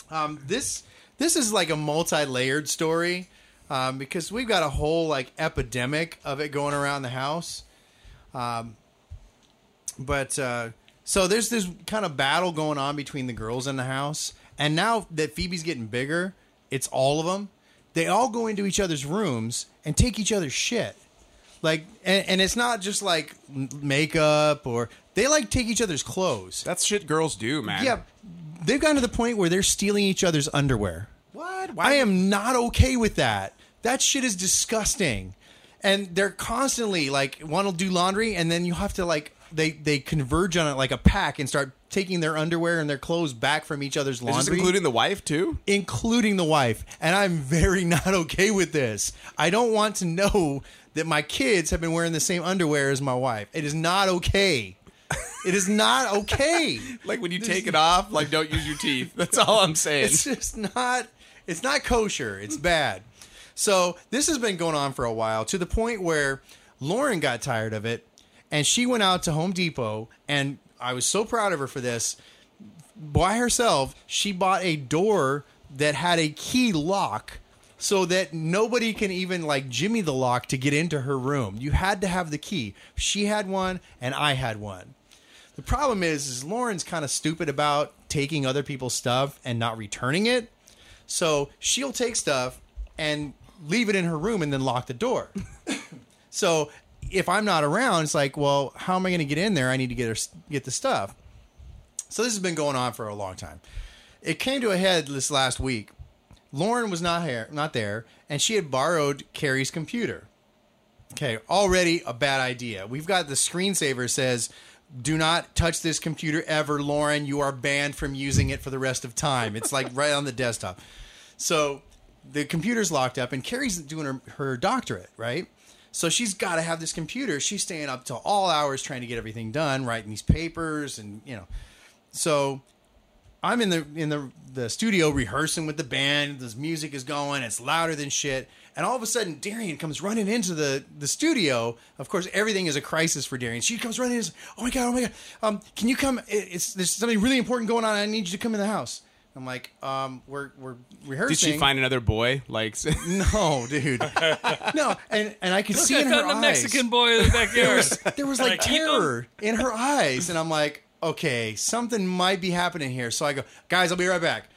S4: Um, this this is like a multi-layered story um, because we've got a whole like epidemic of it going around the house. Um, but uh, so there's this kind of battle going on between the girls in the house, and now that Phoebe's getting bigger, it's all of them. They all go into each other's rooms and take each other's shit like and, and it's not just like m- makeup or they like take each other's clothes
S2: That's shit girls do, man.
S4: yeah they've gotten to the point where they're stealing each other's underwear
S2: What? Why
S4: i am not okay with that that shit is disgusting and they're constantly like one will do laundry and then you have to like they they converge on it like a pack and start taking their underwear and their clothes back from each other's
S2: Is
S4: laundry
S2: this including the wife too?
S4: including the wife. And I'm very not okay with this. I don't want to know that my kids have been wearing the same underwear as my wife. It is not okay. It is not okay.
S2: Like when you take it off, like don't use your teeth. That's all I'm saying.
S4: it's just not it's not kosher it's bad so this has been going on for a while to the point where lauren got tired of it and she went out to home depot and i was so proud of her for this by herself she bought a door that had a key lock so that nobody can even like jimmy the lock to get into her room you had to have the key she had one and i had one the problem is, is Lauren's kind of stupid about taking other people's stuff and not returning it. So she'll take stuff and leave it in her room and then lock the door. so if I'm not around, it's like, well, how am I going to get in there? I need to get her get the stuff. So this has been going on for a long time. It came to a head this last week. Lauren was not here, not there, and she had borrowed Carrie's computer. Okay, already a bad idea. We've got the screensaver says, "Do not touch this computer ever, Lauren. You are banned from using it for the rest of time." It's like right on the desktop. So the computer's locked up, and Carrie's doing her, her doctorate, right? So she's got to have this computer. She's staying up till all hours trying to get everything done, writing these papers, and you know. So I'm in the in the the studio rehearsing with the band. This music is going. It's louder than shit. And all of a sudden, Darian comes running into the the studio. Of course, everything is a crisis for Darian. She comes running. And is oh my god, oh my god. Um, can you come? It- It's there's something really important going on. I need you to come in the house. I'm like, um, we're we're rehearsing.
S2: Did she find another boy? Like
S4: No, dude. no, and and I could see
S3: I
S4: in her
S3: found a
S4: eyes
S3: Mexican boy in the backyard.
S4: there was like
S3: I keep 'em?
S4: terror in her eyes, and I'm like, okay, something might be happening here. So I go, guys, I'll be right back.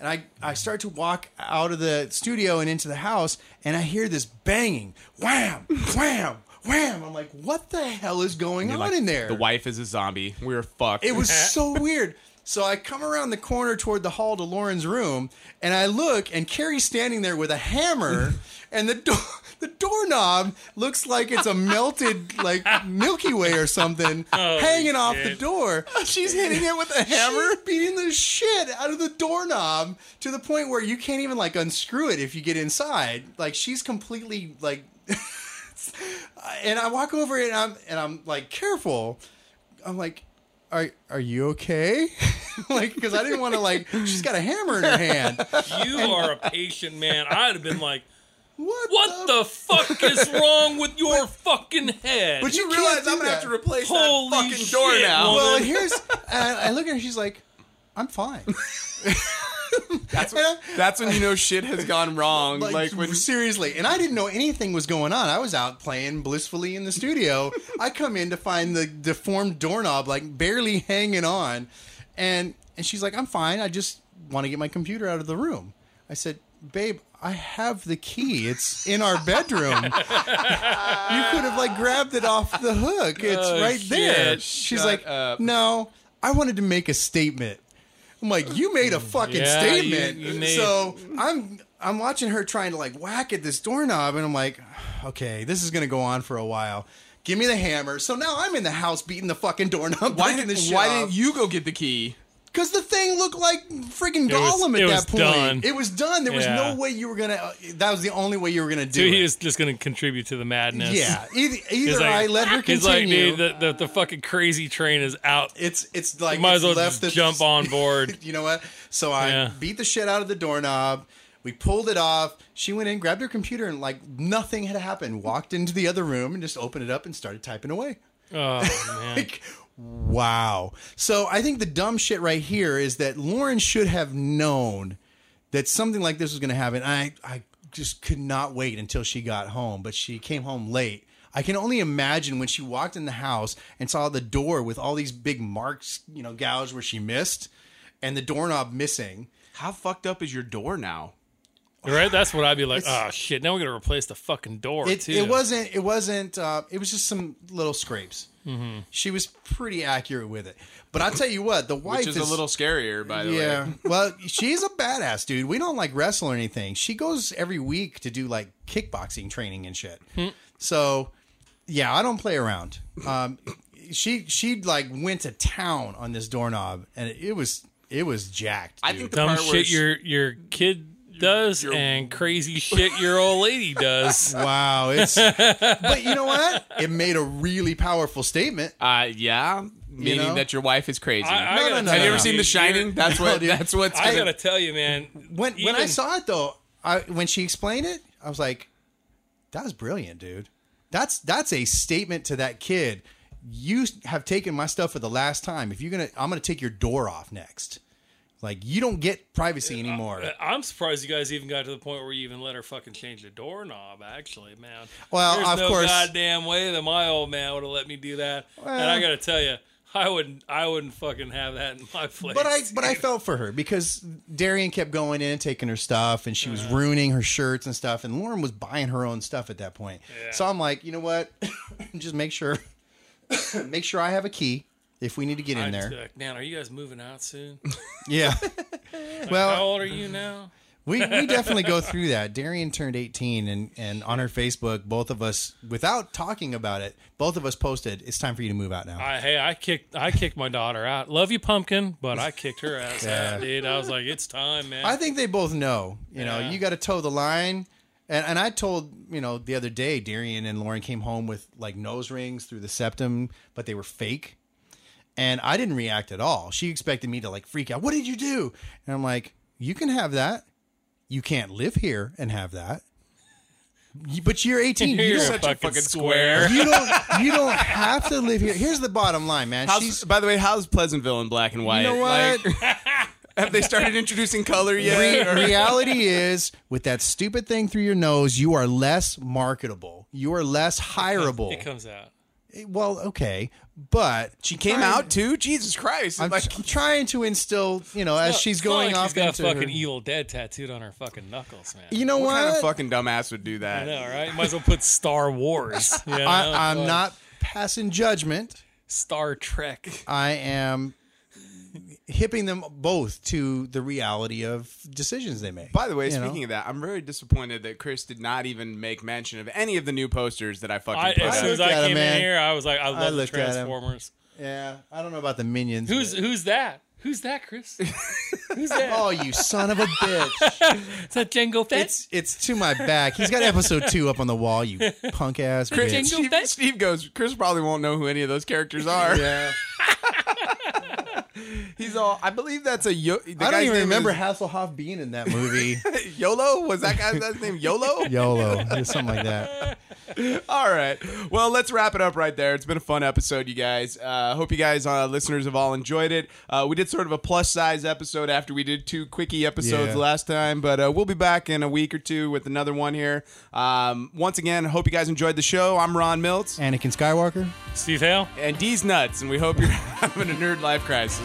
S4: And I, I start to walk out of the studio and into the house, and I hear this banging, wham, wham, wham. I'm like, what the hell is going on
S2: like,
S4: in there?
S2: The wife is a zombie. We were fucked.
S4: It was so weird. So I come around the corner toward the hall to Lauren's room, and I look, and Carrie's standing there with a hammer, and the door, the doorknob looks like it's a melted like Milky Way or something hanging off the
S3: shit.
S4: door. She's hitting it with a hammer, beating the shit out of the doorknob to the point where you can't even like unscrew it if you get inside. Like she's completely like. and I walk over and I'm and I'm like careful. I'm like, are are you okay? like, because I didn't want to like. She's got a hammer in her hand.
S3: You are a patient man. I'd have been like,
S4: What?
S3: what the fuck is wrong with your fucking head?
S4: But you,
S2: You realize
S4: can't do
S2: I'm gonna have
S4: that.
S2: to replace
S3: Holy
S2: that fucking door
S3: shit,
S2: now.
S3: woman.
S4: Well, and here's. And I, I look at her. She's like, I'm fine.
S2: That's, when, that's when you know shit has gone wrong. Like, when
S4: seriously, and I didn't know anything was going on. I was out playing blissfully in the studio. I come in to find the deformed doorknob like barely hanging on, and and she's like, "I'm fine. I just want to get my computer out of the room." I said, "Babe, I have the key. It's in our bedroom. you could have like grabbed it off the hook. It's
S3: Oh,
S4: right there."
S3: shit.
S4: She's
S2: Shut
S4: like,
S2: up.
S4: "No, I wanted to make a statement." I'm like, "You made a fucking
S3: Yeah,
S4: statement."
S3: you- you made-
S4: so I'm I'm watching her trying to like whack at this doorknob, and I'm like, okay, this is gonna go on for a while. Give me the hammer. So now I'm in the house beating the fucking doorknob.
S2: why
S4: breaking
S2: didn't
S4: the shit
S2: why didn't you go get the key?
S4: Because the thing looked like freaking
S3: was-
S4: Gollum
S3: it
S4: at
S3: was
S4: that point.
S3: done.
S4: It was done. There was
S3: Yeah.
S4: no way you were gonna. Uh, that was the only way you were gonna do
S3: Dude,
S4: it.
S3: he was just going to contribute to the madness.
S4: yeah. Either,
S3: He's
S4: either
S3: like,
S4: I let her
S3: He's like,
S4: continue.
S3: dude, the, the, the fucking crazy train is out.
S4: it's it's like
S3: Might as well
S4: it's left
S3: just
S4: the
S3: jump on board.
S4: you know what? So I
S3: Yeah.
S4: beat the shit out of the doorknob. We pulled it off. She went in, grabbed her computer, and like nothing had happened. Walked into the other room and just opened it up and started typing away.
S3: Oh, man.
S4: Like, wow. So I think the dumb shit right here is that Lauren should have known that something like this was going to happen. I, I just could not wait until she got home, but she came home late. I can only imagine when she walked in the house and saw the door with all these big marks, you know, gouges where she missed and the doorknob missing.
S2: How fucked up is your door now?
S3: Right? That's what I'd be like, oh, shit. Now we're going to replace the fucking door.
S4: It,
S3: too.
S4: it wasn't. It wasn't. Uh, it was just some little scrapes.
S2: Mm-hmm.
S4: She was pretty accurate with it. But I'll tell you what, the wife
S2: Which is a little scarier, by the
S4: yeah.
S2: way.
S4: well, she's a badass, dude. We don't like wrestle or anything. She goes every week to do like kickboxing training and shit.
S2: Hmm.
S4: so, yeah, I don't play around. Um, she she like went to town on this doorknob, and it, was it was jacked.
S2: I
S4: dude.
S2: think the
S3: Dumb
S2: part where
S3: shit
S2: she-
S3: your, your kid does
S2: your-
S3: and crazy shit your old lady does.
S4: wow, it's. but you know what? It made a really powerful statement.
S2: uh, yeah, meaning
S4: know?
S2: that your wife is crazy.
S3: I- I
S4: No,
S3: gotta
S4: no, no,
S3: tell
S2: Have you
S4: no,
S2: ever
S4: no.
S2: seen The
S3: Dude, you're-
S2: Shining? That's what. that's what's.
S3: I
S2: gonna-
S3: gotta tell you, man.
S4: When when I
S3: even-
S4: saw it though, I when she explained it, I was like, "That was brilliant, dude. That's that's a statement to that kid. You have taken my stuff for the last time. If you're gonna, I'm gonna take your door off next. Like you don't get privacy anymore.
S3: I'm surprised you guys even got to the point where you even let her fucking change the doorknob. Actually, man.
S4: Well,
S3: There's
S4: of
S3: no
S4: course-
S3: goddamn way that my old man would have let me do that. and I
S4: Well-
S3: gotta tell you, I wouldn't. I wouldn't fucking have that in my place.
S4: But I but I felt for her because Darian kept going in and taking her stuff, and she was ruining her shirts and stuff, and Lauren was buying her own stuff at that point. So I'm like, you know what? Just make sure, make sure I have a key if we need to get in
S3: I'd
S4: there.
S3: just be like, man, are you guys moving out soon?
S4: Yeah.
S3: How
S4: well,
S3: old are you now?
S4: we, we definitely go through that. Darian turned 18, and and on her Facebook, both of us, without talking about it, both of us posted, "It's time for you to move out now."
S3: I, hey, I kicked I kicked my daughter out. Love you, pumpkin, but I kicked her ass out, dude. I was like, it's time, man.
S4: I think they both know. You know,
S3: Yeah.
S4: you got to toe the line. And, and I told you know the other day, Darian and Lauren came home with like nose rings through the septum, but they were fake. And I didn't react at all. She expected me to like freak out. What did you do? And I'm like, you can have that. You can't live here and have that. You- But you're 18. You
S3: You're
S4: don't,
S2: such a fucking square.
S4: you don't. You don't have to live here. Here's the bottom line, man.
S2: How's-
S4: She's
S2: by the way, how's Pleasantville in black and white?
S4: you know what?
S2: Like, have they started introducing color yet?
S4: Re- reality is, with that stupid thing through your nose, you are less marketable. You are less
S3: It
S4: hireable. Eh,
S3: comes out.
S4: Well, okay, but
S2: she came out too. Jesus Christ!
S4: I'm,
S2: like,
S4: I'm trying to instill, you know, as
S3: Look,
S4: she's
S3: it's not
S4: going
S3: like
S4: off
S3: she's got
S4: into her-
S3: fucking Evil Dead tattooed on her fucking knuckles, man.
S4: you know
S2: what
S4: what?
S2: kind of fucking dumbass would do that?
S3: I know, right? Might as well put Star Wars. You know?
S4: I, I'm
S3: Like,
S4: not passing judgment.
S3: Star Trek.
S4: I am hipping them both to the reality of decisions they make.
S2: By the way,
S4: you know?
S2: speaking of that, I'm very disappointed that Chris did not even make mention of any of the new posters that I fucking
S3: I,
S2: put
S3: as
S2: up.
S3: soon as
S4: looked
S3: I
S4: at him,
S3: came in
S4: man.
S3: here, I was like, I love the
S4: looked at him.
S3: Transformers.
S4: yeah, I don't know about the minions.
S3: Who's
S4: but-
S3: who's that? Who's that, Chris? Who's that?
S4: Oh, you son of a bitch!
S3: Is that Django Fett?
S4: It's it's to my back. He's got episode two up on the wall. You punk ass bitch.
S3: Jingle
S2: Steve,
S3: Fett?
S2: Steve goes, Chris probably won't know who any of those characters are.
S4: Yeah.
S2: He's all, I believe that's a Yo- the
S4: I
S2: guy's
S4: don't even
S2: name
S4: remember
S2: is-
S4: Hasselhoff being in that movie.
S2: Yolo was that guy's last name Yolo?
S4: YOLO, or something like that.
S2: All right. Well, let's wrap it up right there. It's been a fun episode, you guys. Uh, hope you guys, uh, listeners, have all enjoyed it. Uh, we did sort of a plus size episode after we did two quickie episodes
S4: Yeah.
S2: last time, but uh, we'll be back in a week or two with another one here. Um, once again, hope you guys enjoyed the show. I'm Ron Miltz
S4: Anakin Skywalker.
S3: Steve Hale.
S2: and D's Nuts, and we hope you're having a nerd life crisis.